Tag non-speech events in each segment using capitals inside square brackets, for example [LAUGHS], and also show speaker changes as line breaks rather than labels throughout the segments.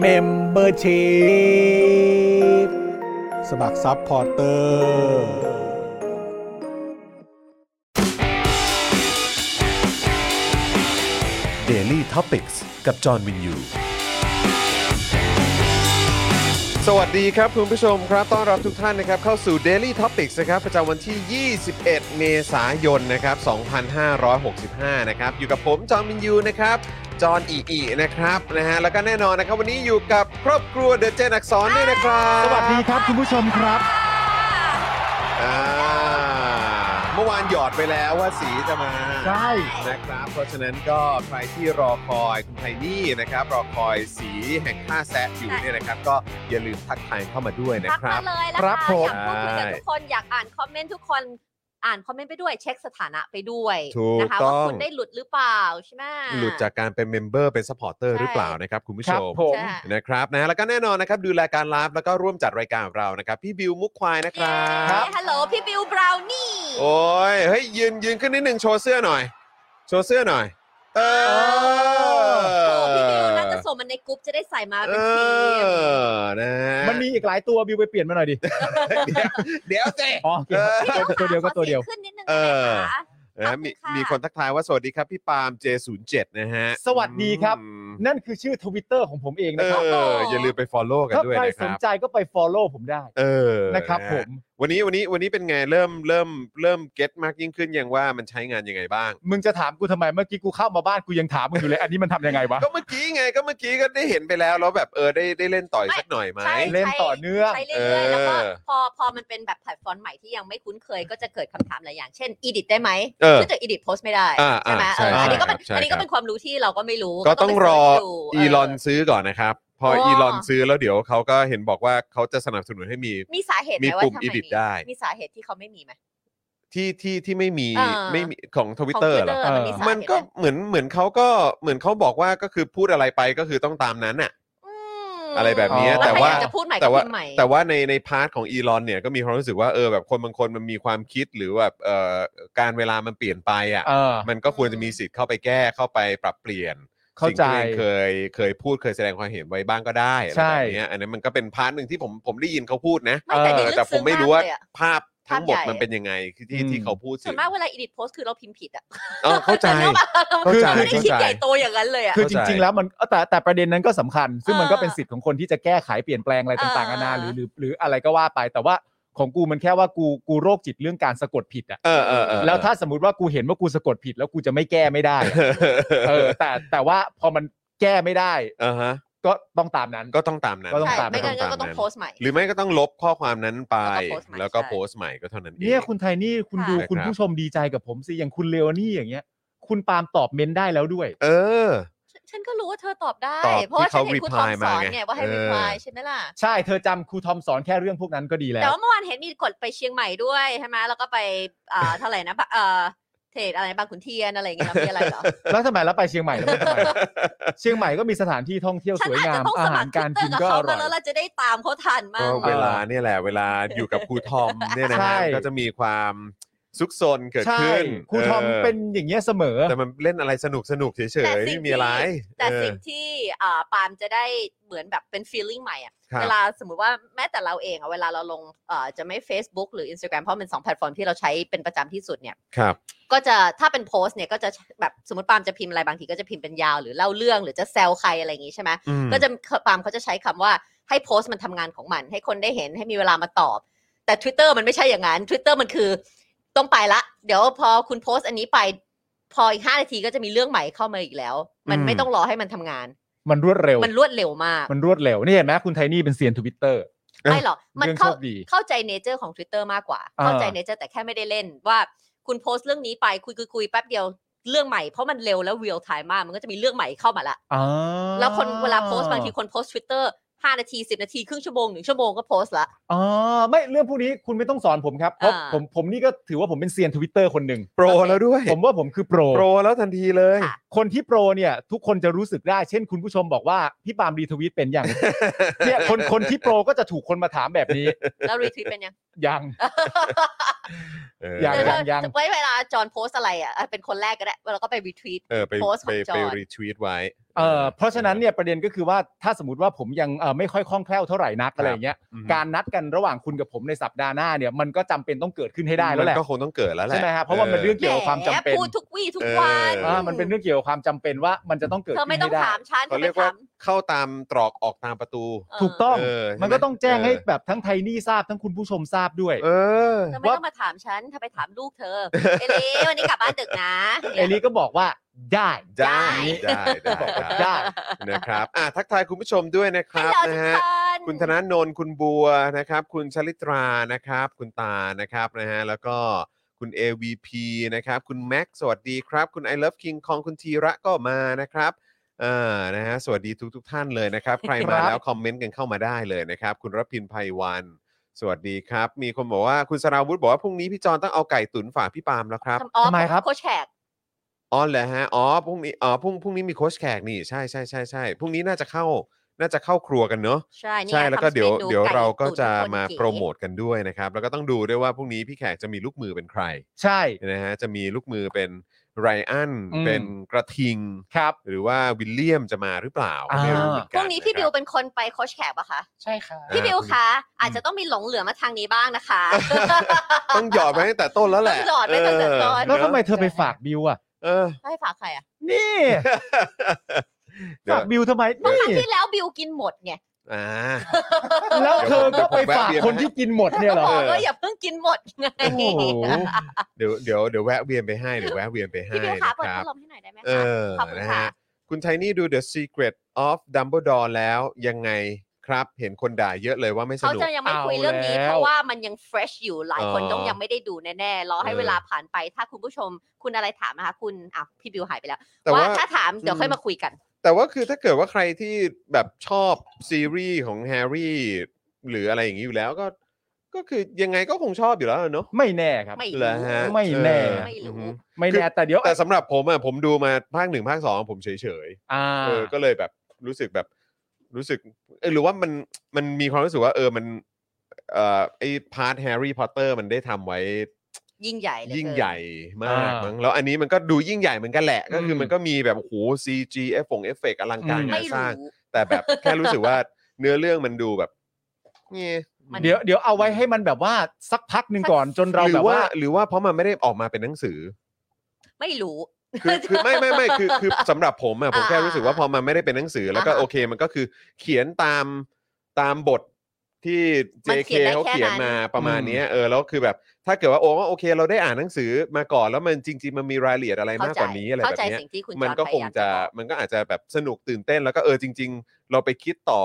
เมมเบอร์ชีพสมัครซัพพอร์เตอร์
Daily t o p i c กกับจอห์นวินยู
สวัสดีครับคุณผู้ชมครับต้อนรับทุกท่านนะครับเข้าสู่ Daily Topics นะครับประจำวันที่ 21 เมษายนนะครับ 2565 นะครับอยู่กับผมจอห์นวินยูนะครับจอห์นอีอีนะครับนะฮะแล้วก็แน่นอนนะครับวันนี้อยู่กับครอบครัวเดอะเจนอักสอนด้วยนะครับ
สวัสดีครับคุณผู้ชมครับ
อ่าเมื่อวานหยอดไปแล้วว่าสีจะมา นะครับ เพราะฉะนั้นก็ใครที่รอคอยคุณไทนี่นะครับ รอคอยสีแห่งค่าแซะอยู่เนี่ยนะครับ ก็อย่าลืมทักทายเข้ามาด้วยนะ
ทัก
ครั
มา
บ
เลยนะ
ครั
คะ
บผม
อยากพูดคุยกับทุกคนอยากอ่านคอมเมนต์ทุกคนอ่านคอมเมนต์ไปด้วย เช็คสถานะไปด้วย
ถูก
นะคะ
ต้อง
ว่าคุณได้หลุดหรือเปล่าใช่ไหม
หลุดจากการเป็นเมมเบอร์เป็นสปอร์เตอร์
ใช่
หรือเปล่านะครับ คุณผู้ช
ครับ
ม
ผม
ใช่
นะครับนะแล้วก็แน่นอนนะครับ ดูรายการไลฟ์แล้วก็ร่วมจัดรายการของเรานะครับ พี่บิวมุกควายนะครั
เย้
บ
ฮัลโหลพี่บิวบราวนี่
โอ้ยเฮ้ยยืนยืนขึ้นนิดหนึ่งโชว์เสื้อหน่อย โชว์เสื้อหน่อย เออ
โอ้พี่บิวน่าจะส่งมันในกรุ๊ปจะได้ใส่มา
เอ
เป็นทีม
อนะฮะ
มันมีอีกหลายตัวบิวไปเปลี่ยนมาหน่อยดิ
เดี๋ยวเจ
อ๋อโอเค
เออ
ครับตัวเดียวก็ตัวเดียว
ขอสีงขึ้นนิดนึง
เออ
ได้ไหม
นะ
คะ ขอบคุณ
มี
ค่ะ
มีคนทักทายว่าสวัสดีครับ พี่ปาล์ม J07 นะฮะ
สวัสดีครับ
อืม
นั่นคือชื่อทวิตเตอร์ของผมเอง
เอ
นะครับ
อ อย่าลืมไป follow กัน
ถ้า
ด้วย
ใคร
นะค
สน
รับ
ใจก็ไป Follow ผมได้
เออ
นะครับ
ฮ
ผม
วันนี้วันนี้วันนี้เป็นไงเริ่มเริ่มเริ่มเก็ตมากยิ่งขึ้นยังว่ามันใช้งานยังไงบ้าง
มึงจะถามกูทำไมเมื่อกี้กูเข้ามาบ้านกูยังถามมึงอยู่เลย อันนี้มันทำยังไงวะ
ก็เมื่อกี้ไงก็เมื่อกี้ก็ได้เห็นไปแล้ว แล้วแบบเออได้ได้เล่นต่อยสักหน่อยไหม
ใช่ใช่
เล่นต่อเนื่อง
ใช้เรื่อยๆแล้วก็
เออ
พอพอมันเป็นแบบแพลตฟอร์มใหม่ที่ยังไม่คุ้นเคยก็จะเกิดคำถามหลายอย่างเช่น edit ได้ไหม
เออ
ก็จะ edit post ไม่ได้
อ่าอ่า
ใช่ไหม
ใช่
เอออันนี้ก็เป็น
ใช่ครับ
อันนี้ก็เป็นความรู้ที่เราก็ไม่รู้
ก็ต้อง
ไป
รอ
เสิชดู
อีลอน
เ
ซื้อก่อนนะครับ พอ
โอ้
อีลอนซื้อแล้วเดี๋ยวเขาก็เห็นบอกว่าเขาจะสนับสนุนให้มี
มีสาเหตุไห
มี
มว่า
ปุ่ม
ทำไม
edit ได้
มีสาเหตุที่เขาไม่มีไหม
ที่ที่ที่ไม่มี
เออ
ไม่มีของทวิตเตอร์
ขง
เหรอ
Twitter มันมีสาเหตุ
มันก็เหมือนเหมือนเขาก็เหมือนเขาบอกว่าก็คือพูดอะไรไปก็คือต้องตามนั้นน่ะ
อืม
อะไรแบบนี้
ล้
แต่
ใคร
ว่า
อยกจะพูดใหม่
แต่ว่า
ก็พูดใหม่
แต่ว่าในในพาร์ทของอีลอนเนี่ยก็มีความรู้สึกว่าเออแบบคนบางคนมันมีความคิดหรือแบบเอ่อการเวลามันเปลี่ยนไปอ่ะ
เออ
มันก็ควรจะมีสิทธิ์เข้าไปแก้เข้าไปปรับเปลี่ยน
เข้าใจ
สิ่งที่ตัวองเคยเคยพูดเคยแสดงความเห็นไว้บ้างก็ได้อะไร
ใช่
แบบเนี้ยอันนั้นมันก็เป็นพาร์ทหนึ่งที่ผมผมได้ยินเขาพูดนะ
ไม่แต่
เออ
นี่
เออ
ลึก
แต่ผ
ซึ้
ม
ง
ไม่รู้
มา
ว่าก
เลยอะ
ภาพทั้งหมด
ภาพใหญ่
มันเป็นยังไงที่ที่
อืม
ที่เขาพูด
ส่
สิ
วนมากเวลา edit post คือเราพิมพ์ผิดอ่ะ
เออเข้าใจ
เรา
เข้าใจ
ไม่ได้คิด
เข้าใจ
ใหญ่โตอย่างนั้นเลยอ่ะ
คือจ
เข้า
ริง
ใจ
ๆ แล้วมันเอ้อแต่แต่ประเด็นนั้นก็สำคัญ ซึ่งมันก็เป็น
เออ
สิทธิ์ของคนที่จะแก้ไขเปลี่ยนแปลงอะไรต่างๆนานา
เออ
หรือหรือหรืออะไรก็ว่าไป แต่ว่าของกูมันแค่ว่ากูกูโรคจิตเรื่องการสะกดผิดอะ
เออเออเออ
แล้วถ้าสมมติว่ากูเห็นว่ากูสะกดผิด แล้วกูจะไม่แก้ไม่ได้อะ เออแต่แต่ว่าพอมันแก้ไม่ได้
เออฮะ
ก็ต้องตามนั้น
ก็ต้องตามนั้น
ก็ ต้อ
ใช่
งตาม
ไม่งั้น
ตาม
ก็ต้อง
นั้น
โพสต์ใหม่
หรือไม่ก็ต้องลบข้อความนั้นไป
แล้
แล้ว
วก็
ก็โพ
โพ
ส
สต์
ต์ให
ใหม่
ม่ก็เท่านั้นเอง
เนี่ยคุณไทนี่คุณดู
ใช่
คุณ
ครับ
ผู้ชมดีใจกับผมสิอย่างคุณเลโอนี่อย่างเงี้ย คุณปาล์มตอบเมนต์ได้แล้วด้วย
เออ
ฉันฉันก็รู้ว่าเธอตอบได้
ตอบ
เพราะว่า
ที่
ฉั
เขา
นเห็นคุณทอม
reply
ส
มา
อน
ไง
ไงว่าให้
เออ
reply ใช่ไหมล่ะ
ใช่เธอจำครูทอมสอนแค่เรื่องพวกนั้นก็ดีแล้
แต่
ว
ว่าเมื่อวานเห็นมีกดไปเชียงใหม่ด้วยใช่ไหมแล้วก็ไปเอ่อเท่าไหร่นะบะเอ่อเทรดอะไรบางขุนเทียนอะไรอย่างเงี้ยแล้วมีอะไรเห
[LAUGHS]
รอ
แล้วทำไมแล้วไปเชียงใหม่แล้วไปทำไม เชียงใหม่ก็มีสถานที่ท่องเที่ยว
ฉั
ส
น
วย
อาจ
งา
จะ
ม
ต้อง
อา
ส
หา
มัค
ร
ร
กา
ทิตเตอร์
รกิน
กับ
ก็อ
เขา
ร่
มา
อย
แล้วเราจะได้ตามเขาทันมาก
ก็เวลาเนี่ยแหละ เวลาอยู่กับครูทอมเนี่ยนะ
ใช่
ฮะก็จะมีความซุกซนเกิด
ใช่
ขึ้น
ครูทอมเป็นอย่างเงี้ยเสมอ
แต่มันเล่นอะไรสนุกสนุกเฉย
แต่
ๆ
สิ่
ไม่
ง
มีอะไร
แต่
เออ
สิ่งที่เอ่อปาล์มจะได้เหมือนแบบเป็น feeling ใหม่อะ
ครับ
เวลาสมมุติว่าแม้แต่เราเองอะเวลาเราลงเอ่อจะไม่ Facebook หรือ Instagram เพราะเป็นสองแพลตฟอร์มที่เราใช้เป็นประจำที่สุดเนี่ย
ครับ
ก็จะถ้าเป็นโพสต์เนี่ยก็จะแบบสมมติปาล์มจะพิมพ์อะไรบางทีก็จะพิมพ์เป็นยาวหรือเล่าเรื่องหรือจะแซวใครอะไรอย่างงี้ใช่ไหม
อืม
ก็จะปาล์มเขาจะใช้คำว่า ให้โพสต์มันทำงานของมัน ให้คนได้เห็นให้มีเวลามาตอบ แต่ Twitter มันไม่ใช่อย่างนั้น Twitter มันคือต้องไปละ เดี๋ยวพอคุณโพสต์อันนี้ไป พออีกห้านาทีก็จะมีเรื่องใหม่เข้ามาอีกแล้ว มัน
อืม
ไม่ต้องรอให้มันทำงาน
มันรวดเร็ว
มันรวดเร็วมาก
มันรวดเร็ว นี่เห็นไหมคุณไทนี่เป็นเซียนทวิตเตอร์
ไม่หรอก มัน
เรื่อง
เข้า
โชคดี
เข้าใจเนเจอร์ของ Twitter มากกว่า
อ่า
เข้าใจเนเจอร์แต่แค่ไม่ได้เล่นว่าคุณโพสต์เรื่องนี้ไปคุยคุยคุยแป๊บเดียวเรื่องใหม่เพราะมันเร็วแล้วเรียลไทม์มาก มันก็จะมีเรื่องใหม่เข้ามาละ
อ่า
แล้วคนเวลาโพสต์บางทีคนโพสต์ Twitter ห้านาทีสิบนาทีครึ่งชั่วโมงหนึ่งชั่วโมงก็โพสต์ละ
อ๋อไม่เรื่องพวกนี้คุณไม่ต้องสอนผมครับเพราะ
อ่า
ผมผมนี่ก็ถือว่าผมเป็นเซียนทวิตเตอร์คนหนึ่ง
โปรแล้วด้วย
ผมว่าผมคือโปร
โปรแล้วทันทีเลย
ค่ะ
คนที่โปรเนี่ย ทุกคนจะรู้สึกได้ เช่นคุณผู้ชมบอกว่า พี่ปาล์มรีทวิตเป็นอย่าง เนี่ยคนคนที่โปรก็จะถูกคนมาถามแบบนี้
แล้วรีทวีตเป็นยัง
ยัง
เออ
ยัง
เดี๋ยวเธอ
ยัง
ไว้เวลาจอห์นโพสต์อะไรอ่ะเป็นคนแรกก็ได้แล้วก็ไปรีทวีต
เออไป
โพสต์ข
ไป
องจอ
ไป
ห์น
รีทวีตไว้
เออเพราะฉะนั้นเนี่ยประเด็นก็คือว่าถ้าสมมติว่าผมยังเอ่อไม่ค่อยคล่องแคล่วเท่าไหร่นักอะไรอย่างเงี้ย
อืม
การนัดกันระหว่างคุณกับผมในสัปดาห์หน้าเนี่ยมันก็จำเป็นต้องเกิดขึ้นให้ได้แล้วแหละ
มันก็คงต้องเกิดแล้วแหละ
ใช่ไหมครับเพราะว่ามันเรื่องเกี่ยวกับความจำเป็น
แหพูดทุกวี่ทุกวัน
อ่ามันเป็นเรื่องเกี่ยวกับความจำเป็นว่ามันจะต้องเกิด
เธอ
ขึ้
ไม่
น
ต้อง
ให้ได้
ถามฉันเธ
เขา
อ
เรี
ไม่
ยกว่า
ถาม
เข้าตามตรอกออกตามประตู
เออ
ถูกต้อง
เใช่ไห
มันก็ต้องแจ้งให้แบบทั้งไทนี่ทราบทั้งคุณผู้ชมทราบด้วย
เออ
เธอไม่ต้องมาถามฉันเธอไปถามลูกเธอ เอเลวันนี้กลับบ้านดึกนะ
เอลิก็บอกว่าได้
ได้ได้ ได้
บอกว่า
ได้
ได้
นะครับอ่ะทักทายคุณผู้ชมด้วยนะค
ฮัล
รับ
โหลทุ
นะ
ก
ฮะ
คน
คุณธนาโนนคุณบัวนะครับ คุณชลิตรานะครับ คุณตานะครับนะฮะแล้วก็คุณ AVP นะครับ คุณแม็กสวัสดีครับ คุณ I Love King ของคุณธีระก็มานะครับเอ่านะฮะสวัสดีทุกทท่านเลย [LAUGHS] นะครับ ใครมา
ครับ
แล้วคอมเมนต์กันเข้ามาได้เลยนะครับ คุณรพินภัยวัน สวัสดีครับ มีคนบอกว่าคุณสราวุธบอกว่าพรุ่งนี้พี่จอนต้องเอาไก่ตุ๋นฝากพี่ปาล์มแล้วครับ
ทำอ๋อ
ทำไมครับ
โคชแขก
อ๋อเหรอฮะอ๋อพรุ่งนี้อ๋อพรุ่งพรุ่งนี้มีโค้ชแขกนี่ใช่ใช่ใช่ใช่พรุ่งนี้น่าจะเข้าน่าจะเข้าครัวกันเนอะ
ใช่นี่
ใช่
ไง
แล้วก็
ทำ
เดี๋ยว
มนู
เดี๋ยว
ไ
เราก็จะ
ตุ๋นคน
มา
เก๋
โปรโมทกันด้วยนะครับ แล้วก็ต้องดูด้วยว่าพรุ่งนี้พี่แขกจะมีลูกมือเป็นใคร
ใช่
นะฮะจะมีลูกมือเป็นไรอัน
อืม
เป็นกระทิง
ครับ
หรือว่าวิลเลียมจะมาหรือเปล่า
อ่า
ไม่รู้เหมือ
พรุ่งนี้พี่บิวเป็นคนไปโคชแขกปะคะ
ใช่ค่ะ
พี่บิวคะอาจจะต้องมีหลงเหลือมาทางนี้บ้างนะคะ
ต้องหยอดไว้ตั้งแต่ต้นแล้วแหละ
ต้องหยอดไว้ตั้งแต่ต้น
เออ
แล้วทำไมเธอไปฝากบิวอ่ะ
เออ
ให้ฝากใครอ่ะ
นี่
เดี๋ย
ฝาว กบิวทำไม
เมื่อค
นี่
รั้งที่แล้วบิวกินหมดไง
อ่า
แล้วเธอก็ไปฝาก
เดี๋ยวผม
คนที่กินหมดเนี่ย
ก็
เหรอ
บอกว่าอย่าเพิ่งกินหมดไง
โอ้โห
เดี๋ยวเดี๋ยวเดี๋ยวแวะเวียนไปให้เดี๋ยวแวะเวียนไปให้
พี่บิว
นะ
คะเปิด
ครั
พั
บ
ดลมให้หน่อยได้ไหม
เอ
คะ
อ
ขอบคุณ
นะ
ค่ะ
ฮะคุณไทนี่ดู The Secret of Dumbledore แล้วยังไงครับ เห็นคนด่าเยอะเลยว่าไม่ส
เขา
นุก
จะยังไม่คุยเรื่องนี้
เอาแล้ว
เพราะว่ามันยัง fresh อยู่หลายคน
อ๋อ
ต้องยังไม่ได้ดูแน่ๆ รอให้
เออ
เวลาผ่านไป ถ้าคุณผู้ชมคุณอะไรถามนะคะ คุณอ่ะพี่บิวหายไปแล้ว
แต่
ว่า
ว่า
ถ้าถามเดี๋ยว
อืม
ค่อยมาคุยกัน
แต่ว่าคือถ้าเกิดว่าใครที่แบบชอบซีรีส์ของแฮร์รี่ หรืออะไรอย่างนี้อยู่แล้วก็ ก็คือยังไงก็คงชอบอยู่แล้วเนอะ
ไม่แน่ครับ
ไม่
เหรอฮะ
ไม่แน่
เออ
ไม่
อื
รู้
อฮึ
ไม่แน่แต่เดี๋ยว
แต่สำหรับผมอ่ะผมดูมาภาคหนึ่งภาคสองผมเฉย
อ่า
ๆเออก็เลยแบบรู้สึกแบบรู้สึกเออหรือว่ามันมันมีความรู้สึกว่า เออมันเอ่อไอพาร์ทแฮร์รี่พอตเตอร์มันได้ทำไว้
ยิ่งใหญ่เล
ยิ่งใหญ่มาก
อ่ามั้
มั้งแล้วอันนี้มันก็ดูยิ่งใหญ่เหมือนกันแหละ ก็คืออ
ม
มันก็มีแบบโอ้โห CG เอฟฟงเอฟเฟกอลังการ
อืม
งา
ไม่
นสร้าง
รู้
แต่
[LAUGHS]
แบบ แค่รู้สึกว่าเนื้อเรื่องมันดูแบบเงี้ย
มัน
เดี๋ยวเดี๋ยวเอาไว้ให้มันแบบว่าสักพักหนึ่งก่อนจนเรา
หรื
แบบ
อว่า
ว่า
หรือว่าเพราะมันไม่ได้ออกมาเป็นหนังสือ
ไม่รู้
คือคือไม่ไม่ไม่คือคือสำหรับผมอะผมแค่
อ่า
รู้สึกว่าพอมันไม่ได้เป็นหนังสือแล้วก็
อ่าฮะ
โอเค มันก็คือเขียนตามตามบทที่
มันเขี
JK
ยนได้
เขาเขียน
แค่นั้น
มาประมาณ
อืม
เนี้ยเออแล้วคือแบบ ถ้าเกิดว่าโอ้โอเค เราได้อ่านหนังสือมาก่อนแล้วมันจริง ๆ มันมีรายละเอียดอะ
เข้าม
ไราก
ใจ
กว่านี้อะไร
เข้า
แบบ
ใจ
เนี้ย
สิ่งที่คุณ
มัน
จอห์
ก็
พ
ค
ยาง ยาม
จะ
บอก
มันก็อาจจะแบบสนุกตื่นเต้นแล้วก็เออจริง ๆ เราไปคิดต่อ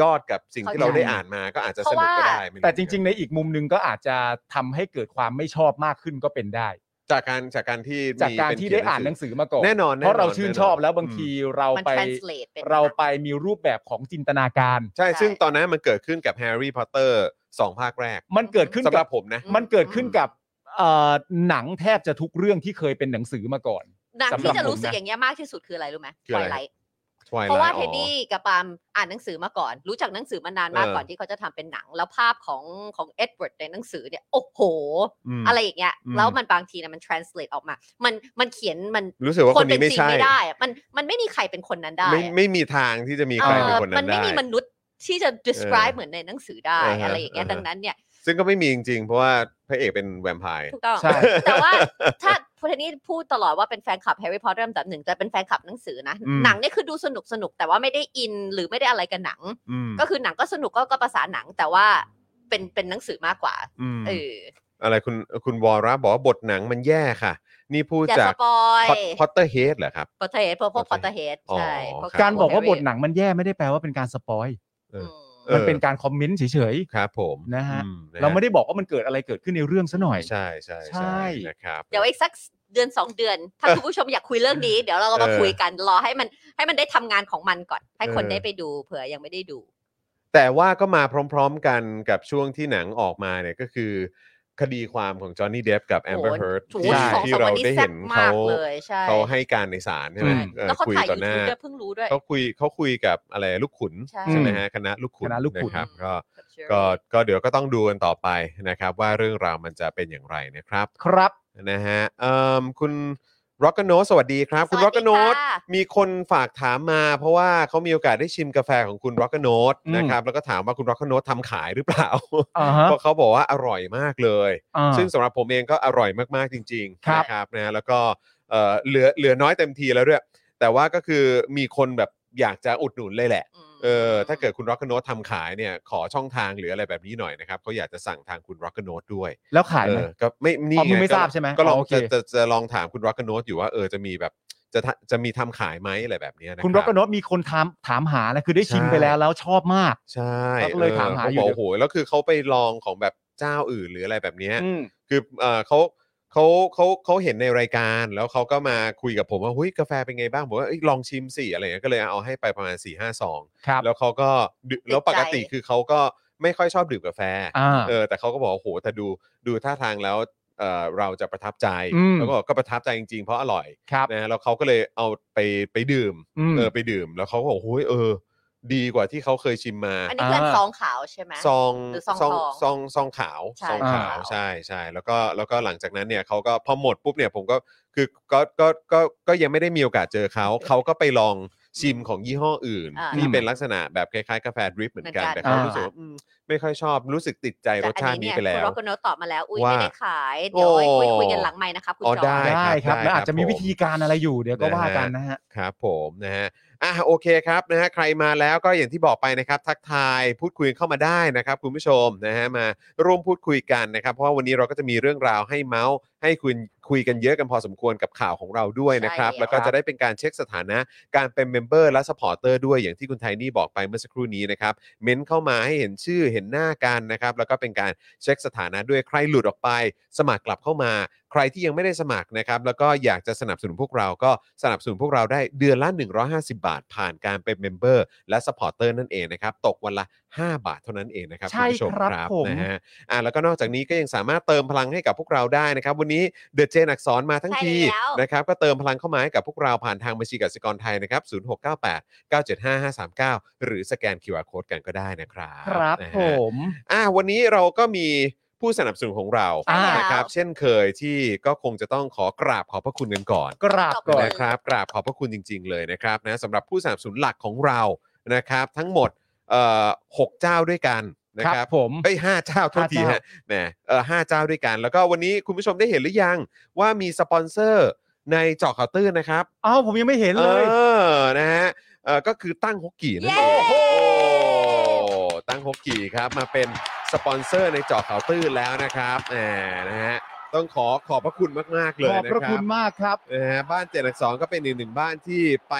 ยอดกับสิ่งที่เรา
เข้าใจ
ได้อ่านมาก็อาจจะ
เพ
ส
ราะ
นุก
ว่า
ก็ได้ไม่
แต่จริง ๆ ในอีกมุมหนึงก็อาจจะทำให้เกิดความไม่ชอบมากขึ้นก็เป็นได้
ๆจากการจากการที่
จาก
มี
การ
เป็น
ที่
เขี
ได้
ย
อ่านหนังสือมาก่อน
แน่นอน
เพราะเรา
แอ
ชื่น
อ
ชอบแล้วบาง
อืม
ทีเรา
มัน
ไป
translate เป็น
เราไปมีรูปแบบของจินตนาการ
ใช่
ใช่
ซึ่งตอนนั้นมันเกิดขึ้นกับแฮร์รี่พอตเตอร์สองภาคแรก
มันเกิดขึ้น
สำห
กั
รั
บบ
ผมนะ
มันเกิดขึ้นกับเอ่อหนังแทบจะทุกเรื่องที่เคยเป็นหนังสือมาก่อน
หนัง
สำหรับ
ที่จะรู้
ผมนะ
สึกอย่างเงี้ยมากที่สุดคืออะไรรู้ไหม
คืออะไร
ไลท์
Twilight
เพราะว่า
อ๋อ
เทดดี้กับปาล์มอ่านหนังสือมาก่อน รู้จักหนังสือมานานมาก
เออ
ก่อนที่เขาจะทำเป็นหนัง แล้วภาพของของเอ็ดเวิร์ดในหนังสือเนี่ยโอ้โห
ม
อะไรอย่างเงี้ย
อืม
แล้วมันบางทีนะมัน translate ออกมา มันมันเขียนมัน
รู้สึกว่าคน
เป็
นี้
น
ไม่
จริง
ใช่
ไม่ได้อะมันมันไม่มีใครเป็นคนนั้นได้
ไม่
อะ
ไม่มีทางที่จะมีใครเป็น
เออ
คน
มั
นั้น น
ไม่
ได้
มีมนุษย์ที่จะ describe
เออ
เหมือนในหนังสือได้
อ่าฮะ
อะไรอย่างเงี้ย
อ่าฮะ
ดังนั้นเนี่ย
ซึ่งก็ไม่มีจริงๆ เพราะว่าพระเอกเป็นแวมไพร์
ถูกต้อง
ใช่
แต่ว่าถ้า พวกนี้พูดตลอดว่าเป็นแฟนคลับแฮร์รี่พอตเตอร์อันดับหนึ่งแต่เป็นแฟนคลับหนังสือนะ
อืม
หนังเนี่ยคือดูสนุกสนุกแต่ว่าไม่ได้อินหรือไม่ได้อะไรกับหนัง
อืม
ก็คือหนังก็สนุกก็ก็ภาษาหนังแต่ว่าเป็นเป็นหนังสือมากกว่า
อืม
เออ
อะไรคุณคุณวอระบอกว่าบทหนังมันแย่ค่ะ นี่พูด
อย่า
จา
ส
ก
ปอย
พอตเตอร์เฮดเหรอครับ
พอเทสพวกพวกพอเทสใช่
อ๋อ
พว
การบอกว่า
พว
บทหนังมันแย่ไม่ได้แปลว่าเป็นการสปอย
เออ เออ
มันเป็นการคอมเมนต์เฉย
ครับผม
ๆนะฮะ
อืนะฮะ
เราไม่ได้บอกว่ามันเกิดอะไรเกิดขึ้นในเรื่องซะหน่อย
ใช่ใช่
ใช่
ใช่นะครับ
เดี๋ยวอีกสักเดือนสองเดือน ถ้าคุณผู้ชมอยากคุยเรื่องนี้ เดี๋ยวเราก็มาคุยกันรอให้มันให้มันได้ทำงานของมันก่อน ให้คนได้ไปดูเผื่อยังไม่ได้ดู
แต่ว่าก็มาพร้อมๆกันกับช่วงที่หนังออกมาเนี่ยก็คือ คดีความของจอห์นนี่เดฟกับแอมเบอร์
โอ้โห
เฮิร์ต
ถู
ที่
สอง
ที่
สาม
เรา
วันนี้
ได้
แซ่
เห็
บ
น
มาก
เขา
เลยใช่
เขาให้การในศาลใช่ไหม
ใช่
เออ
แล้วเขา
คุย
ถ่าย
ต่
ยู
อหน้า
ทูบด้วยเพิ่งรู้ด้วย
เขาคุยเขาคุยกับอะไรลูกขุน
ใช่
ไหมฮะคณะลูกขุน
คณะลูกขุน
นะครับก็
กับเชอรี่
ก็ก็เดี๋ยวก็ต้องดูกันต่อไปนะครับ ว่าเรื่องราวมันจะเป็นอย่างไรนะครับ
ครับ
นะฮะเอิ่มคุณร็อกกโนสวัสดีครับ คุณ
ส
ร็
วั
อก
ส
ก
ดี
โนต
ค่ะ
มีคนฝากถามมา เพราะว่าเขามีโอกาสได้ชิมกาแฟของคุณร็อกกโนต
อืม
นะครับแล้วก็ถามว่าคุณร็อกกโนตทำขายหรือเปล่า
อ่า [LAUGHS] ฮะ
เพราะเขาบอกว่าอร่อยมากเลย
อ่า
ซึ่งสำหรับผมเองก็อร่อยมากๆจริง
ครั
ๆ
บ
นะครับนะแล้วก็เอ่อเหลือเหลือน้อยเต็มทีแล้วด้วยแต่ว่าก็คือมีคนแบบอยากจะอุดหนุนเลยแหละ
ม
เออถ้าเกิดคุณร็อกกโนตทำขายเนี่ยขอช่องทางหรืออะไรแบบนี้หน่อยนะครับเขาอยากจะสั่งทางคุณร็อกกโนตด้วย
แล้วขาย
เอ
ไหม
อก็ไม่นี่
อ๋อมึงไม่
ก็
ทราบใช่ไหม
ก็ลอง
อ๋อโอเค
จะจะจะลองถามคุณร็อกกโนตอยู่ว่าเออจะมีแบบจะทะจะมีทำขายไหมอะไรแบบเนี้ยนะ
คุณร็อกกโนตมีคนถามถามหานะคือได้ชิมไปแล้วแล้วชอบมาก
ใช่
เขาก็เลยถามหาอยู่
เขบกโอ้โหแล้วคือเขาไปลองของแบบเจ้าอื่นหรืออะไรแบบเนี้ย
อืม
คือเออเขาเขาเขาเขาเห็นในรายการแล้วเขาก็มาคุยกับผมว่าเฮ้ยกาแฟเป็นไงบ้างผมว่าเอ้ยลองชิมสิอะไรเงี้ยก็เลยเอาให้ไปประมาณ4ี่ห้าซอง
ครับ
แล้วเขาก็ดื่มแล้วปกติคือเขาก็ไม่ค่อยชอบดื่มกาแฟ
อ่า
เออแต่เขาก็บอกว่าโหแต่ดูดูท่าทางแล้วเออเราจะประทับใจ
อืม
แล้วก็บอกก็ประทับใจจริงๆ เพราะอร่อย
ครับ
นะแล้วเขาก็เลยเอาไปไปดื่ม
อืม
เออไปดื่ม แล้วเขาก็บอกโอ้ยเออ ดีกว่าที่เขาเคยชิมมา
อันนี้เพื่อน
อ่า
ซองขาวใช่ไหม
ซอง
หรือซอง
ซอง
ทอง
ซองซองขาว
ใช่
ซองขาว
อ่า
ใช่ใช่แล้วก็แล้วก็หลังจากนั้นเนี่ยเขาก็พอหมดปุ๊บเนี่ยผมก็คือก็ก็ก็ก็ยังไม่ได้มีโอกาสเจอเขาเขาก็ไปลองชิมของยี่ห้ออื่น
อ่า
ที่เป็นลักษณะแบบคล้ายๆกาแฟดริปเหมือนกัน
เหมือนกัน
แต่เขา
อ่ารู้
รู้สึกว่าอืมไม่ค่อยชอบรู้สึกติดใจรสชาตินี้ไปแล้ว
คุณร็อกโนตอบมาแล้ว อุ้ย
ว่า
ไม่ได้ขาย เดี๋ยวไว้
โอ้
คุยคุยกันหลังไม้นะครับคุณ
อ๋อ
จอ
ได้
ย
ได้
ค
ค
รั
รั
บบได้
แล้วอา
ครั
จ
บ
จะมีวิธีการอะไรอยู่เดี๋ยวก็
นะฮะ
ว่ากันนะฮะ
ครับผมนะฮะอ่ะโอเคครับนะฮะใครมาแล้วก็อย่างที่บอกไปนะครับ ทักทายพูดคุยเข้ามาได้นะครับ คุณผู้ชมนะฮะมาร่วมพูดคุยกันนะครับ เพราะว่าวันนี้เราก็จะมีเรื่องราวให้เมาส์ให้คุยคุยกันเยอะกันพอสมควรกับข่าวของเราด้วยนะครับ แล้วก็จะได้เป็นการเช็คสถานะ การเป็นเมมเบอร์และสปอร์เตอร์ด้วยอย่างที่คุณไทนี่บอกไปเมื่อสักครู่นี้นะครับเม้นเข้ามาให้เห็นชื่อเห็นหน้ากันนะครับแล้วก็เป็นการเช็คสถานะด้วยใครหลุดออกไป สมัครกลับเข้ามา ใครที่ยังไม่ได้สมัครนะครับแล้วก็อยากจะสนับสนุนพวกเราก็สนับสนุนพวกเราได้เดือนละ 150 บาท ผ่านการเป็นเมมเบอร์และสปอร์เตอร์นั่นเองนะครับตกวันละ 5 บาทเท่านั้นเองนะครับ
ใช่
ณผู้ชม
ครับผม
นะฮะอ่ะแล้วก็นอกจากนี้ก็ยังสามารถเติมพลังให้กับพวกเราได้นะครับวันนี้เดอะเจนอักสอนมาทั้งที
ใช่แล้ว
นะครับก็เติมพลังเข้ามาให้กับพวกเราผ่านทางบัญชีกสิกรไทยนะครับ 0698 975 539 หรือสแกน QR Code กันก็ได้นะครับ
ครับ
นะฮะ
ผม
อ่ะวันนี้เราก็มีผู้สนับสนุนของเรา
อ่าน
นะครับเช่นเคยที่ก็คงจะต้องขอกราบขอบพระคุณกันก่อน
กราบก่อน
นะครับกราบขอบพระคุณจริง ๆ เลยนะครับนะสำหรับผู้สนับสนุนหลักของเรานะครับ ทั้งหมดเอ่อหกเจ้าด้วยกันนะค
ครั
รับบ
ผม
เอ้ยห้าเจ้าโทุก
ห้า
ที
เจ้า
ฮะแหมเออห้าเจ้าด้วยกัน แล้วก็วันนี้คุณผู้ชมได้เห็นหรือยังว่ามีสปอนเซอร์ในเจาะข่าวตื้นนะครับ
เอ้าผมยังไม่เห็นเลย
ออนะฮะเออก็คือตั้งฮกกี่นั่น
เย้
เองโอ้โหตั้งฮกกี่ครับมาเป็นสปอนเซอร์ในเจาะข่าวตื้นแล้วนะครับแหมนะฮะต้องขอขอบพระคุณมากๆเลย
ขอบ
นะ
พระ
ครั
คุ
บ
ณมากครับ
นะฮะบ้านเจ็ดอักสองก็เป็นอีกหนึ่งบ้านที่ไป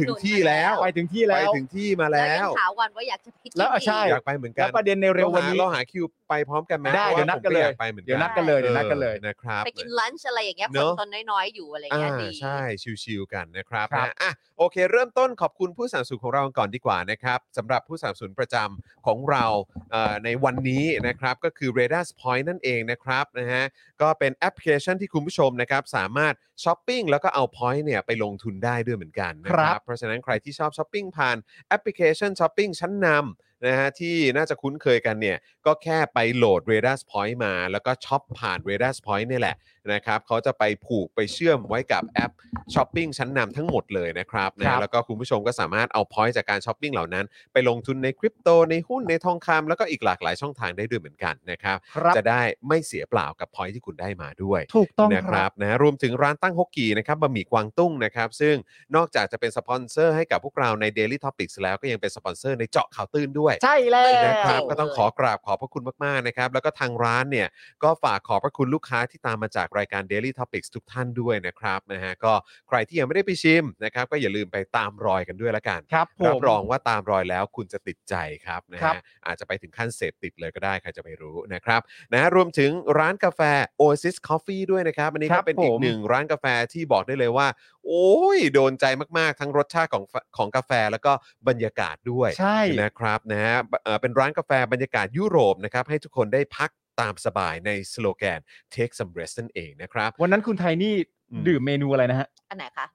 ถึงที่แล้ว
ไปถึงที่
ไป
แล้ว
ถึงที่มา
แล้
แล้
วยั
ว
งถามวันว่าอยากจะพิ
แล้วอ่ะใช่
อยากไปเหมือนกั
และ
น
ประเด็นในเร็ววันนี้
เราหาคิวไปพร้อมกันไหม
ได้
พราะา
เดี๋ยวนัดกันเลย
ผมอยาไปเหมือนกัน
เดี๋ยวนัดกันเลยเดี๋ยวนัดกันเลย
ออนะครับ
ไปกินลันช์อะไรอย่างเงี้ย
เน
ฝน
อะ
ตอนน้อยๆอยู่อะไรอย่างเงี้ย
อ่า
ดี
ใช่ชิวๆกันนะครับ
ครับ
นะอ่ะโอเค เริ่มต้นขอบคุณผู้สนับสนุนของเราก่อนดีกว่านะครับสำหรับผู้สนับสนุนประจำของเราเอ่อในวันนี้นะครับก็คือ r a d a r Point นั่นเองนะครับนะฮะก็เป็นแอปพลิเคชันที่คุณผู้ชมนะครับสามารถช้อปปิ้งแล้วก็เอา point เนี่ยไปลงทุนได้ด้วยเหมือนกันนะครับเพราะฉะนั้นใครที่ชอบช้อปปิ้งผ่านแอปพลิเคชันช้อปปิ้งชั้นนำ นะฮะที่น่าจะคุ้นเคยกันเนี่ยก็แค่ไปโหลด r a d a r Point มา แล้วก็ช็อปผ่าน r a d a r Point เนี่ยแหละนะครับเขาจะไปผูกไปเชื่อมไว้กับแอปช้อปปิ้งชั้นนำทั้งหมดเลยนะครับ
ครั
นะ
บ
แล้วก็คุณผู้ชมก็สามารถเอา point จากการช้อปปิ้งเหล่านั้น ไปลงทุนในคริปโตในหุ้นในทองคำแล้วก็อีกหลากหลายช่องทางได้ด้วยเหมือนกันนะครับ
ครับ
จะได้ไม่เสียเปล่ากับ point ที่คุณได้มาด้วย
ถูกต้อง
นะค
ค
รั
รั
บบ นะรวมถึงร้านตั้งฮกกีนะครับบะหมี่กวางตุ้งนะครับซึ่งนอกจากจะเป็นสปอนเซอร์ให้กับพวกเราใน Daily Topics แล้วก็ยังเป็นสปอนเซอร์ในเจาะข่าวตื้นด้วย
ใช่แล้ว
นะครับ
โอ้
ก็ต้องขอกราบขอบพระคุณมากๆนะครับแล้วก็ทางร้านเนี่ยก็ฝากขอบพระคุณลูกค้าที่ตามมาจากรายการ Daily Topics ทุกท่านด้วยนะครับนะฮะก็ใครที่ยังไม่ได้ไปชิมนะครับก็อย่าลืมไปตามรอยกันด้วยละกัน
ครับผม
รับรองว่าตามรอยแล้วคุณจะติดใจครับนะ
ครั
ฮะ
บ
อาจจะไปถึงขั้นเสพติดเลยก็ได้ใครจะไปรู้นะครับนะรวมถึงร้านกาแฟ Oasis Coffee ด้วยนะครับ อันนี้ก็เป็นอีกหนึ่งร้านกาแฟที่บอกได้เลยว่า โอ้ยโดนใจมาก ๆ ทั้งรสชาติของของกาแฟแล้วก็บรรยากาศด้วย
ใช่
นะครับนะฮะเอ่อเป็นร้านกาแฟบรรยากาศยุโรปนะครับให้ทุกคนได้พักตามสบายในสโลแกน Take some rest นั่นเองนะครับ
วันนั้นคุณไทนี่
อืม
ดื่มเมนูอะไรนะฮะ
อันไหนคะ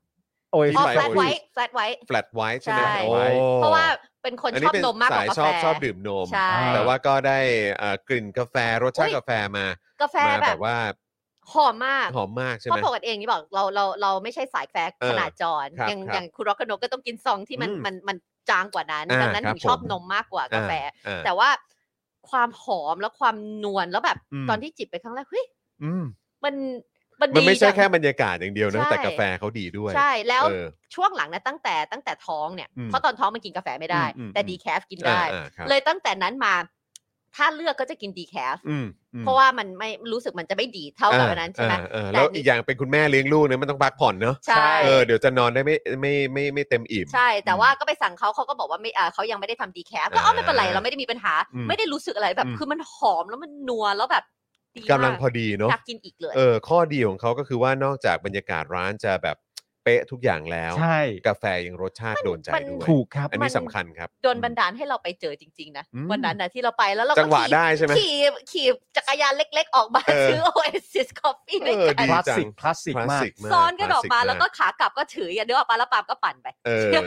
โอ้ย
ที่
อ๋อ
ไป
flat
โอ้ย
white flat white
flat white ใช่ไหม
ใช่
โอ้ย
เพราะว่าเป็นคนชอบนมมากกว่า
อันนี้เป็นสาย
กา
ชอบ
แฟ
ชอบดื่มนม
ใช่
แต่ว่าก็ได้เอ่อกลิ่นกาแฟรสชาติ
อุ๊ย
กาแฟมาก
าแฟ
มา
แบ
แบบ บว่า
หอมมาก
หอมมากใช่
เพ
ไหม
ราะปกติเองนี่บอกเราเราเราไม่ใช่สายกาแฟ
เออ
ขนาดจร
ครับ
อย่าง
ครับ
อย่างคุณร็อกกบนกก็ต้องกินซองที่มัน
อืม
มันมันจางกว่านั้น
อ่า
ดังนั้น
ครับ
หนูชอบ
ผม
นมมากกว่ากาแฟ
อ่า
แต่ว่าความหอมและความนวลแล้วแบบ
อืม
ตอนที่จิบไปครั้งแรกเฮ้ย
อืม
มันมัน
มัน
ดี
ไม่ใช่
จัง
แค่บรรยากาศอย่างเดียวนะ
ใช่
แต่กาแฟเขาดีด้วย
ใช่แล้ว
เออ
ช่วงหลังนะตั้งแต่ตั้งแต่ท้องเนี่ย
อืม
เพราะตอนท้องมันกินกาแฟไม่ได้
อืมอืม
แต่
อืม
ดีแคฟกิน
อ่า
ได้
อ่าครับ
เลยตั้งแต่นั้นมา ถ้าเลือกก็จะกินดีแคฟ
อืมอืม
เพราะว่ามันไม่รู้สึกมันจะไม่ดีเท่ากับอันนั้นใช่ไหม
อ่าอ่า
แต่
แล้ว
นี่
อีกอย่างเป็นคุณแม่เลี้ยงลูกเนี่ยมันต้องพักผ่อนเนาะ
ใช่
เออเดี๋ยวจะนอนได้ไม่ไม่ไม่ไม่เต็มอิ่ม
ใช่ แต่ว่าก็ไปสั่งเขาเขาก็บอกว่าไม่อ่าเขายังไม่ได้ทำดีแคฟก็เอ้าไม่เป็นไร
อ่า
เราไม่ได้มีปัญหา
อืม
ไม่ได้รู้สึกอะไรแบบ
อืม
คือมันหอมแล้วมันนัวแล้วแบบดี
กำลัง
มาก
พอดีเนาะ
อยากกินอีกเลย
เออข้อดีของเขาก็คือว่านอกจากบรรยากาศร้านจะแบบเป๊ะทุกอย่างแล้ว
ใช่
กาแฟยังรสชาติโดนใจ
มัน
ด้วย
ถูกครับ
อัน
มั
นี้
น
สำคัญครับ
โดนบันดาลให้เราไปเจอจริง ๆ นะ
อืม
วันนั้นนะที่เราไปแล้วเราก็
จังหวะ
ขี่
ได้ใช่ไหม
ขี่ขี่จักรยานเล็กๆ ออกมา
เออ
ซื้อ Oasis Coffee ด้วย
เออ
กั
ดี
น
คลาส
จัง
สิกคลาสสิก
คลาส
มาก
สิกมาก
ซ้อนกัน
ค
อ
ล
อกมา
สิ
แล้วก็ขากลับก็ถืออย่างเดียวปลาแล้วปามก็ปั่นไป
เออ
อย่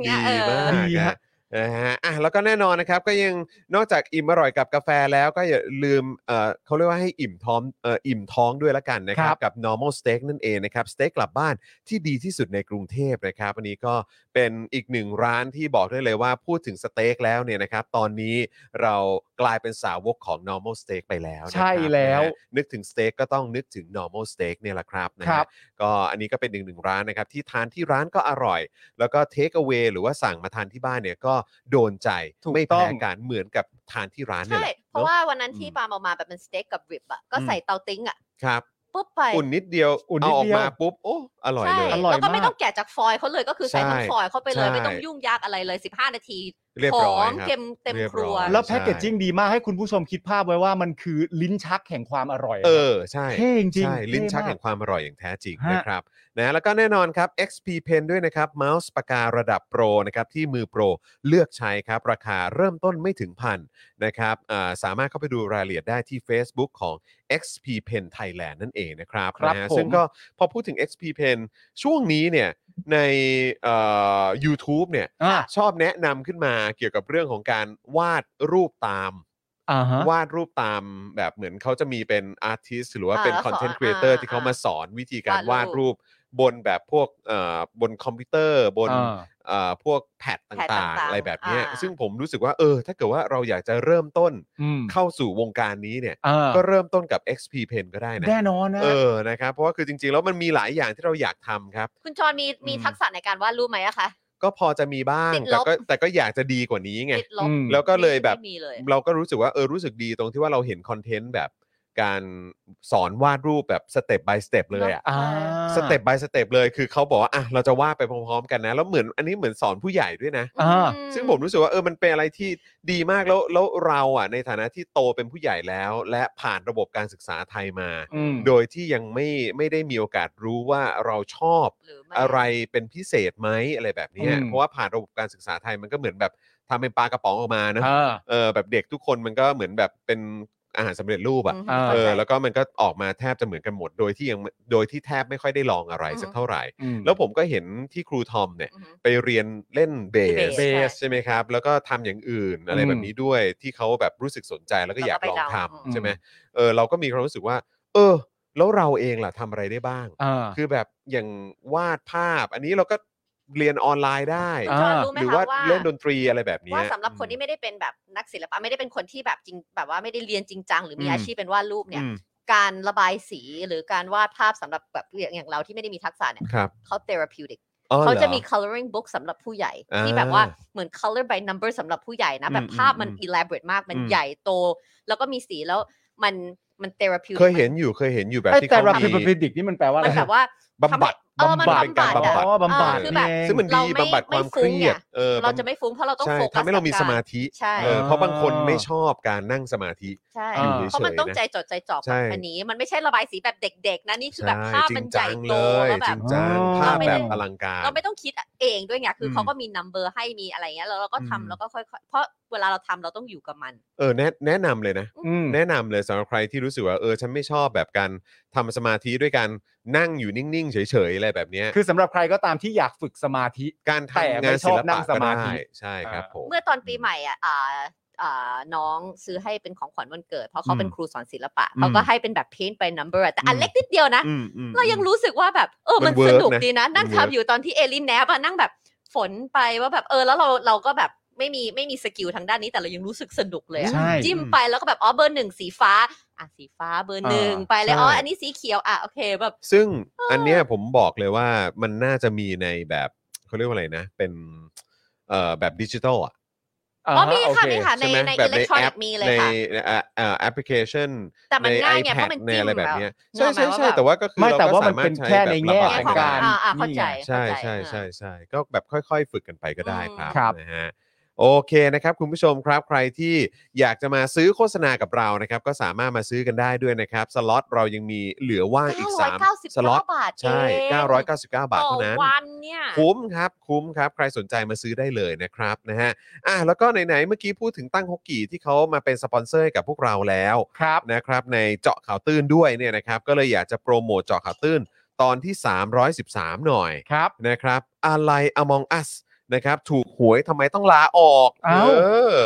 างเงี้
ดี
ยเออ
มาก
ดี
นะ
ฮะ
นะฮะอ่ะแล้วก็แน่นอนนะครับ ก็ยังนอกจากอิ่มอร่อยกับกาแฟแล้วก็อย่าลืมเออเขาเรียกว่าให้อิ่มท้องเอออิ่มท้องด้วยละกันนะครับ กับ normal steak นั่นเองนะครับสเต็กกลับบ้านที่ดีที่สุดในกรุงเทพนะครับอันนี้ก็เป็นอีกหนึ่งร้านที่บอกได้เลยว่าพูดถึงสเต็กแล้วเนี่ยนะครับ ตอนนี้เรากลายเป็นสาวกของ normal steak ไปแล้วนะครับ
ใช่แล้ว
นะฮะนึกถึงสเต็กก็ต้องนึกถึง normal steak เนี่ยแหละครับนะ
ค
ฮะ
รับ
ก็อันนี้ก็เป็นอีกหนึ่งร้านนะครับ ที่ทานที่ร้านก็อร่อย แล้วก็เทคเอา a y หรือว่าสั่งมาทานที่บ้านเนี่ยก็โดนใจ
ถูก
ไม่
ต้อ
แพ้
ง
กันเหมือนกับทานที่ร้านเนี่ย
ใช่
แหละ
เพราะ
นอ
ว่าวันนั้นที่
อืม
ปาล์มเอามาแบบเป็นสเต็กกับริบอ่ะก็
อืม
ใส่เตาติ้งอ่ะ
ครับ
ปุ๊บไป
อุ่นนิดเดียว
อุ่นนิ
เอา
ด
ออก
เดียว
มาปุ๊บโอ้อร่อย
ใช่
เลย
อร่อย
แล้วก็ไม่
มาก
ต้องแกะจากฟอยล์เขาเลยก็คือใส่ทั้ง
ใช่
ฟอยล์เข้าไปเลย ไม่ต้อง
ใช่
ยุ่งยากอะไรเลย 15 นาที
เรียบ
ห
ร้
อ
อย
ม
ครับ
เค็มเต็ม
เรียบ
ค
ร้อย
รัว
แล้ว
ใช่
แพ็กเกจจิ้งดีมากให้คุณผู้ชมคิดภาพไว้ว่ามันคือลิ้นชักแห่งความอร่อย
เออใช่
เท่จริง
ใช่
เท่
ลิ้นชัก
มา
แห่งความอร่อยอย่างแท้จริง
ฮะ
นะครับนะแล้วก็แน่นอนครับ XP Pen ด้วยนะครับเมาส์ปากการะดับโปรนะครับที่มือโปรเลือกใช้ครับ ราคาเริ่มต้นไม่ถึงพันนะครับอ่าสามารถเข้าไปดูรายละเอียดได้ที่ Facebook ของ XP Pen Thailand นั่นเองนะครับ
ครับ
นะฮะ
ผม
ซึ่งก็พอพูดถึง XP Pen ช่วงนี้เนี่ยในเอ่อ YouTube เนี่ย
อ่า
ชอบแนะนำขึ้นมาเกี่ยวกับเรื่องของการวาดรูปตาม
อ่าฮะ
วาดรูปตามแบบเหมือนเขาจะมีเป็นอาร์ติสหรือว่า
อ่า
เป็น
แล้ว
คอนเทน
สอ
ต์
น
ครีเอเตอร์
อ่า
ที่เขามาสอนวิธีการวาว
า
ด
ดรู
รูป
ป
บนแบบพวกเอ่อบนคอมพิวเตอร์บน
อ่า
เอ่อพวกแพดต
แพด่
า
ต่าง ง
ๆ
ๆ
อะไรแบบเนี้ย
อ่า
ซึ่งผมรู้สึกว่าเออ ถ้าเกิดว่าเราอยากจะเริ่มต้น
อืม
เข้าสู่วงการนี้เนี่ย
เออ
ก็เริ่มต้นกับ XP Pen ก็ได้นะ
แน่นอนนะ
เออนะครับเพราะว่าคือจริงๆ แล้วมันมีหลายอย่างที่เราอยากทำครับ
คุณจอนมีมี
อืม
ทักษะในการวาดรูปไหมอะคะ
ก็พอจะมีบ้าง
ติดล
แต่
บ
ก็แต่ก็อยากจะดีกว่านี้ไง
ติดลบ
อืม
แล้วก็เลยแบบ
ไม่มีเลย
เราก็รู้สึกว่าเออรู้สึกดีตรงที่ว่าเราเห็นคอนเทนต์แบบการสอนวาดรูปแบบสเต็ปบายสเต็ปเลยอะ
อ่า
สเต็ปบายสเต็ปเลยคือเขาบอกว่าอ่ะเราจะวาดไปพร้อมๆกันนะ แล้วเหมือนอันนี้เหมือนสอนผู้ใหญ่ด้วยนะ
อ่า
อื
ซึ่งผมรู้สึกว่าเออมันเป็นอะไรที่ดีมากแล้วแล้วเราอ่ะในฐานะที่โตเป็นผู้ใหญ่แล้ว และผ่านระบบการศึกษาไทยมา
อืม
โดยที่ยังไม่ไม่ได้มีโอกาสรู้ว่าเราชอบ
หรือม่
อะไรเป็นพิเศษไหมอะไรแบบเนี้ย
อืม
เพราะว่าผ่านระบบการศึกษาไทยมันก็เหมือนแบบทำเป็นปลากระป๋องออกมาเนอะ
เออ
เออแบบเด็กทุกคนมันก็เหมือนแบบเป็น อาหารสำเร็จรูปอ่ะ
ม
เอ
เออแล้วก็มันก็ออกมาแทบจะเหมือนกันหมด โดยที่ยังโดยที่แทบไม่ค่อยได้ลองอะไร
อือฮึ
สักเท่าไหร่
อืม
แล้วผมก็เห็นที่ครูทอมเนี่ย
อือฮึ
ไปเรียนเล่นเบ
เบ
ส
ส
เบส
ใช่ไหมครับ แล้วก็ทำอย่างอื่นอะไร
อืม
แบบนี้ด้วยที่เขาแบบรู้สึกสนใจแล้วก็อยากลองทำ
แล้วก็ไปลอง
ใช่ไหม
อืม
เออเราก็มีความรู้สึกว่า เออ แล้วเราเองล่ะทำอะไรได้บ้าง
อ่า
คือแบบอย่างวาดภาพ อันนี้เราก็เรียนออนไลน์ได้
คุณ
อ่า
จอห์นรู้ไหม
หรือ
คะ
ว่า
ว่า
เล่นดนตรีอะไรแบบนี้
ว่าสำหรับคนที่
อื
ไม่ได้เป็นแบบนักศิลปะไม่ได้เป็นคนที่แบบจริงแบบว่าไม่ได้เรียนจริงจัง หรือมีอาชีพเป็นวาดรูปเนี่ย
อืม
การระบายสีหรือการวาดภาพสำหรับแบบอย่างเราที่ไม่ได้มีทักษะเนี่ย
ครับ
เขา therapeutic
อ๋อ
เขาจะ
หรอ
มี coloring book สำหรับผู้ใหญ่
อ่า
ที่แบบว่าเหมือน color by number สำหรับผู้ใหญ่นะ
อืม
แบบภาพมัน
อืมอืม
elaborate มากมัน
อืม
ใหญ่โต แล้วก็มีสีแล้วมันมัน therapeutic
เคยเห็นอยู่เคยเห็นอยู่แบบ
ไอ้
ที่
แต่
เขา
รับ
มี
พิมพ์พิดิกนี่มันแปลว่าอะ
มั
ไร
นแบบว่า
บำบัด
ทำให้เออมัน
บำบัด
บำบัด
เป็นการ
อะ
อ๋อบำบัด
เออคือแบบ
นี่เอง
ซึ่งมัน
เรา
ดี
ไม่
บำบัดความเครียด
ไม่ฟุ้งไง
เออ
เราจะไม่ฟุ้งเพราะเราต้อง
ใช่
โฟกัส
ทำให้เรามี
กับก
สมาธิ
ใช่
เออเพราะบางคนไม่ชอบการนั่งสมาธิ
ใช่
อ่า
เพราะมันต้องใจจดใจจ่อ
ใช่
กับอันนี้ มันไม่ใช่ระบายสีแบบเด็ก ๆ นะนี่คือแบบภาพ
จริ
มัน
ง
ให
จั
ญ่
ง
โต
เลย
แล้วแบ
จริ
บ
งจังภาพแบบอลังการ
เราไม่ต้องคิดเองด้วยไง คืออ
ม
เขาก็มี number ให้มีอะไรเงี้ย แล้วเราก็ทำ
อืม
แล้วก็ค่อยๆ เพราะเวลาเราทำเราต้องอยู่กับมัน
เออแนะแนะนำเลยนะ
อืม
แนะนำเลยสำหรับใครที่รู้สึกว่าเออฉันไม่ชอบแบบการทำสมาธิด้วยการนั่งอยู่นิ่งๆ เฉยๆอะไรแบบเนี้ย
คือสำหรับใครก็ตามที่อยากฝึกสมาธิ
การ
แต่
ทำ
ไม่
งาน
ช
ศิ
อบ
ล
นั่
ปะ
งส
ก็
มาธิ
ได้ใช่ครับผม
เมื่อตอนปีใหม่อ่ะอ่าอ่าน้องซื้อให้เป็นของขวัญวันเกิด เพราะเขาเป็นครูสอนศิลปะ
อืม
เขาก็ให้เป็นแบบ paint by number อะแต่อั
อื
น
ม
เล็กนิดเดียวนะ
อืมอืม
เรายังรู้สึกว่าแบบ เออ
มั
มัน น
work
สนุกดีนะ
นะ
นั่ง
มัน
ทำ
work
อยู่ตอนที่เอลินแนบอะนั่งแบบฝนไปว่าแบบเออ แล้วเราเราก็แบบไม่มีไม่มีสกิลทางด้านนี้แต่เรายังรู้สึกสนุกเลยอะ
ใช่
จิ้มไปแล้วก็แบบอ๋อเบอร์หนึ่งสีฟ้าอ่ะสีฟ้าเบอร์หนึ่ง
อ่า
ไปเลยอ๋อ
ใช่
อันนี้สีเขียวอ่ะโอเคแบบ
ซึ่งอันเนี้ยผมบอกเลยว่ามันน่าจะมีในแบบเขาเรียกว่าอะไรนะ เป็นเอ่อแบบดิจิทัลอ่ะ
อ๋
อ๋อมีค่ะ
โเ
มีค่ะใน
ใช่ไหม
ใน
แบบ
อิเล็กทรอนิกส์มีเลย
ใน
ค่ะ
เอ่อเอ่อแอปพลิเคชัน
แต่มัน
ใน
ง่ายไง
iPad
เพราะมัน
ใน
จิ้ม
อะไรแบบ
แล้ว
เนี้ย
นึก
ใช่
ออกไหม
ใช่
ว่า
ใช่
แบบ
แต่ว่าก็คือ
ไม่
เรา
แต่
ก็
ว่า
สา
มัน
มาร
เป็
ถ
น
ใช้
แค่
แบ
ใน
บ
แง่
ระบา
แง่
ย
ของ
ของ
การ
อ่าอ่าเข้าใจ
ใช่
เข้าจ
ใช่ใช่
อ่า
ใช่ก็แบบค่อยๆ ฝึกกันไปก็ได้
อืม
ครับ
ครับ
นะฮะโอเคนะครับ คุณผู้ชมครับใครที่อยากจะมาซื้อโฆษณากับเรานะครับ ก็สามารถมาซื้อกันได้ด้วยนะครับ สล็อตเรายังมีเหลือว่างอีก 3
999
สล็อต
บาท
ใช่
เอง
999 บาทเท่านั้น
ต่อวันเนี่ย
คุ้มครับคุ้มครับ ใครสนใจมาซื้อได้เลยนะครับนะฮะอ่ะแล้วก็ไหนๆเมื่อกี้พูดถึงตั้งฮกกี่ที่เขามาเป็นสปอนเซอร์ให้กับพวกเราแล้ว
ครับ
นะครับในเจาะข่าวตื้นด้วยเนี่ยนะครับก็เลยอยากจะโปรโมทเจาะข่าวตื้นตอนที่ 313 หน่อย
ครับ
นะครับอะไร Among Us นะครับถูกหวยทำไมต้องลาออกเอ
อ้าว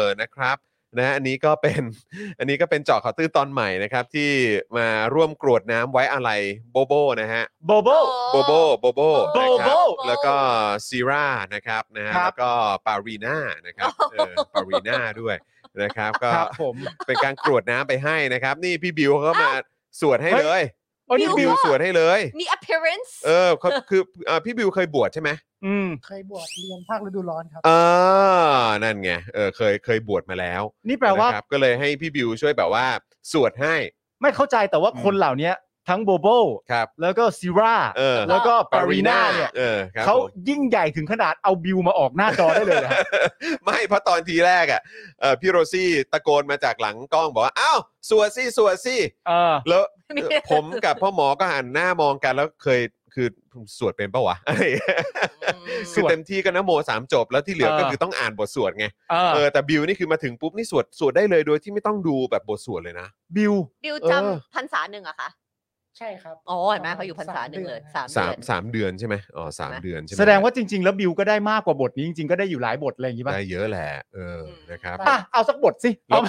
อนะครับนะอันนี้ก็เป็น [LAUGHS] อันนี้ก็เป็นเจาะข่าวตื้นตอนใหม่นะครับที่มาร่วมกรวดน้ำไว้อะไรโบโบนะฮะ
โบโบ
โบโบ โบโบนะค
โบโบ
รับแล้วก็ซีรานะครับนะฮะ
ครับ
แล้วก็ปารีนานะครับเออปารีนาด้วยนะครับ ก็
ครับผม
เป็นการกรวดน้ำไปให้นะครับ นี่พี่บิวเขาก็มาสวดให้เลย
โอ้
พี่
นี่
บิ
บิ
ว
ว
สวดให้เลย
มี appearance
เออเขาคือเอ่อพี่บิวเคยบวชใช่ไหม
อืม
เคยบวชเรียนภาคฤดูร้อนครับ
เออนั่นไงเออเคยเคยบวชมาแล้ว
นี่แปลว่า
นะครับ ก็เลยให้พี่บิวช่วยแบบว่าสวดให้
ไม่เข้าใจแต่ว่าคนเหล่านี้ทั้งโบโบ
ครับ
แล้วก็ซีรา
เออ
แล้วก็ปารีนาเนี่ย
เออครับ
เขา
ผม
ยิ่งใหญ่ถึงขนาดเอาบิวมาออกหน้าจอได้เลย
[LAUGHS]
นะ
ไม่เพราะตอนทีแรกอ่ะเอ่อพี่โรซี่ตะโกนมาจากหลังกล้องบอกว่าอ้าวสวดซี่สวดซี่
เออ
แล้ว
มี
ผมกับพ่อหมอก็หันหน้ามองกันแล้วเคยคือสวดเป็นปะวะ [LAUGHS] อะไรอย่างเงี้ย
อืม
คือเต็มที่ก็นะโมสามจบ แล้วที่เหลือ
เออ
ก็คือต้องอ่านบทสวดไง
เออ
เออแต่บิวนี่คือมาถึงปุ๊บนี่สวดสวดได้เลยโดยที่ไม่ต้องดูแบบบทสวดเลยนะ
บิว
บิว
เออ
จำพรรษาหนึ่งเหรอะคะ
ใช่ครับ
อ๋อเห็นไหมเขาอยู่พรรษาหนึ่งเลยสาม
สาม
เดือน
สามเดือนใช่ไหมอ๋อสาม
นะ
เดือนใช่ไหม
แสดงว่าจริง ๆ แล้วบิวก็ได้มากกว่าบทนี้จริงๆก็ได้อยู่หลายบทอะไรอย่างงี้ป่ะ
ได้เยอะแหละเออนะครับ
อ่ะเอาสักบทสิเอา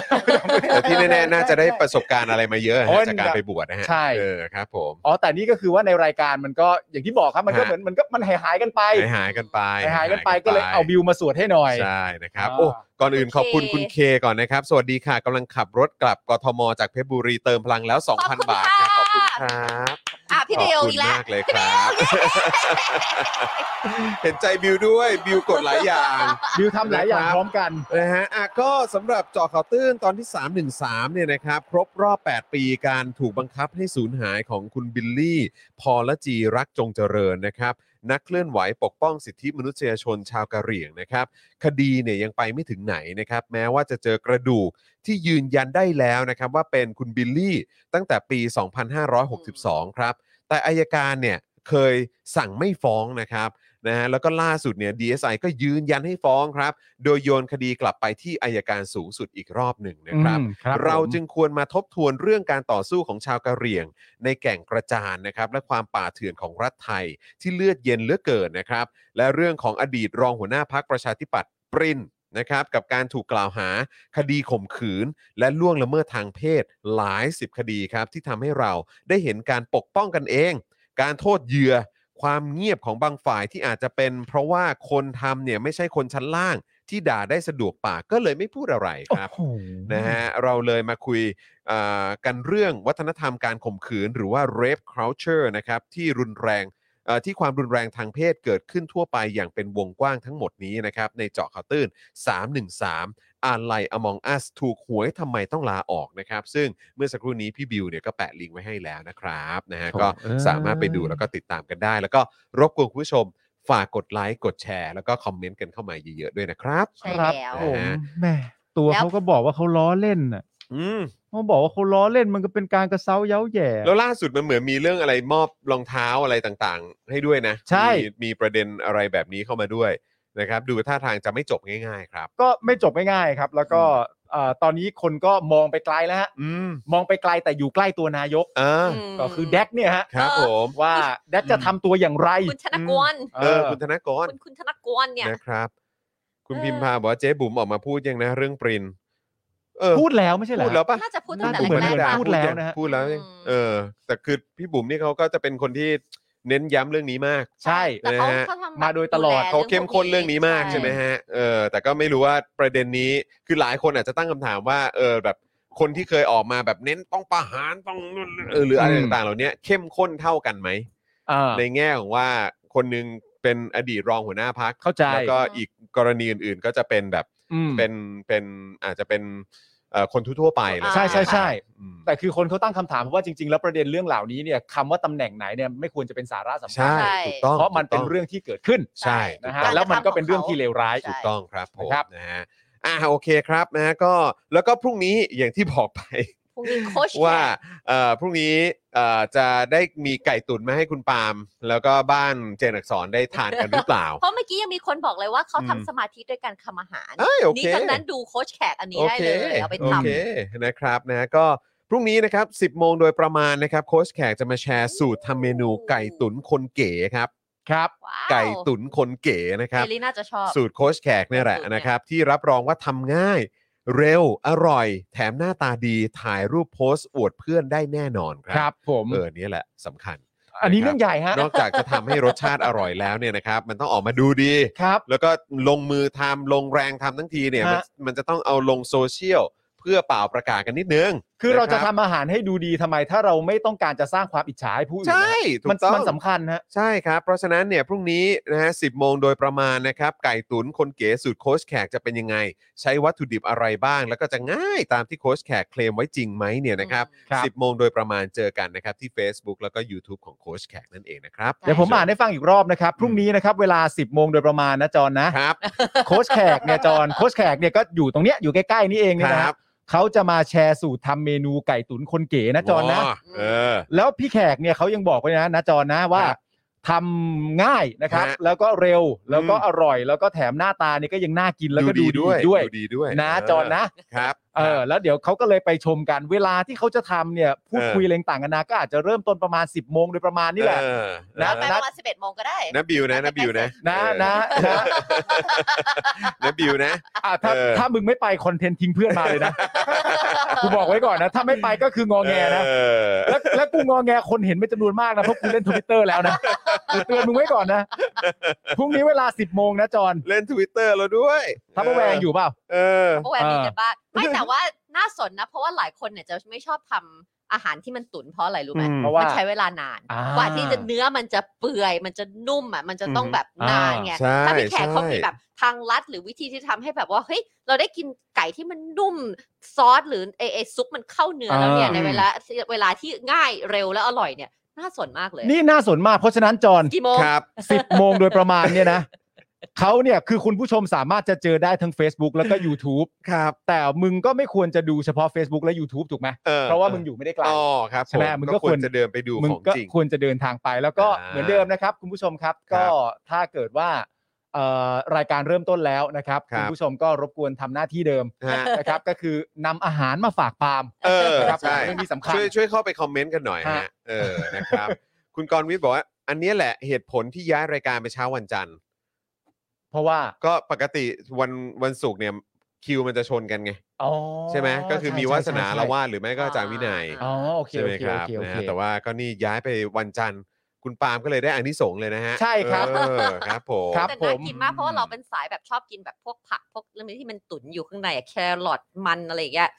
แต่ที่แน่ๆน่าจะ
[LAUGHS]
ได้ประสบการณ์อะไรมาเยอะ
โอ้
ฮะ
ย
จากการไปบวชนะฮะ
ใช่
เออครับผม
อ๋อแต่นี่ก็คือว่าในรายการมันก็อย่างที่บอกครับมันก็
ฮะ
เหมือนมันก็มันหายหายๆกันไป
หายหายๆกันไป
หายหายๆกันไปก็เลยเอาบิวมาสวดให้หน่อย
ใช่นะครับ
อ่า
โอ้ก่อนอื่นขอบคุณ
โอเค
คุณเคก่อนนะครับ สวัสดีค่ะกำลังขับรถกลับกทมจากเพชรบุรีเติมพลังแล้ว 2,000 บาทค่ะขอบคุณครับ
อ่ะพี่
ขอบ
บิว
คุณ
อีกแล้ว
มากเลยครับ [LAUGHS] เห็นใจบิวด้วยบิวกดหลายอย่าง
บิวทำหลายอย่า
นะค
ง
รับ
พร้อมกัน
นะฮะอ่ะก็สำหรับเจาะข่าวตื้นตอนที่ 313เนี่ยนะครับ ครบรอบ 8 ปีการถูกบังคับให้สูญหายของคุณบิลลี่ พอละจีรักจงเจริญนะครับ นักเคลื่อนไหวปกป้องสิทธิมนุษยชนชาวกะเหรี่ยงนะครับ คดีเนี่ยยังไปไม่ถึงไหนนะครับ แม้ว่าจะเจอกระดูกที่ยืนยันได้แล้วนะครับ ว่าเป็นคุณบิลลี่ตั้งแต่ปี 2562 ครับ แต่อายการเนี่ยเคยสั่งไม่ฟ้องนะครับ นะฮะแล้วก็ล่าสุดเนี่ย DSI ก็ยืนยันให้ฟ้องครับ โดยโยนคดีกลับไปที่อายการสูงสุดอีกรอบหนึ่งนะครับ
อืมครับ
เรา
ผม
จึงควรมาทบทวนเรื่องการต่อสู้ของชาวกะเหรี่ยง ในแก่งกระจานนะครับและความป่าเถื่อนของรัฐไทยที่เลือดเย็นเหลือเกินนะครับ และเรื่องของอดีตรองหัวหน้าพักประชาธิปัตย์ปรินนะครับกับการถูกกล่าวหาคดีข่มขืน และล่วงละเมิดทางเพศหลายสิบคดีครับ ที่ทำให้เราได้เห็นการปกป้องกันเอง การโทษเหยื่อ ความเงียบของบางฝ่ายที่อาจจะเป็น เพราะว่าคนทำเนี่ยไม่ใช่คนชั้นล่าง ที่ด่าได้สะดวกปากก็เลยไม่พูดอะไรครับ
โอ้โห
นะฮะเราเลยมาคุยอ่ากันเรื่องวัฒนธรรมการข่มขืน หรือว่า rape culture นะครับที่รุนแรงเอ่อที่ความรุนแรงทางเพศเกิดขึ้นทั่วไปอย่างเป็นวงกว้างทั้งหมดนี้นะครับ ในเจาะข่าวตื้น 313อาไลอมองอัสถูกหวยทำไมต้องลาออกนะครับ ซึ่งเมื่อสักครู่นี้พี่บิวเนี่ยก็แปะลิงก์ไว้ให้แล้วนะครับนะฮะ
ครับ
ก็สามารถไปดูแล้วก็ติดตามกันได้ แล้วก็รบกวนคุณผู้ชมฝากกดไลค์กดแชร์ แล้วก็คอมเมนต์กันเข้ามาเยอะๆด้วยนะครับ
ใช่แล้ว
นะ
ผม
ฮะ
แหม่ตัว
แล้ว
เขาก็บอกว่าเขาล้อเล่นน่ะ
อืม
เขาบอกว่าเขาล้อเล่นมันก็เป็นการกระเซ้าเย้าแหย่
แล้วล่าสุดมันเหมือนมีเรื่องอะไรมอบรองเท้าอะไรต่างๆ ให้ด้วยนะ
ใช่
มีมีประเด็นอะไรแบบนี้เข้ามาด้วยนะครับ ดูท่าทางจะไม่จบง่าย ๆ ครับ
ก็ไม่จบง่ายๆครับ แล้วก็เอ่อตอนนี้คนก็มองไปไกลแล้วฮะ
อืม
มองไปไกลแต่อยู่ใกล้ตัวนายก
เอออ
ม
ก็คือแดกเนี่ยฮะ
ครับผม
ว่าแดกจะทำตัวอย่างไร
คุณธนกร
เออ คุณธนกร
คุณคุณธนกรเนี่ย
นะครับ คุณ
เออ
พิมพาบอกว่าเจ๊บุ๋มออกมาพูดยังนะเรื่องปรินเออ
พูดแล้วไม่ใช่เหรอ
พูดแล้วปะ
น่าจะพูดตั้
น่าง
แต่
จะ
แรกๆ
น่า
ปะ
จะ พูดแล้วนะฮะ
พูดแล้วยัง
อืม
เออ แต่คือพี่บุ๋มนี่เขาก็จะเป็นคนที่เน้นย้ำเรื่องนี้มาก
ใช่
แต่เขา
นะฮะ
เขาทำ
มาโดยตลอด
แ
เขาเข้มข้นเรื่องนี้มากใช่ไหมฮะ เออ แต่ก็ไม่รู้ว่าประเด็นนี้ คือหลายคนอาจจะตั้งคำถามว่า เออ แบบ คนที่เคยออกมาแบบเน้นต้องประหารต้องนู่นเออหรืออะไร
อืม
ต่างๆ เหล่านี้เข้มข้นเท่ากันไหม
อ่า
ในแง่ของว่าคนหนึงเป็นอดีตรองหัวหน้าพัก
เข้าใจ
แล้วก็อีกกรณีอื่นๆ ก็จะเป็นแบบ
อืม
เป็น เป็น อาจจะเป็นเอ่อคนทั่วๆไปอะไร
ใช่ใช่ใช่
อืม
แต่คือคนเขาตั้งคำถามเพราะว่าจริงๆ แล้วประเด็นเรื่องเหล่านี้เนี่ยคำว่าตำแหน่งไหนเนี่ยไม่ควรจะเป็นสาระสำคั
ใช่
ญ
ถูกต้อง
เพราะมันเป็น
ถูกต้อง
เรื่องที่เกิดขึ้น
ใช่
นะ
ถู
ฮะ
กต้อง
แล้วมันก็เป็นเรื่องที่เลวร้าย
ใช่
ถูกต้องครับผม
นะครับ
นะฮะอ่ะโอเคครับนะฮะก็แล้วก็พรุ่งนี้อย่างที่บอกไป
พรุ่งนี้โค้ชแขก
ว่าเอ่อพรุ่งนี้เอ่อจะได้มีไก่ตุ๋นมาให้คุณปาล์มแล้วก็บ้านเจนอักษรได้ทานกันหรือเป
[LAUGHS]
ล่า
เพราะเมื่อกี้ยังมีคนบอกเลยว่าเขาทำ
อืม
สมาธิด้วยการทำอาหาร
เอ้ยโอ
นี่
เค
ดังนั้นดูโค้ชแขกอันนี้
โอ
ได้
เค
เลย เอาไป
โอ
ทำ
เคนะครับนะก็พรุ่งนี้นะครับ 10 โมงโดยประมาณนะครับ โค้ชแขกจะมาแชร์สูตรทำเมนูไก่ตุ๋นคนเก๋ครับ
ครับ
ว้าว
ไก่ตุ๋นคนเก๋นะครับ
เอลิน่าจะชอบ
สูตรโค้ชแขกเนี่ยแหละ
สูตรเนี่ย
นะครับ ที่รับรองว่าทำง่าย เร็วอร่อย แถมหน้าตาดีถ่ายรูปโพสต์อวดเพื่อนได้แน่นอนค
ค
รั
รับผม
เออเนี่ยแหละสำคัญ
อันนี้เรื่องใหญ่ฮะ
นอกจากจะทำให้รสชาติอร่อยแล้วเนี่ยนะครับ มันต้องออกมาดูดี
ครับ
แล้วก็ลงมือทำลงแรงทำทั้งทีเนี่ยมัน
ฮะ
มันจะต้องเอาลงโซเชียลเพื่อเป่าประกาศกันนิดนึง
คือเราจะ
น
ทำอาหารให้ดูดีทำไม ถ้าเราไม่ต้องการจะสร้างความอิจฉาให้ผู้อื่น
ใช่ถู
มั
กต้อง
มันสำคัญฮะ
ใช่ครับ เพราะฉะนั้นเนี่ยพรุ่งนี้นะฮะสิโมงโดยประมาณนะครับ ไก่ตุ๋นคนเก๋สูตรโค้ชแขกจะเป็นยังไง ใช้วัตถุดิบอะไรบ้าง แล้วก็จะง่ายตามที่โค้ชแขกเคลมไว้จริงไหมเนี่ยนะครับ
ครับ
สิบโมงโดยประมาณเจอกันนะครับที่ Facebook แล้วก็ YouTube ของโค้ชแขกนั่นเองนะครับ
ใช่
เดี๋ยวผมอ่านให้ฟังอีกรอบนะครับ พรุ่งนี้นะครับเวลา 10บโมงโดยประมาณนะจอนนะ
ครับ
โค้ชแขกเนี่ยจอนโค้ชแขกเนี่ยก็อยู่ตรงเนี้ยอยู่ใกล้ๆนี่เองเนี่ยนะ
ครั
ครับ บเขาจะมาแชร์สูตรทำเมนูไก่ตุ๋นคนเก๋นะจอนนะ
เออ
แล้วพี่แขกเนี่ยเขายังบอกไว้นะนะจอนนะว่า
ครับ
ทำง่ายนะครับ
ฮะ
แล้วก็เร็วแล้วก็อร่อย แล้วก็แถมหน้าตานี่ก็ยังน่ากินแล้วก็ดูดีด้วย
ดูดีด้วย
นะ
เ
จอนนะ
ครับ
เออแล้วเดี๋ยวเขาก็เลยไปชมกันเวลาที่เขาจะทำเนี่ยพูด
เออ
คุยอะไรต่างกันนะก็อาจจะเริ่มต้นประมาณ 10บโมงโดยประมาณนี่แหละ
เออ
นะ
ไปประมาณสิบเอ็ดโมงก็ได้
นะบิวนะนะบิวนะ
นะ
เออ
นะนะ
นะบิวนะ
อ่ะถ้า
เออ
ถ้ามึงไม่ไปคอนเทนต์ทิ้งเพื่อนมาเลยนะกูบอกไว้ก่อนนะ ถ้าไม่ไปก็คืองอแงนะ
เออ
แล้วแล้วกูงอแงคนเห็นเป็นจำนวนมากนะเพราะกูเล่นทวิตเตอร์แล้วนะกูเตือนมึงไว้ก่อนนะพรุ่งนี้เวลา 10บโมงนะจอน
เล่นทวิตเตอร์แล้วด้วย
ทัพเปอร์แวร์อยู่เปล่า
เออ
เพราะว่ามี
[LAUGHS] เออ
กันบ้างไม่แต่ว่าน่าสนนะ เพราะว่าหลายคนเนี่ยจะไม่ชอบทำอาหารที่มันตุ๋นเพราะอะไรรู้ไหม
อืม
เพราะว่า
นใช้เวลานาน
อ่าก
ว่าที่จะเนื้อมันจะเปื่อย มันจะนุ่มอ่ะมันจะต้องแบบ
อืม
นานไง
ใช่
ถ้าพี่แขกเขามี
ใช่
แบบทางลัดหรือวิธีที่ทำให้แบบว่าเฮ้ยเราได้กินไก่ที่มันนุ่มซอสหรือไอไอซุปมันเข้าเนื้อแล้วเนี่ย
อ่า
ในเวลาเวลาที่ง่ายเร็วและอร่อยเนี่ยน่าสนมากเลย
นี่น่าสนมากเพราะฉะนั้นจอน
กี่โมง
ครับ
สิบโมงโดยประมาณเนี่ยนะ เขาเนี่ยคือคุณผู้ชมสามารถจะเจอได้ทั้ง Facebook แล้วก็ YouTube
ครับ
แต่มึงก็ไม่ควรจะดูเฉพาะ Facebook และ YouTube ถูกไหม
ออ
เพราะว่ามึงอยู่ไม่ได้ไกล
อ๋อครับผ
ใช่ไหมมึงก็ควร
จะเดินไปดู
มึ
ข
ง
อง
ก็
จริง
ควรจะเดินทางไป แล้วก็
อ่า
เหมือนเดิมนะครับ คุณผู้ชมครับ
ครั
ก็
บ
ถ้าเกิดว่าเอ่อรายการเริ่มต้นแล้วนะครับ
ครับ
คุณผู้ชมก็รบกวนทำหน้าที่เดิม
ฮะ
นะครับ ก็คือนำอาหารมาฝากปาล์ม
เออ
นะครับ
ใช่
เรื่องนี้สำคัญ
ช่วยช่วยเข้าไปคอมเมนต์กันหน่อยฮะ
ฮะ
เออนะครับ [LAUGHS] คุณกรณ์วิทย์บอกว่า อันเนี้ยแหละเหตุผลที่ย้ายรายการไปเช้าวันจันทร์
เพราะว่า
ก็ปกติวันวันศุกร์เนี่ยคิวมันจะชนกันไง
อ๋อ
ใช่ไหมก็คือมี
ใช่
วาสนา
ใช่ใช่
ละวาดหรือไม่ก็อาจารย์วินัย
อ๋อโอเค
ใช่ไห
โอ
มค
เคโอ
รับ
เคโอ
นะ
เค
ฮะแต่ว่าก็นี่ย้ายไปวันจันทร์ คุณปาล์มก็เลยได้อานิสงส์เลยนะฮะ
ใช่ครับ
เออครับผม
ครับ
แต่น่า
ผม
กินมากเพราะว่าเราเป็นสายแบบชอบกินแบบพวกผักพวกเรื่องนี้ที่มันตุ๋นอยู่ข้างในอะแครอทมันอะไรอย่างเงี้ย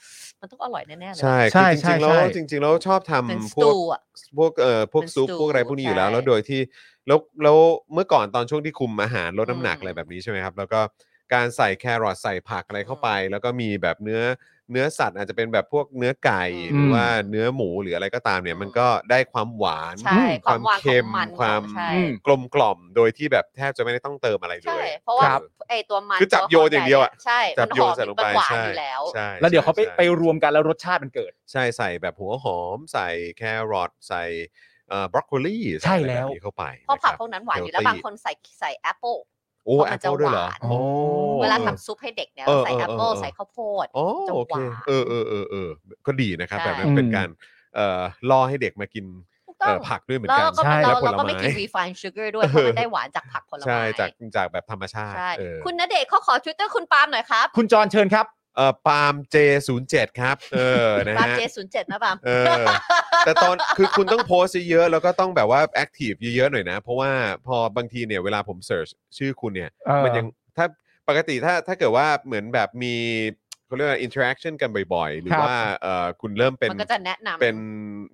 มันต้องอร่อยแน่ๆเลย
ใช่
ใช่
คือจ
ใช่
ริงๆแล้ว
ใช่
จริง ๆ แล้วชอบ
เป็นส
ทำพว
ตู
ก
อะ
พวกเอ่อพวก
เป็น
ซุป
stew
พวกอะไรพวกนี้อยู่แล้ว
ใช่
แล้วโดยที่แล้วแล้วเมื่อก่อนตอนช่วงที่คุมอาหารลดน้ำหนัก
อืม
อะไรแบบนี้ใช่ไหมครับ แล้วก็การใส่แครอทใส่ผักอะไรเข้าไป แล้วก็มีแบบเนื้อเนื้อสัตว์อาจจะเป็นแบบพวกเนื้อไก่ห
อืม
รือว่าเนื้อหมูหรืออะไรก็ตามเนี่ย
อืม
มันก็ได้ความหวาน
ใช่ความหวานข
เค็
อ
ม
งมัน
ความ
ใช่
อืม
กลมกล่อมโดยที่แบบแทบจะไม่ได้ต้องเติมอะไรเล
ใช่
ย
เพราะว่า
ครับ
ไอตัวมัน
คือจับโยนอย่างเดียวอะ
ใช่
จับ
มัน
โย
หอน ม
ใส่ลงไป
มันหวาน
ใช่
อยู่แล้ว
ใช่
แล้วเดี๋ยวเขาไป
ใช่
ไปรวมกันแล้วรสชาติมันเกิด
ใช่ใส่แบบหัวหอม ใส่แครอทใส่บรอกโคลี
ใช่แล้ว
เข้าไป
เพราะผัก
นคบ
พวกนั้นหวานอยู่แล้ว
healthy
บางคนใส่ใส่แอปเปิล
โอ้
เพราะ
แอ
มัน
ป
จะ
เปิลด้วยเหรอ
หวาน
โอ้
เวลาทำซุปให้เด็กเนี่ย
เออ
ใส่
เออ
แอปเปิล
เออ
ใส่ข้าวโพด
อ๋อ
จะ
โอเคว
หาน
เออเออเออเออก็ดีนะครับ
ใช่
แบบนั้นเป็นการเอ่อล่อให้เด็กมากิน
ถูกต้
เอ่
อ
อง ผักด้วยเหมือน
แล้ว
กัน
ก็
ใช่
เรา
ผ
เรา
ล
ก็
ไม้
ไม่กิน refined sugar ด้วยเพราะมันได้หวานจากผักผลไม้
ใช่จากจากแบบธรรมชาติ
ใช่
เออ
คุณณเดชน์เขาขอ Twitter คุณปาล์มหน่อยครับ
คุณจรเชิญครับ
เอ่อปาล์มเจศูนย์เจ็ดครับ เออนะ
ปาล์ม
ฮะ
เจศูนย์เจ็ดนะปาล์ม
เออ แต่ตอนคือคุณต้องโพสต์เยอะๆแล้วก็ต้องแบบว่าแอคทีฟเยอะๆหน่อยนะ เพราะว่าพอบางทีเนี่ยเวลาผมเสิร์ชชื่อคุณเนี่ย มันยังถ้าปกติถ้าถ้าเกิดว่าเหมือนแบบมีเขาเรียกว่าอินเทอร์แอคชั่นกันบ่อยๆ หรือ
ครับ
ว่าเอ่อคุณเริ่มเป็น
มันก็จะแนะนำ
เป็น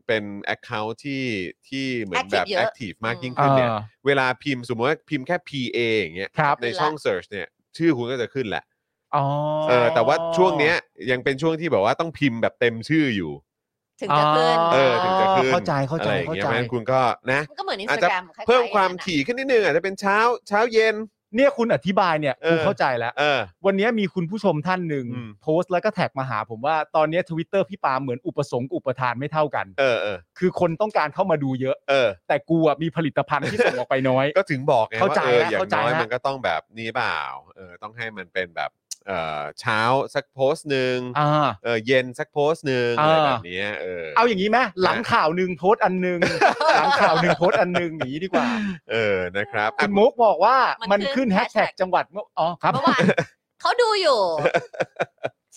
เป็น Account ที่ที่เหมือน
Active
แบบ
เย
แอ
อะ
คทีฟมากยิ่ง
เอ
ขึ้น
อ
เนี่ยเวลาพิมพ์สมมติว่าพิมพ์แค่ PA อย่างเงี้ย
ครับ
ในช่อง Search เนี่ยชื่อคุณก็จะขึ้นแหละ
อ๋อ
เออแต่ว่าช่วงเนี้ยยังเป็นช่วงที่แบบว่าต้องพิมพ์แบบเต็มชื่ออยู่
ถึงจะขึ้น
เออถึงจะขึ้น
เข้าใจเข้าใจ
อะไรอย่งงี้ย
เข้า
เพราะ
ใจ
ฉะนั้นคุณก็นะ
มันก็เหมือนอิน
อาจ
สตา
จะ
แกรม
เพิ่มความถี่ขึ้นนิดนึงอาจจะเป็นเช้าเช้าเย็น
เนี่ยคุณอธิบายเนี่ย
เออ
กูเข้าใจแล้ว
เออ
วันนี้มีคุณผู้ชมท่านหนึ่ง
อืม
โพสต์แล้วก็แท็กมาหาผมว่าตอนนี้ทวิตเตอร์พี่ปาเหมือนอุปสงค์กับอุปทานไม่เท่ากัน
[LAUGHS] เออเออ
คือคนต้องการเข้ามาดูเยอะ
เออ
แต่กูอะมีผลิตภัณฑ์ที่ส่งออกไปน้อย
[LAUGHS] ก็ถึงบอกไง
เข้า
ว่า
ใจ
เออ
แล้ว
อย่าง
เข้าใจ
น้อย
แล้ว
มันก็ต้องแบบนี้เปล่าเออต้องให้มันเป็นแบบเออเช้าสักโพสต์หนึ่ง
อ่า
เออเย็นสักโพสต์หนึ่ง
อ่า
อะไรแบบเนี้ยเออ
เอาอย่างนี้ไหมหลังข่าวหนึ่งโพสต์อัน
[LAUGHS]
หนึ่งหลังข่าวหนึ่งโพสต์อันหนึ่งอย่างนี้ดีกว่า
เออนะครับ
คุ
อ่ะ
ณมุกบอกว่ามันขึ้น
มั
แฮ
นขึ้น
ชแท็ก
hashtag
จังหวัดมุกอ๋อครับ
เมื่อวานเขาดู
[LAUGHS]
อยู่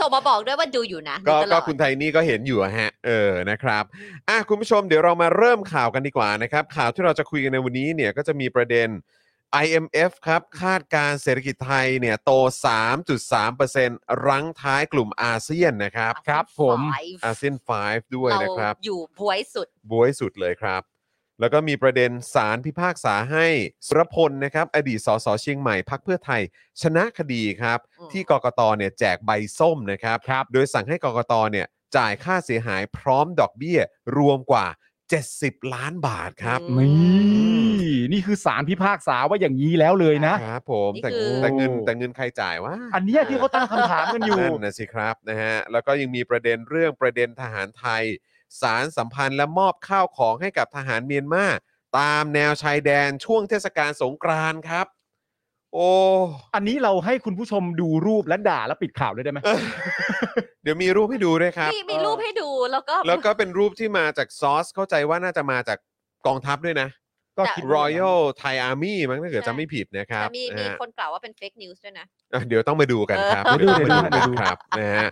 ส่งมาบอกด้วยว่าดูอยู่นะ
ก็
ดูตล
ก็
อด
คุณไทนี่ก็เห็นอยู่อะฮะเออนะครับอ่ะคุณผู้ชมเดี๋ยวเรามาเริ่มข่าวกันดีกว่านะครับ ข่าวที่เราจะคุยกันในวันนี้เนี่ยก็จะมีประเด็น IMF ครับ คาดการณ์เศรษฐกิจไทยเนี่ยโต 3.3%รั้งท้ายกลุ่มอาเซียนนะครับ
Asean
ครับผม
Five
อาเซียน 5 ด้วยนะครับ
เราอยู่พวยสุด
บวยสุดเลยครับ แล้วก็มีประเด็นสารพิพากษาให้สุรพลนะครับ อดีตสสเชียงใหม่พักเพื่อไทย ชนะคดีครับ
อืม
ที่กกตเนี่ยแจกใบส้มนะครับ
ครับ
โดยสั่งให้กกตเนี่ยจ่ายค่าเสียหายพร้อมดอกเบี้ย รวมกว่า 70 ล้านบาทครับ
อืม
นี่นี่คือสารพิพากษาว่าอย่างนี้แล้วเลยนะ
ครับผมแต่
นี่คือ
แต่เงินแต่เงินใครจ่ายวะ
อันเนี้ยที่เขาตั้งคำถามกันอยู่
นั่นนะสิครับนะฮะแล้วก็ยังมีประเด็นเรื่องประเด็นทหารไทย สารสัมพันธ์และมอบข้าวของให้กับทหารเมียนมาตามแนวชายแดนช่วงเทศกาลสงกรานต์ครับ โอ้
อันนี้เราให้คุณผู้ชมดูรูปและด่าแล้วปิดข่าวเลยได้ไหม
เออเดี๋ยวมีรูปให้ดูด้วยครับ
มีมีรูปให้ดูแล้วก็
แล้วก็เป็นรูปที่มาจากซอสเข้าใจว่าน่าจะมาจากกองทัพด้วยนะ
ก็
แต่
คิด
Royal Thai Army มั้งถ้าเกิดจำไม่ผิดนะครั
แต่
บ
มี
นะ
มี
ฮะ
คนกล่าวว่าเป็นเฟกนิวส์ด้วยนะ
อ่ะเดี๋ยวต้องมาดูกันครับ
เออ
เยวต้องมา
เดี๋ย
ดู
วดูเดี๋ยวดู
ครับนะฮะ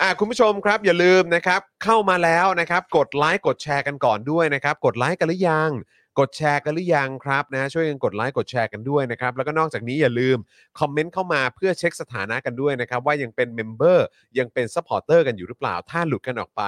อ่ะคุณผู้ชมครับอย่าลืมนะครับ เข้ามาแล้วนะครับ กดไลค์กดแชร์กันก่อนด้วยนะครับ กดไลค์กันหรือยัง กดแชร์กันหรือยังครับนะช่วยกันกดไลค์กดแชร์กันด้วยนะครับ แล้วก็นอกจากนี้อย่าลืมคอมเมนต์เข้ามาเพื่อเช็คสถานะกันด้วยนะครับ ว่ายังเป็นเมมเบอร์ยังเป็นซัพพอร์เตอร์กันอยู่หรือเปล่า ถ้าหลุดกันออกไป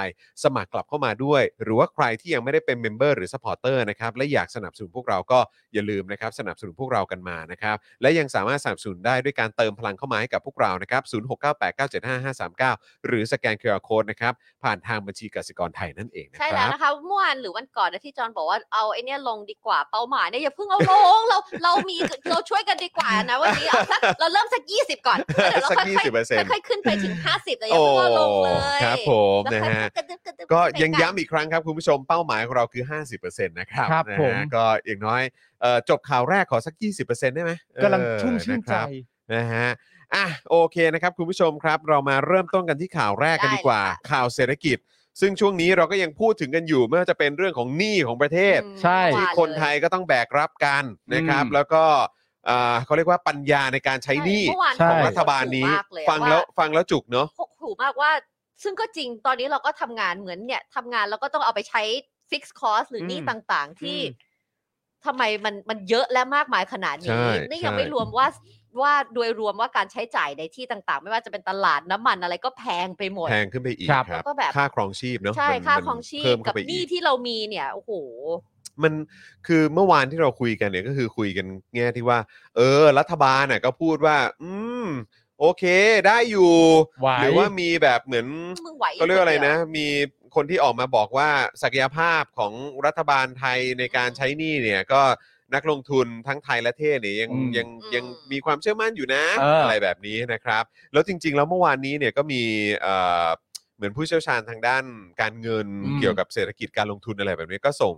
สมัครกลับเข้ามาด้วย หรือว่าใครที่ยังไม่ได้เป็นเมมเบอร์หรือซัพพอร์เตอร์นะครับและอยากสนับสนุนพวกเราก็อย่าลืมนะครับสนับสนุนพวกเรากันมานะครับ และยังสามารถสนับสนุนได้ด้วยการเติมพลังเข้ามาให้กับพวกเรานะครับ 0698975539 หรือสแกน QR Code นะครับ ผ่านทางบัญชีกสิกรไทยนั่นเองนะ
ใช่
ค
แล้ว
รับ
นะคะเมื่อวานหรือวันก่อนนะที่จอห์นบอกว่าเอาไอเนี้ยลง งดีกว่าเป้าหมายเนี่ยอย่าเพิ่งเอาลงเราเรามีเราช่วยกันดีกว่านะวันนี้เอาสักเราเริ่มสักยี่สิบก่อนแล้วเดี๋ยวเรา
สัก
ค่อย
ยี่สิบเปอร์เซ็นต์
ๆค่อยๆขึ้นไปถึงห้าสิบแต่อย่า
โอ้
เพิ่งเอาลงเลย
ครับผม
แล้ว
นะ
ค่อย
ฮะ
กระดึ๊บระดึ๊บ
ก็
ขึ้นไป
ยัง
น
ย้ำอีกครั้งครับ คุณผู้ชมเป้าหมายของเราคือ 50%นะครับ
ครับ
นะ
ผ
ฮะ
ม
ก็อย่างน้อยเอ่อจบข่าวแรกขอสัก 20%ได้ไหม
กำลัง
เออ
ชุ่มชื่น
นะค
ใจ
รับนะฮะอ่ะโอเคนะครับคุณผู้ชมครับ เรามาเริ่มต้นกันที่ข่าวแรกกัน
ได้
ดีกว่า
ค่ะ
ข่าวเศรษฐกิจ ซึ่งช่วงนี้เราก็ยังพูดถึงกันอยู่ไม่ว่าจะเป็นเรื่องของหนี้ของประเทศ
อืม
ใช่
ว่า
ที่
เลย
คนไทยก็ต้องแบกรับกันนะครับ
อืม
แล้วก็อ่าเขาเรียกว่าปัญญาในการใช้หนี้
เมื่อวาน
ใช่
ของ
ผม
รัฐบาลนี้
หดหูมกเย
ฟังแล้ว
อะา
ฟังแล้วจุกเนาะ
หกหูมากว่า ซึ่งก็จริงตอนนี้เราก็ทำงานเหมือนเนี่ยทำงานแล้วก็ต้องเอาไปใช้ฟิกซ์คอสหรือหนี้
อืม
ต่างๆ ที่
อืม
ทำไมมันมันเยอะและมากมายขนาด
ใช่
นี้ นี่ยัง
ใช่
ไม่รวมว่าว่าโดยรวมว่าการใช้จ่ายในที่ต่างๆ ไม่ว่าจะเป็นตลาดน้ำมันอะไรก็แพงไปหมด
แพงขึ้นไปอีก
ครับ
ครับ
แล้วก็แบบ
ค่าครองชีพเนาะ
ใช่
มัน
ค่า
มัน
ของชี
เพิ่
พ
ม
กั
เข้า
บ
ไป
ห
อี
นี้
ก
ที่เรามีเนี่ยโอ้โห
มันคือเมื่อวานที่เราคุยกันเนี่ยก็คือคุยกันแง่ที่ว่า เออ รัฐบาลน่ะก็พูดว่า อืม โอเคได้อยู่
ไหว
หรือว่ามีแบบเหมือน
มึงไหว
เขาเรียกอะไร
คนดีว
นะ มีคนที่ออกมาบอกว่าศักยภาพของรัฐบาลไทยในการใช้หนี้เนี่ย ก็นักลงทุนทั้งไทยและเทศเนี่ยยัง
อืม
ยัง
อืม
ยังมีความเชื่อมั่นอยู่นะ
เอออ
ไรแบบนี้นะครับ แล้วจริง ๆ แล้วเมื่อวานนี้เนี่ยก็มีเอ่อเหมือนผู้เชี่ยวชาญทางด้านการเงิน
อืม
เกี่ยวกับเศรษฐกิจการลงทุนอะไรแบบนี้ก็ส่ง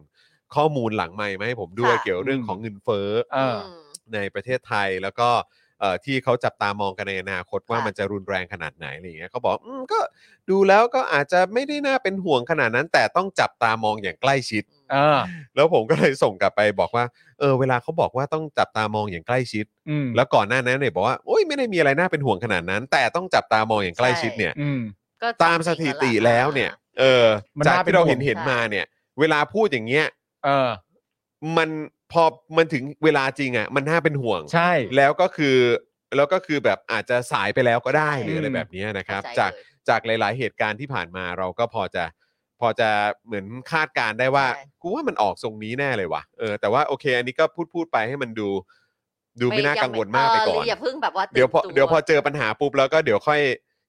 ข้อมูลหลังไมค์มาให้ผมด้วย
ค่ะ
เกี่ยวเรื่องของเงินเฟ้อ
เออ
ม
ในประเทศไทยแล้วก็เอ่อที่เขาจับตามองกันในอนาคตว่า
ค่ะ
มันจะรุนแรงขนาดไหนอะไรอย่างเงี้ยเขาบอกอืมก็ดูแล้วก็อาจจะไม่ได้น่าเป็นห่วงขนาดนั้น แต่ต้องจับตามองอย่างใกล้ชิด
เออ
แล้วผมก็เลยส่งกลับไปบอกว่าเออเวลาเขาบอกว่าต้องจับตามองอย่างใกล้ชิด
อืม
แล้วก่อนหน้านั้นเนี่ยบอกว่าโอ้ยไม่ได้มีอะไรน่าเป็นห่วงขนาดนั้น แต่ต้องจับตามองอย่างใกล้ชิดเนี่ย
อืม
ก็
ตามสถิติแล้วเนี่ย เออ
มัน
จาก
น่า
ที่เรา
เป็นห่วง
เห็นเห็นมาเนี่ย เวลาพูดอย่างเงี้ย
เออ
มันพอมันถึงเวลาจริงอ่ะมันน่าเป็นห่วง
ใช่
[LAUGHS] แล้วก็คือแล้วก็คือแบบอาจจะสายไปแล้วก็ได้หรืออะไร
อืม
แบบเนี้ยนะครับ
เข้ใจ
จาก
เลย
จากหลาย ๆ เหตุการณ์ที่ผ่านมาเราก็พอจะพอจะเหมือนคาดการณ์ได้ว่า
ใช่
กูว่ามันออกทรงนี้แน่เลยว่ะเออแต่ว่าโอเค อันนี้ก็พูดพูดไปให้มันดู ดูไม่น่ากังวลมากไปก่อน
เอย่าเพิ่งแบบว่าตื่น
เดี๋ยวพอ
ตั
เดี๋ยวพอเจอปัญหาปุ๊บแล้วก็เดี๋ยวค่อย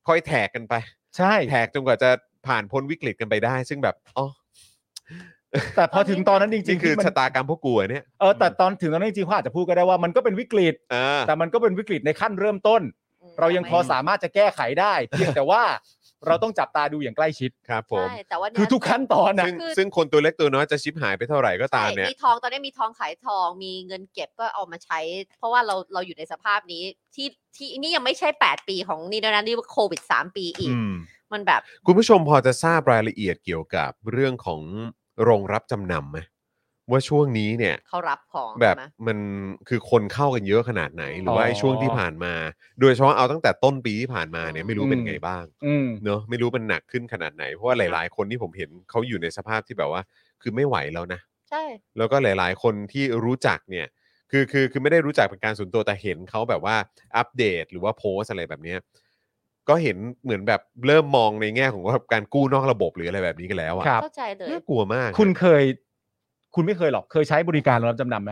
ค่อยแท็กกันไป
ใช่
แท็กจนกว่าจะผ่านพ้นวิกฤตกันไปได้ ซึ่งแบบอ๋อ
แต่พอถึงตอนนั้นจริ
นี่
งๆ
คือ
ที่มัน
ชะตากรรมพวกกูอะเนี่ย
เออแต่ตอนถึงตอนนั้นจริงๆเขาอาจจะพูดก็ได้ว่ามันก็เป็นวิกฤต
เออ
แต่มันก็เป็นวิกฤตในขั้นเริ่มต้น
อืม
เรายังพอสามารถจะแก้ไขได้ เพียงแต่ว่าเราต้องจับตาดูอย่างใกล้ชิด
ครับผม
ใช่แต่ว่าเนี่ย
คือทุกขั้นตอนนะ
ซึ่ง
คือ
ซึ่งคนตัวเล็กตัวน้อยจะชิปหายไปเท่าไหร่ก็ตาม
ใช่
เนี่ย
มีทองตอนนี้มีทองขายทองมีเงินเก็บก็เอามาใช้ เพราะว่าเราเราอยู่ในสภาพนี้ที่ที่นี่ยังไม่ใช่ 8 ปีของนี่นะนี่โควิด 3 ปีอีก
อืม
มันแบบ
คุณผู้ชมพอจะทราบรายละเอียดเกี่ยวกับเรื่องของโรงรับจำนำไหมว่าช่วงนี้เนี่ย
เขารับของ
แบบ
ใช่ไหม
มันคือคนเข้ากันเยอะขนาดไหน หรือว่าไอ้ช่วงที่ผ่านมา โดยเฉพาะเอาตั้งแต่ต้นปีที่ผ่านมาเนี่ยไม่รู้เป็นไงบ้าง
อืม
เนอะไม่รู้มันหนักขึ้นขนาดไหน เพราะว่าหลาย ๆ คนที่ผมเห็นเขาอยู่ในสภาพที่แบบว่า คือไม่ไหวแล้วนะ
ใช่
แล้วก็หลาย ๆ คนที่รู้จักเนี่ยคือคือคือไม่ได้รู้จักเป็นการส่วนตัวแต่เห็นเขาแบบว่าอัปเดตหรือว่าโพสต์อะไรแบบเนี้ยก็เห็นเหมือนแบบเริ่มมองในแง่ของว่าการกู้นอกระบบหรืออะไรแบบนี้กันแล้วอะ
ครับ
เข้าใจเลย
น่ากลัวมาก
คุณเคย คุณไม่เคยหรอก เคยใช้บริการโรงรับจำนำไหม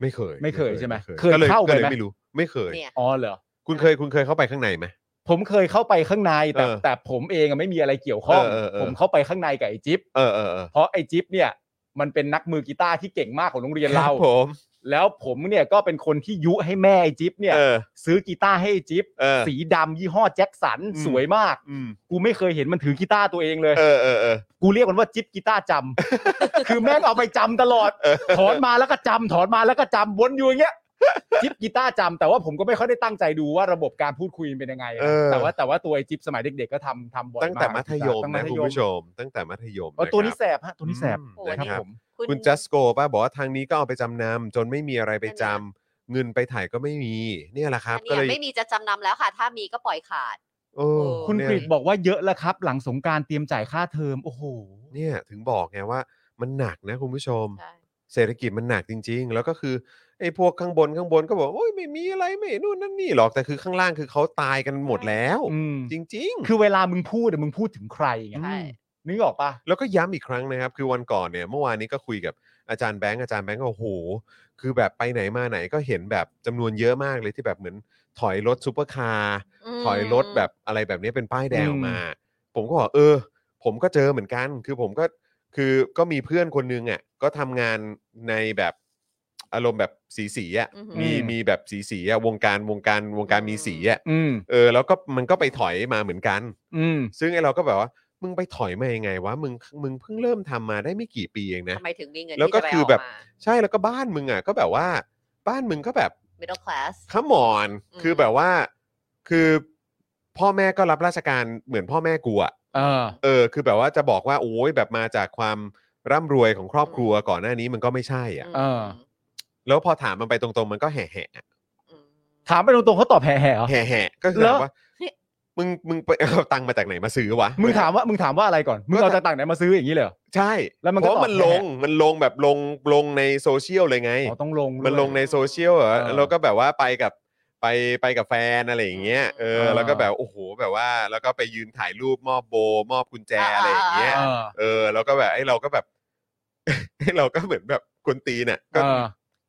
ไม่เคย
ไม่เคยใช่ไหม
เคย
เคย
ก็เลย
เข้า
ก็เลย
ไปไหม
ไม่รู้ ไม่เคย
เนี่ย
อ๋อเหรอ
คุณเคยคุณเคยเข้าไปข้างในไหม
ผมเคยเข้าไปข้างในแต่
เออ
แต่ผมเองอะไม่มีอะไรเกี่ยวข้อง
เออเออเออ
ผมเข้าไปข้างในกับไอ้จิ๊บ
เออเออเออ
เพราะไอ้จิ๊บเนี่ย มันเป็นนักมือกีตาร์ที่เก่งมากของโรงเรียนเรา
คบผม
แล้วผมเนี่ยก็เป็นคนที่ยุให้แม่ไอ้จิ๊บเนี่ย
เออ
ซื้อกีตาร์ให้ไอ้จิ๊บ
เออ
สีดำยี่ห้อแจ็คสัน
อืม
สวยมาก
อืม
กูไม่เคยเห็นมันถือกีตาร์ตัวเองเลย
เออเออเออ
กูเรียกมันว่าจิ๊บกีตาร์จำ [LAUGHS] คือแม่งเอาไปจำตลอด
เออ
ถอนมาแล้วก็จำถอนมาแล้วก็จำวนอยู่อย่างเงี้ย จิ๊บกีตาร์จำแต่ว่าผมก็ไม่ค่อยได้ตั้งใจดูว่าระบบการพูดคุยมันเป็นยังไงนะ
เออ
แต่ว่าแต่ว่าตัวไอจิ๊บสมัยเด็กๆก็ทำทำบ่อยมาก
ตั้งแต่มัธยม
ตั้ง
นะคุณผู้ชม ตั้งแต่มัธยม
เออตัว
ะ
นี้
ครับ
แสบฮะตัวนี้แสบ
อืม
โอ้
นะ
ย
ครับคุณจัสโกป้าบอกว่าทางนี้ก็เอาไปจำนำจนไม่มีอะไรไปจำเงินไปถ่ายก็ไม่มี เนี่ยแหละครับ
อัน
ก็
เนี้ย
เลย
ไม่มีจะจำนำแล้วค่ะ ถ้ามีก็ปล่อยขาด
โอ้
คุณ
เนี่ย
กริดบอกว่าเยอะแล้วครับ หลังสงกรารเตรียมจ่ายค่าเทอมโอ้โห
เนี่ยถึงบอกไงว่ามันหนักนะคุณผู้ชม
ใช่
เศรษฐกิจมันหนักจริง ๆ แล้วก็คือไอ้พวกข้างบนข้างบนก็บอกโอ้ยไม่มีอะไรไม่นู่นนั่นนี่หรอกแต่คือข้างล่างคือเขาตายกันหมดแล้ว
อืม
จริง ๆ
คือเวลามึงพูดอะมึงพูดถึงใครไง
ใช่
นึกออกปะ
แล้วก็ย้ำอีกครั้งนะครับ คือวันก่อนเนี่ยเมื่อวานนี้ก็คุยกับอาจารย์แบงค์อาจารย์แบงค์ก็โอ้โหคือแบบไปไหนมาไหนก็เห็นแบบจำนวนเยอะมากเลยที่แบบเหมือนถอยรถซูเปอร์คาร์
ม
ถอยรถแบบอะไรแบบนี้เป็นป้ายแดงออกมา
อื
ผมก็บอกเออ ผมก็เจอเหมือนกัน คือผมก็ คือก็มีเพื่อนคนนึงอ่ะก็ทำงานในแบบอารมณ์แบบสีสีๆอ่ะ
อือหือ
มีมีแบบสีสีๆอ่ะวงการวงการวงการมีสีอ่ะ
อืม
เออแล้วก็มันก็ไปถอยมาเหมือนกัน
อืม
ซึ่งไอเราก็แบบว่า มึงไปถอยมายังไงวะมึงมึงเพิ่งเริ่มทำมาได้ไม่กี่ปีเองนะ
ทำไมถึงมีเงิน
แล้วก็
ที่
คือ
จะไปเา
แบบ
มา
ใช่แล้วก็บ้านมึงอ่ะก็แบบว่า บ้านมึงก็แบบ
middle class
ขมอน
อืม
คือแบบว่า คือพ่อแม่ก็รับราชการเหมือนพ่อแม่กูอะ
เออ
เออ คือแบบว่าจะบอกว่าโอ้ยแบบมาจากความร่ำรวยของครอบครัวก่อนหน้านี้มันก็ไม่ใช่อ่ะ
เออ
แล้วพอถามมันไปตรงๆ มันก็แห่แห่
อืม
ถามไปตรงๆเขาตอบแห่ๆเหรอ
แห่แห่ก็คือ
เหร
ถา
อ
มว่ามึงมึง [LAUGHS] ไปเอาตังค์มาจากไหนมาซื้อวะ
มึงถามว่ามึงถามว่าอะไรก่อน มึงเอาจากต่างไหนมาซื้ออย่างนี้เลยเหรอ
ใช่
แล้วมันก็
เพราะมัน
ตอบแห่
ลงมันลงแบบลงลงในโซเชียลเลยไง
อ๋อต้องลงด้วย
มันลงในโซเชียลเหรอ
เออ
แล้วก็แบบว่าไปกับไปไปกับแฟนอะไรอย่างเงี้ย เออ
เออ
แล้วก็แบบโอ้โห แบบว่า แล้วก็ไปยืนถ่ายรูปมอบโบ มอบกุญแจอะไรอย่างเงี้ย
เออ
เออ แล้วก็แบบไอ้เราก็แบบ [LAUGHS] ไอ้เราก็เหมือนแบบคนตีนน่ะ ก็
เออ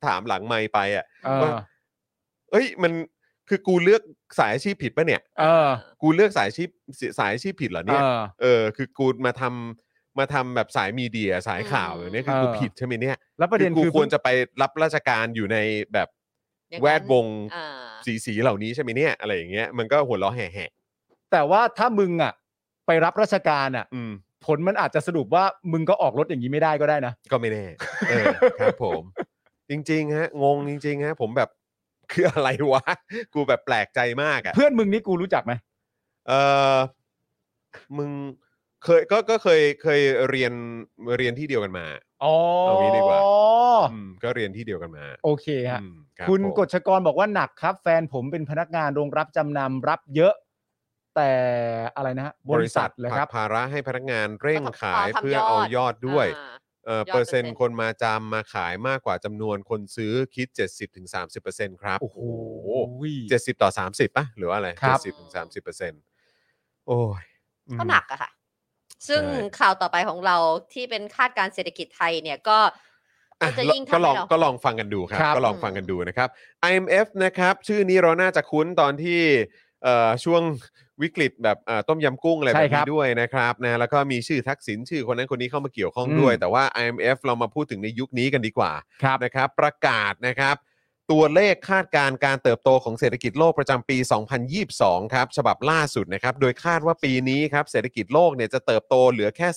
ถามหลังไมค์ไปอ่ะ
เอ
ว่า
อ
เอ้ย มัน คือกูเลือกสายอาชีพผิดปะเนี่ย
เออ
กูเลือกสายอาชีพสายอาชีพผิดเหรอ
เอ
เนี่ย
อ
เออ คือกูมาทำมาทำแบบสายมีเดียสายข่าวแบบเนี้ยคือกู
เออ
ผิดใช่ไหมเนี่ย
แล้วประเด็น
กู
คือ
ควรจะไปรับราชการอยู่ในแบบ
อย่างนั้น
แวดวง
อ่า
สีสีๆเหล่านี้ใช่ไหมเนี่ยอะไรอย่างเงี้ยมันก็หัวเราะแห่แห่
แต่ว่าถ้ามึงอ่ะ ไปรับราชการอ่ะ
อืม
ผลมันอาจจะสรุปว่ามึงก็ออกรถอย่างนี้ไม่ได้ก็ได้นะ
ก็ไม่แน่เออครับผม จริง ๆ ฮะ งงจริง ๆ ฮะ ผมแบบคืออะไรวะ กูแบบแปลกใจมากอ่ะ
เพื่อนมึงนี่กูรู้จักไหม
เออมึงเคยก็ก็เคยเคยเรียนเรียนที่เดียวกันมา
อ๋อ
เอางี้ดีกว่า อืมก็เรียนที่เดียวกันมา
โอเคฮะ
อืมรับ
คุณ
ผม
กฎชกรบอกว่าหนักครับ แฟนผมเป็นพนักงานโรงรับจำนำรับเยอะ แต่อะไรนะฮะบริษัทเหรอครับ
ผลักภาระให้พนักงานเร่งขายเพื่อเอายอดด้วย
อ่า
เอ่อย
อด
เปอร์เซ็นต์
เปอร์เซ็นต์
คนมาจำมาขายมากกว่าจำนวนคนซื้อคิด 70-30%ครับ
โอ้โห
70 ต่อ 30ป่ะ หรือว่าอะไร
ครับ
70-30%โอ้ยอืม
ก็หนักอะค่ะ ซึ่ง
ใช่
ข่าวต่อไปของเราที่เป็นคาดการณ์เศรษฐกิจไทยเนี่ยก็ก็
อ่ะ
จะยิ่ง
ก็
ทำ
ล
ให้
อง
เรา
ก็ลองฟังกันดูครับ
ครับ
ก็ลองฟังกันดูนะครับ IMF นะครับ ชื่อนี้เราน่าจะคุ้นตอนที่เอ่อช่วงวิกฤตแบบเอ่อต้มยำกุ้งอะไร
ใช่
แบบ
ครับ
นี้ด้วยนะครับนะแล้วก็มีชื่อทักษิณชื่อคนนั้นคนนี้เข้ามาเกี่ยวข้องด้วย
อืม
แต่ว่า IMF เรามาพูดถึงในยุคนี้กันดีกว่า
ครับ
นะครับประกาศนะครับ ตัวเลขคาดการณ์การเติบโตของเศรษฐกิจโลกประจำปี 2022 ครับ ฉบับล่าสุดนะครับ โดยคาดว่าปีนี้ครับเศรษฐกิจโลกเนี่ยจะเติบโตเหลือแค่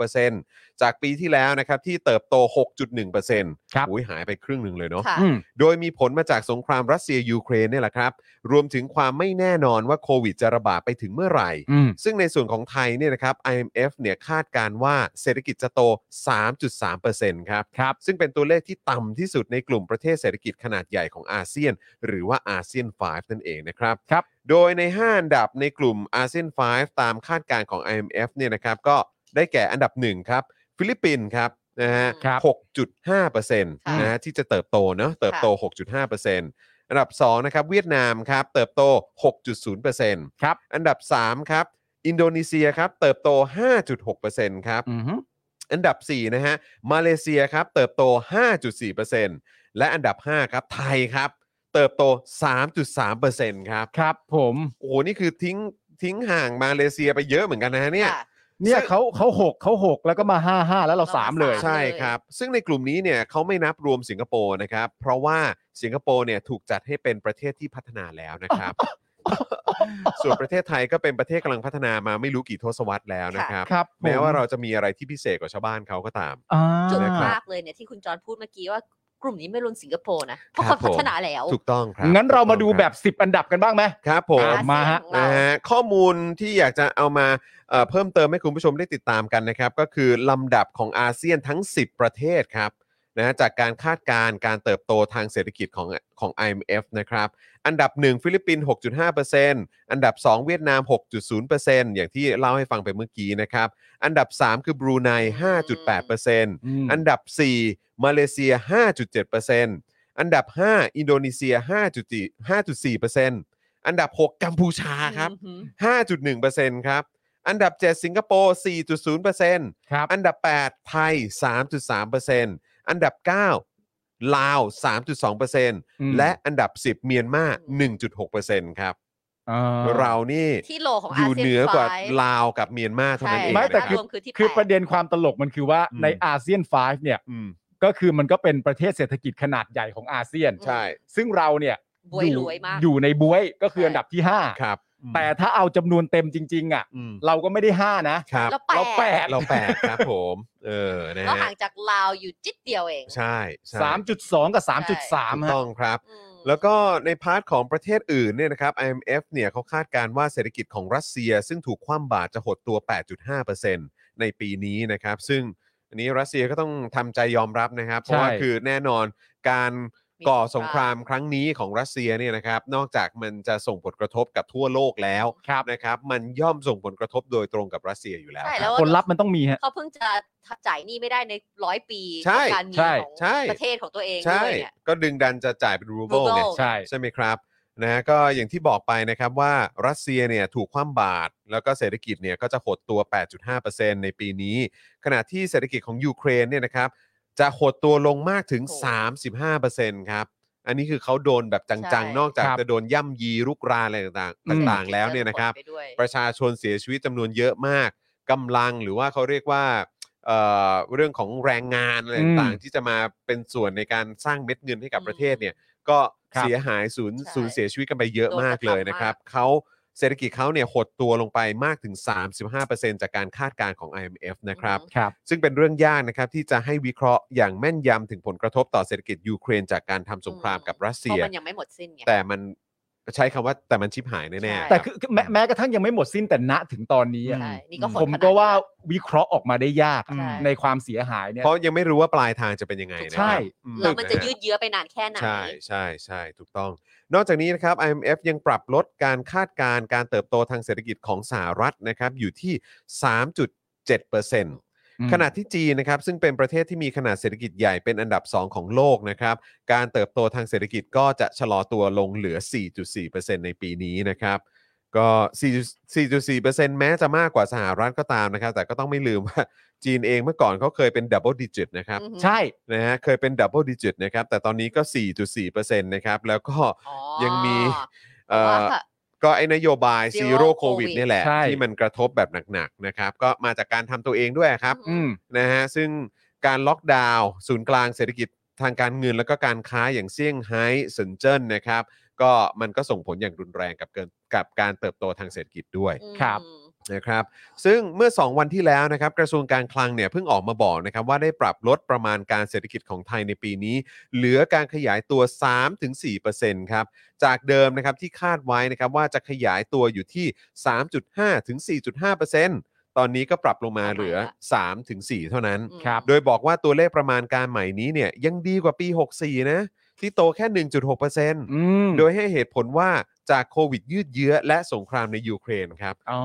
3.6%จากปีที่แล้วนะครับที่เติบโต 6.1%
ครับ
อุ้ยหายไปครึ่งหนึ่งเลยเนาะ
ค่ะ
อืม
โดยมีผลมาจากสงครามรัสเซียยูเครนเนี่ยแหละครับ รวมถึงความไม่แน่นอนว่าโควิดจะระบาดไปถึงเมื่อไหร่
อืม
ซึ่งในส่วนของไทยเนี่ยนะครับ IMF เนี่ยคาดการณ์ว่าเศรษฐกิจจะโต 3.3%ครับ
ครับ
ซึ่งเป็นตัวเลขที่ต่ำที่สุดในกลุ่มประเทศเศรษฐกิจขนาดใหญ่ของอาเซียน หรือว่าอาเซียน 5 นั่นเองนะครับ
ครับ
โดยใน 5 อันดับในกลุ่มอาเซียน 5 ตามคาดการณ์ของ IMF เนี่ยนะครับก็ได้แก่อันดับ 1 ครับ ฟิลิปปินส์ครับนะฮะ
ครับ
6.5%นะฮะที่จะเติบโตเนาะเติบโต 6.5%อันดับ 2 นะครับ เวียดนามครับเติบโต 6.0%
ครับ
อันดับ 3 ครับ อินโดนีเซียครับเติบโต 5.6%ครับ
อืม
อันดับ 4 นะฮะ มาเลเซียครับเติบโต 5.4%และอันดับ 5 ครับ ไทยครับ เติบโต 3.3%ครับ
ครับผม
โอ้โห นี่คือทิ้งทิ้งห่างมาเลเซียไปเยอะเหมือนกันนะฮะเนี่ย
ค่ะ
เนี่ย
ซึ่ง
เขาเขาหกเขาหกแล้วก็มาห้าห้าแล้วเรา
เรา
สาม
มา
เลย
สาม
ใช่ครับ ซึ่งในกลุ่มนี้เนี่ยเขาไม่นับรวมสิงคโปร์นะครับ เพราะว่าสิงคโปร์เนี่ยถูกจัดให้เป็นประเทศที่พัฒนาแล้ว
[LAUGHS]
นะครับ ส่วนประเทศไทยก็เป็นประเทศกำลังพัฒนามาไม่รู้กี่ทศวรรษแล้วนะครับ
ครับ
แม้
ผ
ว่าเราจะมีอะไรที่พิเศษกว่าชาวบ้านเขาก็ตาม
อ่า
จุด
นะ ครั
มา
บ
กเลยเนี่ยที่คุณจอห์นพูดเมื่อกี้ว่ากลุ่มนี้ไม่รวมสิงคโปร์นะ เพราะ
ครั
เขา
บผม
พัฒนาแล้ว
ถูกต้องครับ
งั้นเรามาดู
ถูกต้องค
แบ
รั
บสิบอันดับกันบ้างไหม
ครับผม
อาเซียน
มาฮะ
ของเรา
นะฮะข้อมูลที่อยากจะเอามาเอ่อเพิ่มเติมให้คุณผู้ชมได้ติดตามกันนะครับ ก็คือลำดับของอาเซียนทั้ง 10 ประเทศครับนะฮะจากการคาดการณ์การเติบโตทางเศรษฐกิจของของ IMF นะครับ อันดับ 1 ฟิลิปปินส์6.5%อันดับ 2 เวียดนาม 6.0%อย่างที่เล่าให้ฟังไปเมื่อกี้นะครับ อันดับ 3 คือบรูไน5.8%อันดับ 4 มาเลเซีย 5.7%อันดับ 5 อินโดนีเซีย 5.4%อันดับ 6 กัมพูชาครับ
อือหือ
5.1%ครับ อันดับ 7 สิงคโปร์ 4.0%อ
ครับ
ันดับ 8 ไทย 3.3%อันดับ 9 ลาว 3.2%และอันดับ 10 เมียนมา 1.6%ครับ
อ่า
เรานี่
ที่โหลของ
อ
อา
ยู่
เซียน
เหนือกว่า
ไฟว์
ลาวกับเมียนมาเท่านั้นเอง
ไม่แต่
นะ
ภาพ
ค
ร
รั
ว
บ
มคือที่
คือ
แปด
ประเด็นความตลกมันคือว่า
อืม
ในอาเซียน5เนี่ย
อืม
ก็คือมันก็เป็นประเทศเศรษฐกิจขนาดใหญ่ของอาเซียน
ใช่
ซึ่งเราเนี่ย
บวยรวยมาก
อยู่ในบวยก็คือ
ใช่
อันดับที่ 5
ครับ
แต่ถ้าเอาจำนวนเต็มจริง ๆ อ่ะ
อืม
เราก็ไม่ได้ 5 นะ
ครับ
แล้วแปด
เราแปด
[LAUGHS] เราแปดครับผม เออนะ
แล้วห่า
ฮะ
งจากลาวอยู่จิตเดียวเอง
ใช่ใช่
3.2 กับ
ถูก
3.3ฮะ
ต้องครับ
อืม
แล้วก็ในพาร์ทของประเทศอื่นเนี่ยนะครับ IMF เนี่ยเขาคาดการณ์ว่าเศรษฐกิจของรัสเซีย ซึ่งถูกคว่ำบาตรจะหดตัว 8.5%ในปีนี้นะครับ ซึ่งอันนี้รัสเซียก็ต้องทำใจยอมรับนะครับ เพราะว่าคือแน่นอนการก่อสงครามครั้งนี้ของรัสเซียเนี่ยนะครับ นอกจากมันจะส่งผลกระทบกับทั่วโลกแล้ว
ครับ
นะครับ มันย่อมส่งผลกระทบโดยตรงกับรัสเซียอยู่แล้ว
ใช่
ครับ
แล้ว
ผลลัพธ์มันต้องมีฮะ
เขาเพิ่งจะจ่ายหนี้ไม่ได้ในร้อยปี
ใช่
การมี
ใช่
ของ
ใช่
ประเทศของตัวเอง
ใช่
ด้วยเนี่ย
ก็ดึงดันจะจ่ายเป็นรูเบิลไง
ruble
ใช่
ใช่ไหมครับนะฮะก็อย่างที่บอกไปนะครับว่ารัสเซียเนี่ยถูกคว่ำบาตรแล้วก็เศรษฐกิจเนี่ยก็จะหดตัว 8.5%ในปีนี้ ขณะที่เศรษฐกิจของยูเครนเนี่ยนะครับจะหดตัวลงมากถึง
โอ้
35%ครับ อันนี้คือเขาโดนแบบ
ใช่
จังๆ นอกจาก
ครับ
จะโดนย่ำยีรุกรานอะไรต่าง
อืม
ๆต่างๆ แล้วเนี่ยนะครับ
ไปด้วย
ประชาชนเสียชีวิตจำนวนเยอะมากกำลังหรือว่าเขาเรียกว่าเอ่อเรื่องของแรงงานอะไร
อืม
ต่างๆ ที่จะมาเป็นส่วนในการสร้างเม็ดเงินให้กับ
อืม
ประเทศเนี่ยก็
ครับ
เสียหายสูญ
ใช่
สูญเสียชีวิตกันไปเยอะมากเลยนะครับ
โดนกระทำมาก
เขาเศรษฐกิจเขาเนี่ยหดตัวลงไปมากถึง 35%จากการคาดการณ์ของ IMF นะครับ
ครับ
ซึ่งเป็นเรื่องยากนะครับที่จะให้วิเคราะห์อย่างแม่นยำถึงผลกระทบต่อเศรษฐกิจยูเครนจากการทำสงครามกับรัส
เพ
เซีย
ราะมันยังไม่หมดสิ้นไง
แต่มันใช้คำว่าแต่มันชิบหายแน่ๆ
ใช่
แต่
รับ
คือแม้แม้กระทั่งยังไม่หมดสิ้นแต่ณถึงตอนนี้อะ
ใช่นี่ก็ฝน
ผม
ขนด
ก็ว่า
นั้น
วิเคราะห์ออกมาได้ยาก
ใช่
ในความเสียหายเนี่ย
เพราะยังไม่รู้ว่าปลายทางจะเป็นยังไงนะครับ
ใช่
อื
แล้วมันจะ
ฮ
ยืดเยื้อไปนานแค่ไหน
ใช่ใช่ใช่ถูกต้อง นอกจากนี้นะครับ IMF ยังปรับลดการคาดการณ์การเติบโตทางเศรษฐกิจของสหรัฐนะครับอยู่ที่ 3.7%
อืม
ขณะที่จีนนะครับซึ่งเป็นประเทศที่มีขนาดเศรษฐกิจใหญ่เป็นอันดับ 2 ของโลกนะครับการเติบโตทางเศรษฐกิจก็จะชะลอตัวลงเหลือ 4.4%ในปีนี้นะครับ ก็ 4.4%แม้จะมากกว่าสหรัฐก็ตามนะครับ แต่ก็ต้องไม่ลืมว่าจีนเองเมื่อก่อนเขาเคยเป็นดับเบิลดิจิตนะครับ
อือหือ
ใช่
นะฮะเคยเป็นดับเบิลดิจิตนะครับ แต่ตอนนี้ก็ 4.4%นะครับ แล้วก็
อ๋อ
ยังมี
เพราะ
เอ่
ว่า
อก็ไอ้นโยบายซีโร่
Zero
โควิด
Covid
นี่ยแหละ
ใช่
ที่มันกระทบแบบหนักๆนะครับ ก็มาจากการทำตัวเองด้วยครับ
อื
อื
ม
ม
นะฮะซึ่งการล็อกดาวน์ศูนย์กลางเศรษฐกิจทางการเงินแล้วก็การค้าอย่างเซี่ยงไฮ้เซินเจิ้นนะครับ ก็มันก็ส่งผลอย่างรุนแรงกับเกินกับการเติบโตทางเศรษฐกิจด้วย
ครับ
นะครับซึ่งเมื่อ 2 วันที่แล้วนะครับกระทรวงการคลังเนี่ยเพิ่งออกมาบอกนะครับว่าได้ปรับลดประมาณการเศรษฐกิจของไทยในปีนี้ เหลือการขยายตัว 3-4%ครับจากเดิมนะครับที่คาดไว้นะครับว่าจะขยายตัวอยู่ที่ 3.5-4.5%ตอนนี้ก็ปรับลงมาเหลือ 3-4 เท่านั้น
อืม
ครับ
โดยบอกว่าตัวเลขประมาณการใหม่นี้เนี่ยยังดีกว่าปี 64 นะที่โตแค่ 1.6%
อืม
โดยให้เหตุผลว่าจากโควิดยืดเยื้อและสงครามในยูเครนครับ
อ๋อ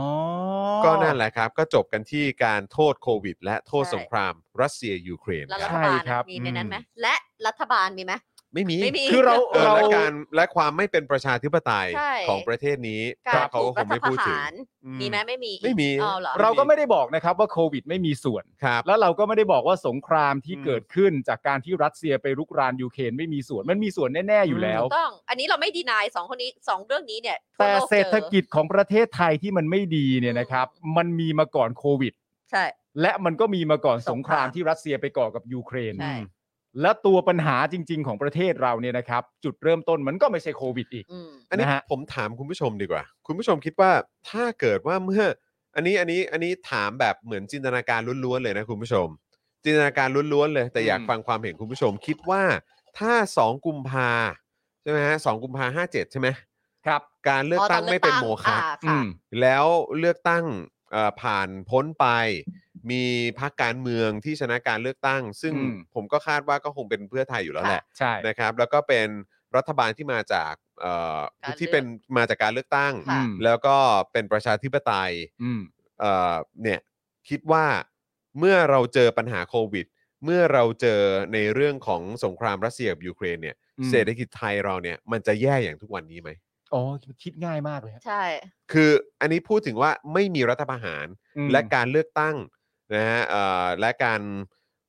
ก็นั่นแหละครับ ก็จบกันที่การโทษโควิด และโทษ
ใช่
สงครามรัสเซียยูเครน
แล้ว
ค
รั
รับ
ฐบาล
ใช่ครับ
มีในนั้นไหมและรัฐบาลมีไหม
ไม่มี
ไม่มี
คือเรา
เออ
เรา
และการและความไม่เป็นประชาธิปไตย
ใช่
ของประเทศนี้
การ
ก็เขา
ถู
ก็
ก
คง
รัฐ
ไม่
ประ
พูดถึง
หาร
อื
มีไหมไม่มี
ไม่มี
อ๋อเหรอ
เราก็ไม่ได้บอกนะครับว่าโควิดไม่มีส่วน
ครับ
แล้วเราก็ไม่ได้บอกว่าสงครามที่
อืม
เกิดขึ้นจากการที่รัสเซียไปรุกรานยูเครนไม่มีส่วนมันมีส่วนแน่ ๆ อยู่แล้ว
ถูกต้อง อันนี้เราไม่ดีนายสองคนนี้สองเรื่องนี้เนี่ยทั่ว
แต่
โลกจอ
เศรษฐกิจของประเทศไทยที่มันไม่ดีเนี่ยนะครับ มันมีมาก่อนโควิด
ใช่
และมันก็มีมาก่อนส
ส
ง
ง
คราร
คาม ม
ที่รัสเซียไปก่อกับยูเครน
ใช่
และตัวปัญหาจริง ๆ ของประเทศเราเนี่ยนะครับ จุดเริ่มต้นมันก็ไม่ใช่โควิดอีก
อืม
อันนี้
นะฮะ
ผมถามคุณผู้ชมดีกว่า คุณผู้ชมคิดว่าถ้าเกิดว่าเมื่อ อันนี้อันนี้อันนี้ถามแบบเหมือนจินตนาการล้วนๆเลยนะคุณผู้ชม จินตนาการล้วนๆเลย แต่อยากฟังความเห็นคุณผู้ชมคิดว่าถ้าสองกุมภาใช่ไหมฮะสองกุมภาห้าเจ็ดใช่ไหม
ครับ
การเลือกตั้งไม่เป็นโมฆะ
อืม
แล้วเลือกตั้งเอ่อผ่านพ้นไป มีพรรคการเมืองที่ชนะการเลือกตั้ง ซึ่ง
อืม
ผมก็คาดว่าก็คงเป็นเพื่อไทยอยู่แล้วแหละ
ใช่
นะครับ แล้วก็เป็นรัฐบาลที่มาจากเอ่อ
การเลือก
ที่เป็นมาจากการเลือกตั้ง
ค่ะ
แล้วก็เป็นประชาธิปไตย
อืม
เอ่อเนี่ยคิดว่าเมื่อเราเจอปัญหาโควิด เมื่อเราเจอในเรื่องของสงครามรัสเซียกับยูเครนเนี่ย
อืม
เศรษฐกิจไทยเราเนี่ยมันจะแย่อย่างทุกวันนี้ไหม
อ๋อคิดง่ายมากเลยฮะ
ใช่
คืออันนี้พูดถึงว่าไม่มีรัฐประหาร
อืม
และการเลือกตั้งนะฮะเอ่อและการ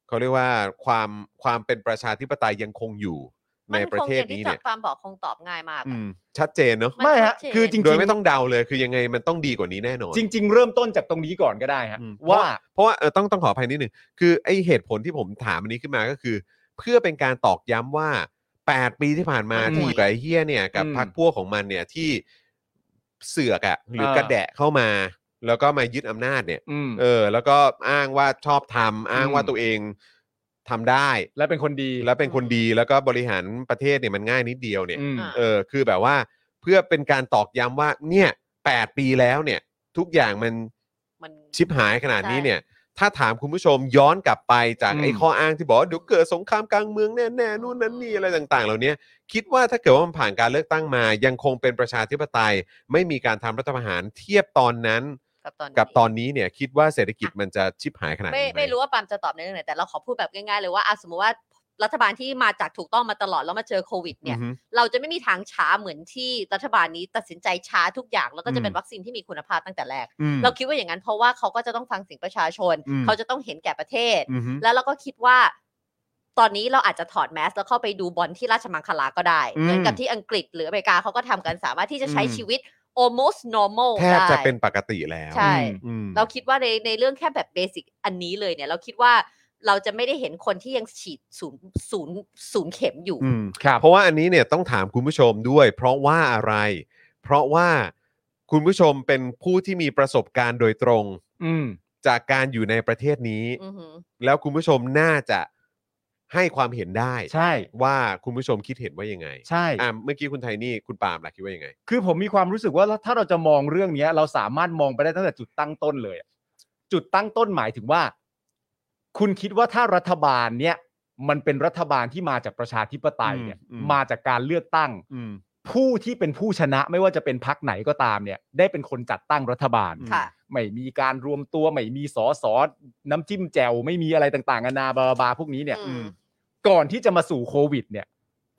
เขาเรียกว่าความความเป็นประชาธิปไตยยังคงอยู่ ใน
มั
ประ
คง
เทศ
อย่าง
นี้
ที่จั
เนี่
บ
ย
ปาล์มบอกคงตอบง่ายมากอะ
อืม
ชัดเจนเนาะ
มัน
ไม่ฮะ
ชัดเจน
คือจริง
โดยไม่
ๆ
ต้องเดาเลยคือยังไงมันต้องดีกว่านี้แน่นอน
จริง ๆ เริ่มต้นจากตรงนี้ก่อนก็ได้ฮะ
อืม
ว่า
เพราะว่าเออต้องต้องขออภัยนิดหนึ่งคือไอเหตุผลที่ผมถามอันนี้ขึ้นมาก็คือ เพื่อเป็นการตอกย้ำว่า 8 ปีที่ผ่านมา
อืม
ที่อยู่กับไอเฮียเนี่ยกับ
อืม
พรรคพวกของมันเนี่ยที่เสือกอะหรือ
เออ
กระแดะเข้ามา แล้วก็มายึดอำนาจเนี่ย
อืม
เออ แล้วก็อ้างว่าชอบทำอ้างว่า
อืม
ตัวเองทำได้
และเป็นคนดี
แล้วเป็นคนดีแล้วก็บริหารประเทศเนี่ยมันง่ายนิดเดียวเนี่ย
อืม
อ่ะ
เออคือแบบว่าเพื่อเป็นการตอกย้ำว่าเนี่ยแปดปีแล้วเนี่ย ทุกอย่างมัน
มัน
ชิบหายขนาดนี้
ใช่
เนี่ย ถ้าถามคุณผู้ชมย้อนกลับไปจาก
อืม
ไอ้ข้ออ้างที่บอกว่าเดี๋ยวเกิดสงครามกลางเมืองแน่ๆนู่นนั่นนี่อะไรต่าง ๆ เหล่านี้คิดว่าถ้าเกิดว่ามันผ่านการเลือกตั้งมา ยังคงเป็นประชาธิปไตย ไม่มีการทำรัฐประหารเทียบตอนนั้น
กับตอนนี้
กับตอนนี้เนี่ย คิดว่าเศรษฐกิจมันจะชิบหายขนาด
ไม่
นี้ห
ไม่รู้ว่าปาล์มจะตอบในเรื่องไหนแต่เราขอพูดแบบง่ายๆเลยว่าอ่ะสมมติว่ารัฐบาลที่มาจากถูกต้องมาตลอดแล้วมาเจอโควิดเนี่ย
อือฮึ
เราจะไม่มีทางช้าเหมือนที่รัฐบาลนี้ตัดสินใจช้าทุกอย่าง แล้วก็จะเป็น
อืม
วัคซีนที่มีคุณภาพตั้งแต่แรก
อืม
เราคิดว่าอย่างนั้นเพราะว่าเขาก็จะต้องฟังเสียงประชาชน
อืม
เขาจะต้องเห็นแก่ประเทศ
อือฮึ
แล้วเราก็คิดว่า ตอนนี้เราอาจจะถอดแมสแล้วเข้าไปดูบอลที่ราชมังคลาก็ได้
อืม
เหมือนกับที่อังกฤษหรืออเมริกาเขาก็ทำกันสามารถที่จะใช้
อืม
ชีวิต almost normal
แท
ได้
บจะเป็นปกติแล้ว
ใช่
อืม
เราคิดว่าในในเรื่องแค่แบบเบสิกอันนี้เลยเนี่ย เราคิดว่าเราจะไม่ได้เห็นคนที่ยังฉีดศูนย์ศูนย์ศูนย์เข็มอยู่
อืมเพราะว่าอันนี้เนี่ยต้องถามคุณผู้ชมด้วย เพราะว่าอะไร เพราะว่าคุณผู้ชมเป็นผู้ที่มีประสบการณ์โดยตรง
อืม
จากการอยู่ในประเทศนี้
อือหือ
แล้วคุณผู้ชมน่าจะให้ความเห็นได้
ใช่
ว่าคุณผู้ชมคิดเห็นว่ายังไง
ใช่
อ่ะเมื่อกี้คุณไทนี่คุณปาล์มล่ะคิดว่ายังไง
คือผมมีความรู้สึกว่าถ้าเราจะมองเรื่องเนี้ย เราสามารถมองไปได้ตั้งแต่จุดตั้งต้นเลยอะจุดตั้งต้นหมายถึงว่า คุณคิดว่าถ้ารัฐบาลเนี้ยมันเป็นรัฐบาลที่มาจากประชาธิปไตยเนี่ย
อืมอืม
มาจากการเลือกตั้ง
อืม
ผู้ที่เป็นผู้ชนะไม่ว่าจะเป็นพักไหนก็ตามเนี่ย ได้เป็นคนจัดตั้งรัฐบาล
อืม
ค่ะ
ไม่มีการรวมตัว ไม่มีสอสอน้ำจิ้มแจ่วไม่มีอะไรต่างๆนานาบาบาพวกนี้เนี่ย
อืม
ก่อนที่จะมาสู่โควิด เนี่ย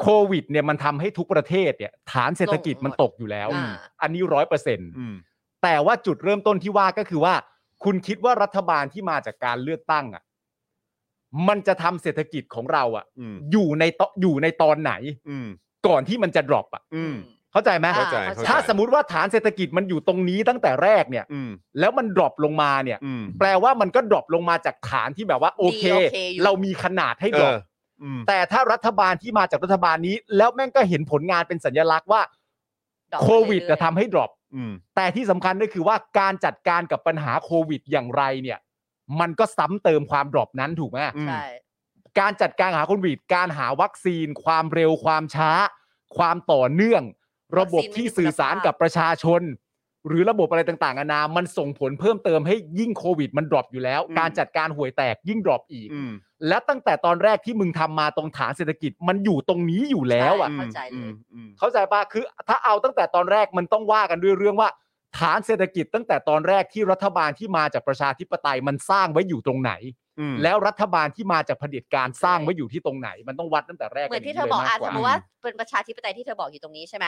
โควิด เนี่ยมันทำให้ทุกประเทศเนี่ย ฐานเศรษฐกิจมันตกอยู่แล้ว
อ่า
อันนี้ร้อยเปอร์เซ็นต์
อืม
แต่ว่าจุดเริ่มต้นที่ว่าก็คือว่า คุณคิดว่ารัฐบาลที่มาจากการเลือกตั้งอ่ะมันจะทำเศรษฐกิจของเราอ่ะ
อืม
อยู่ในตอยู่ในตอนไหน
อืม
ก่อนที่มันจะดรอปอ่ะ
อืม
เข้าใจไหม
อ่
เข้าใจ
อ่า
เข้าใจ
ถ้าสมมติว่าฐานเศรษฐกิจมันอยู่ตรงนี้ตั้งแต่แรกเนี่ย
อืม
แล้วมันดรอปลงมาเนี่ย
อืม
แปลว่ามันก็ดรอปลงมาจากฐานที่แบบว่าโอเค
ดีโอเคอยู่
เรามีขนาดให้
เอ
ดรอ
อ
ป
อืม
แต่ถ้ารัฐบาลที่มาจากรัฐบาลนี้ แล้วแม่งก็เห็นผลงานเป็นสัญลักษณ์ว่า
ดรอป
โควิด
ไปเรื่อยๆ
จะทำให้ดรอป
อืม
แต่ที่สำคัญก็คือว่าการจัดการกับปัญหาโควิดอย่างไรเนี่ย มันก็ซ้ำเติมความดรอปนั้นถูกไหม
อืม
ใช่
การจัดการหาโควิด การหาวัคซีน ความเร็วความช้า ความต่อเนื่อง ระบบที่สื่อสารกับประชาชน หรือระบบอะไรต่างๆนานามันส่งผลเพิ่มเติมให้ยิ่งโควิด มันดรอปอยู่แล้ว
อืม
การจัดการห่วยแตกยิ่งดรอปอีก
อืม
และตั้งแต่ตอนแรกที่มึงทำมาตรงฐานเศรษฐกิจมันอยู่ตรงนี้อยู่แล้วอ่ะ
ใช่ เข้าใจเลย
อืม
เข้าใจปะคือถ้าเอาตั้งแต่ตอนแรกมันต้องว่ากันด้วยเรื่องว่า ฐานเศรษฐกิจตั้งแต่ตอนแรกที่รัฐบาลที่มาจากประชาธิปไตยมันสร้างไว้อยู่ตรงไหน
อืม
แล้วรัฐบาลที่มาจากเผด็จการสร้างไว้อยู่ที่ตรงไหน มันต้องวัดตั้งแต่แรก
เหมือนที่เธอบอก
ย่ง
อ่ะสมม
นี้ลยกก
ติว่าเป็นประชาธิปไตยที่เธอบอกอยู่ตรงนี้ใช่ไหม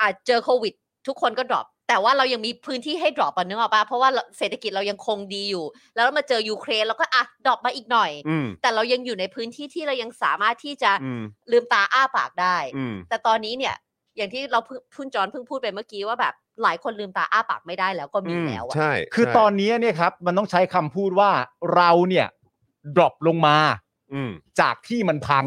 อ่ะเจอโควิด ทุกคนก็ดรอปแต่ว่าเรายังมีพื้นที่ให้ดรอปอ่ะนึกออกปะเพราะว่าเราเศรษฐกิจเรายังคงดีอยู่ แล้วมาเจอยูเครนเราก็อ่ะดรอปมาอีกหน่อย
อืม
แต่เรายังอยู่ในพื้นที่ที่เรายังสามารถที่จะ
อืม
ลืมตาอ้าปากได้
อืม
แต่ตอนนี้เนี่ย อย่างที่เราเพิ่งพุ่นจอนเพิ่งพูดไปเมื่อกี้ว่าแบบหลายคนลืมตาอ้าปากไม่ได้แล้วก็มีแล้วอ่ะ
ใช่
คือ
ใช่
ตอนนี้เนี่ยครับมันต้องใช้คำพูดว่าเราเนี่ยดรอปลงมา
อืม
จากที่มันพัง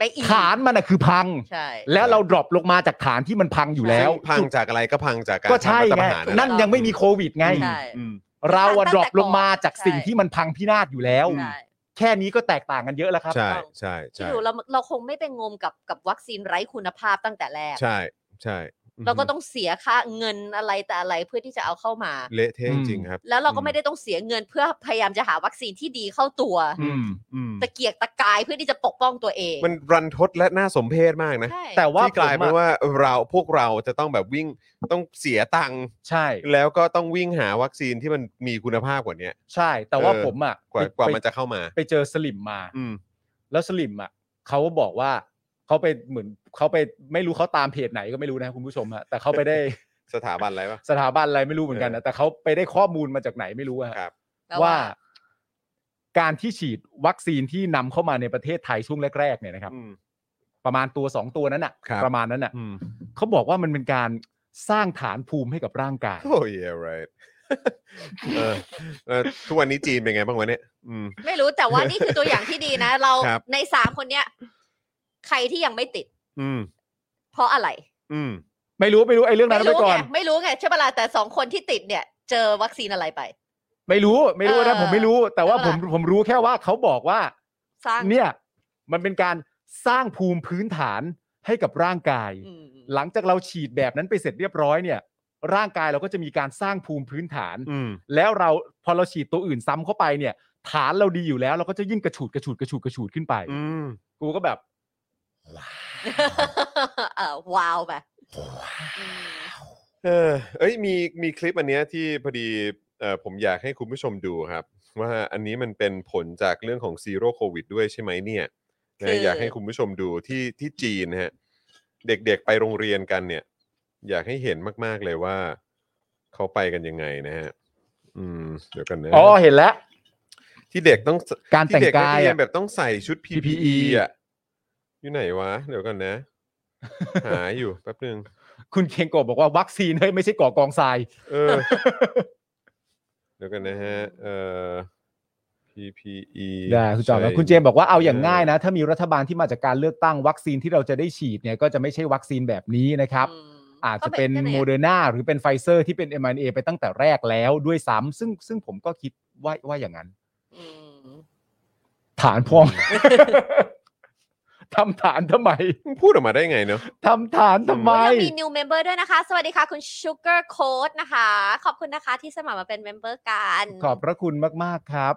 ไปอีก
ฐานมันอะคือพัง
ใช่
แล้วเราดรอปลงมาจากฐานที่มันพังอยู่แล้ว
ซึ่งพังจากอะไรก็พังจากการ
ก็ใช่
ทำรัฐประ
ไง
หาร
นั่นยังไม่มีโควิดไง
ใช่
อืม
เราอะ
ตั้งแต่
ดรอปลงมาจาก
ใช่
สิ่งที่มันพังพินาศอยู่แล้ว
ใช่
แค่นี้ก็แตกต่างกันเยอะแล้วครับ
ใช่ใช่
ที่
ใช่
อยู่เราเราคงไม่ไปงมกับกับวัคซีนไร้คุณภาพตั้งแต่แรก
ใช่ใช่ม
เราก็ต้องเสียค่าเงินอะไรแต่อะไรเพื่อที่จะเอาเข้ามา
เละเทะ
อื
จ
ม
ริงๆครับ
แล้วเราก็
อืม
ไม่ได้ต้องเสียเงินเพื่อพยายามจะหาวัคซีนที่ดีเข้าตัว
อืม
อืม
ตะเกียกตะกายเพื่อที่จะปกป้องตัวเอง
มันรันทดและน่าสมเพชมากนะ
ใช่
แต่ว่า
ที่กลาย
ผ
เป็น
มอะ
ว่าเราพวกเราจะต้องแบบวิ่งต้องเสียตังค์
ใช่
แล้วก็ต้องวิ่งหาวัคซีนที่มันมีคุณภาพกว่าเนี้ย
ใช่ แต่ว่า
เออ
ผมอ่ะ
กว่า
ไป
กว่ามันจะเข้ามา
ไปเจอสลิมมา
อืม
แล้วสลิมอ่ะเขาก็บอกว่าเขาไปเหมือนเขาไปไม่รู้เขาตามเพจไหนก็ไม่รู้นะคุณผู้ชมฮะแต่เขาไปได้
สถาบันอะไรวะ
สถาบันอะไรไม่รู้เหมือนกันนะแต่เขาไปได้ข้อมูลมาจากไหนไม่รู้อะฮะ
ครับ
แล้วว่า
ว่า การที่ฉีดวัคซีนที่นำเข้ามาในประเทศไทยช่วงแรกๆเนี่ยนะครับ
อืม
ประมาณตัว 2 ตัวนั้นน่ะ
ครับ
ประมาณนั้นน่ะ
อืม
เขาบอกว่ามันเป็นการสร้างฐานภูมิให้กับร่างกาย
โอ้ yeah right [LAUGHS] เออเออทุกวันนี้จีนเป็นไงบ้างวะเนี่ยอืม
ไม่รู้แต่ว่า [LAUGHS] นี่คือตัวอย่างที่ดีนะ เรา
ครับ
ในสามคนเนี้ยใครที่ยังไม่ติด
อืม
เพราะอะไร
อืม
ไม่รู้ไม่รู้ไอ้เรื่องนั้น
ไม่
เอาไป
รู้
ก่อ
ไง
น
ไม่รู้ไงใช่ปะล่ะแต่สองคนที่ติดเนี่ย เจอวัคซีนอะไรไป
ไม่รู้ไม่รู้
เออ
นะผมไม่รู้ แต่ว่า
เอา
ผ
ล่ะ
มผมรู้แค่ว่าเขาบอกว่า
สร้าง
เนี่ยมันเป็นการสร้างภูมิพื้นฐานให้กับร่างกาย
อืม
หลังจากเราฉีดแบบนั้นไปเสร็จเรียบร้อยเนี่ย ร่างกายเราก็จะมีการสร้างภูมิพื้นฐาน
อืม
แล้วเราพอเราฉีดตัวอื่นซ้ำเข้าไปเนี่ย ฐานเราดีอยู่แล้ว เราก็จะยิ่งกระฉูดกระฉูดกระฉูดกระฉูดขึ้นไป
อืม
กูก็แบบ
เออว้าวไปอืม
เออเอ้ยมีมีคลิปอันเนี้ยที่พอดีเออผมอยากให้คุณผู้ชมดูครับ ว่าอันนี้มันเป็นผลจากเรื่องของซีโร่โควิดด้วยใช่ไหมเนี่ยนะอยากให้คุณผู้ชมดูที่ที่จีนนะฮะ เด็กๆไปโรงเรียนกันเนี่ย อยากให้เห็นมากๆเลยว่าเขาไปกันยังไงนะฮะ อืม เดี๋ยวกันนะ
อ๋อเห็นแล้ว
ที่เด็กต้อง
การแต่
ที่
ง
เด็กนัก
กาย
เรีย
อะ
นแบบต้องใส่ชุด PPE
PPE
อ่ะ อยู่ไหนวะ เดี๋ยวกันนะ หาอยู่แป๊บนึง
คุณเคียงโกบบอกว่าวัคซีนเฮ้ยไม่ใช่ก่อกองทราย
เออ [LAUGHS] เดี๋ยวกันนะฮะ เอ่อ PPE
ได้คุณจอมครับ
ใส่
คุณเจมส์บอกว่าเอาอย่างง่ายนะ ถ้ามีรัฐบาลที่มาจากการเลือกตั้งวัคซีนที่เราจะได้ฉีดเนี่ยก็จะไม่ใช่วัคซีนแบบนี้นะครับ
อืม
อาจ
ก็
จะเป็น
ก็
โม
ย
เดอร์นาหรือเป็นไฟเซอร์ที่เป็น m อ a ไปตั้งแต่แรกแล้วด้วยซ้ำซึ่งซึ่งผมก็คิดว่าว่าอย่างนั้น
อืม
ฐานพร้อม [LAUGHS] ทำฐานทำไม
มึงพูดออกมาได้ไงเนอะ
ทำฐานทำไม
แล้วมี new member ด้วยนะคะ สวัสดีค่ะ คุณ Sugar Code นะคะ ขอบคุณนะคะที่สมัครมาเป็น member กัน
ขอบพระคุณมาก ๆ ครับ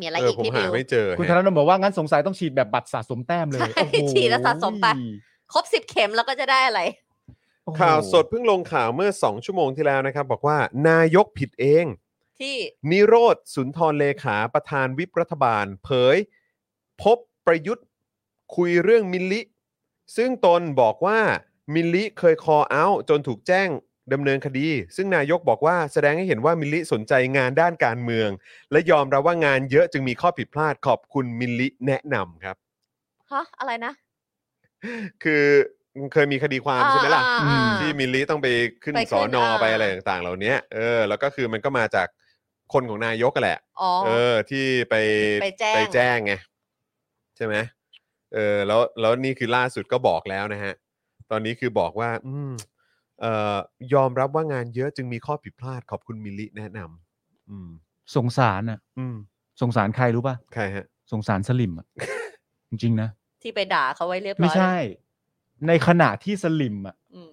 มีอะไร
เออ
อีก
ผม
พี่
หา
มิว
ไม่เจอ
คุณธ
ฮะ
นาโนนบอกว่างั้นสงสัยต้องฉีดแบบบัตรสะสมแต้มเลย
[LAUGHS] ใช่
โอ้โห
ฉีดแล้วสะสมไป ครบสิบเข็มแล้วก็จะได้อะไร
โอ้โห
ข่าวสดเพิ่งลงข่าวเมื่อ 2 ชั่วโมงที่แล้วนะครับ บอกว่า นายกผิดเอง
ที่
นิโรธสุนทรเลขาประธานวิปรัฐบาล เผย พบประยุทธ์คุยเรื่องมิลลิ ซึ่งตนบอกว่ามิลลิเคยคอเอาจนถูกแจ้งดำเนินคดี ซึ่งนายกบอกว่าแสดงให้เห็นว่ามิลลิสนใจงานด้านการเมือง และยอมรับว่างานเยอะจึงมีข้อผิดพลาดขอบคุณมิลลิแนะนำครับ
ฮะอะไรนะ
คือเคยมีคดีความใช่ไหมล่ะ
อ่าอ่าอ่า
ที่มิลลิต้องไปขึ้น
ไปขึ้น
สอนอ
อ่า
ไปอะไรต่างๆ เหล่านี้เออแล้วก็คือมันก็มาจากคนของนายกแหละ
อ๋อ
เออที่ไป
ไปแจ้ง
แจ้งไงใช่ไหมเออแล้วแล้วนี่คือล่าสุดก็บอกแล้วนะฮะ ตอนนี้คือบอกว่า อืมเอ่อยอมรับว่างานเยอะจึงมีข้อผิดพลาดขอบคุณมิลลิแนะนำอืม
สงสารอ่ะ
อืม
สงสารใครรู้ป่ะ
ใครฮะ
สงสารสลิม
[LAUGHS]
อ่ะ จริง ๆ นะ
ที่ไปด่าเขาไว้เรียบร้อย
ไม่ใช่ ในขณะที่สลิมอ่ะ
อืม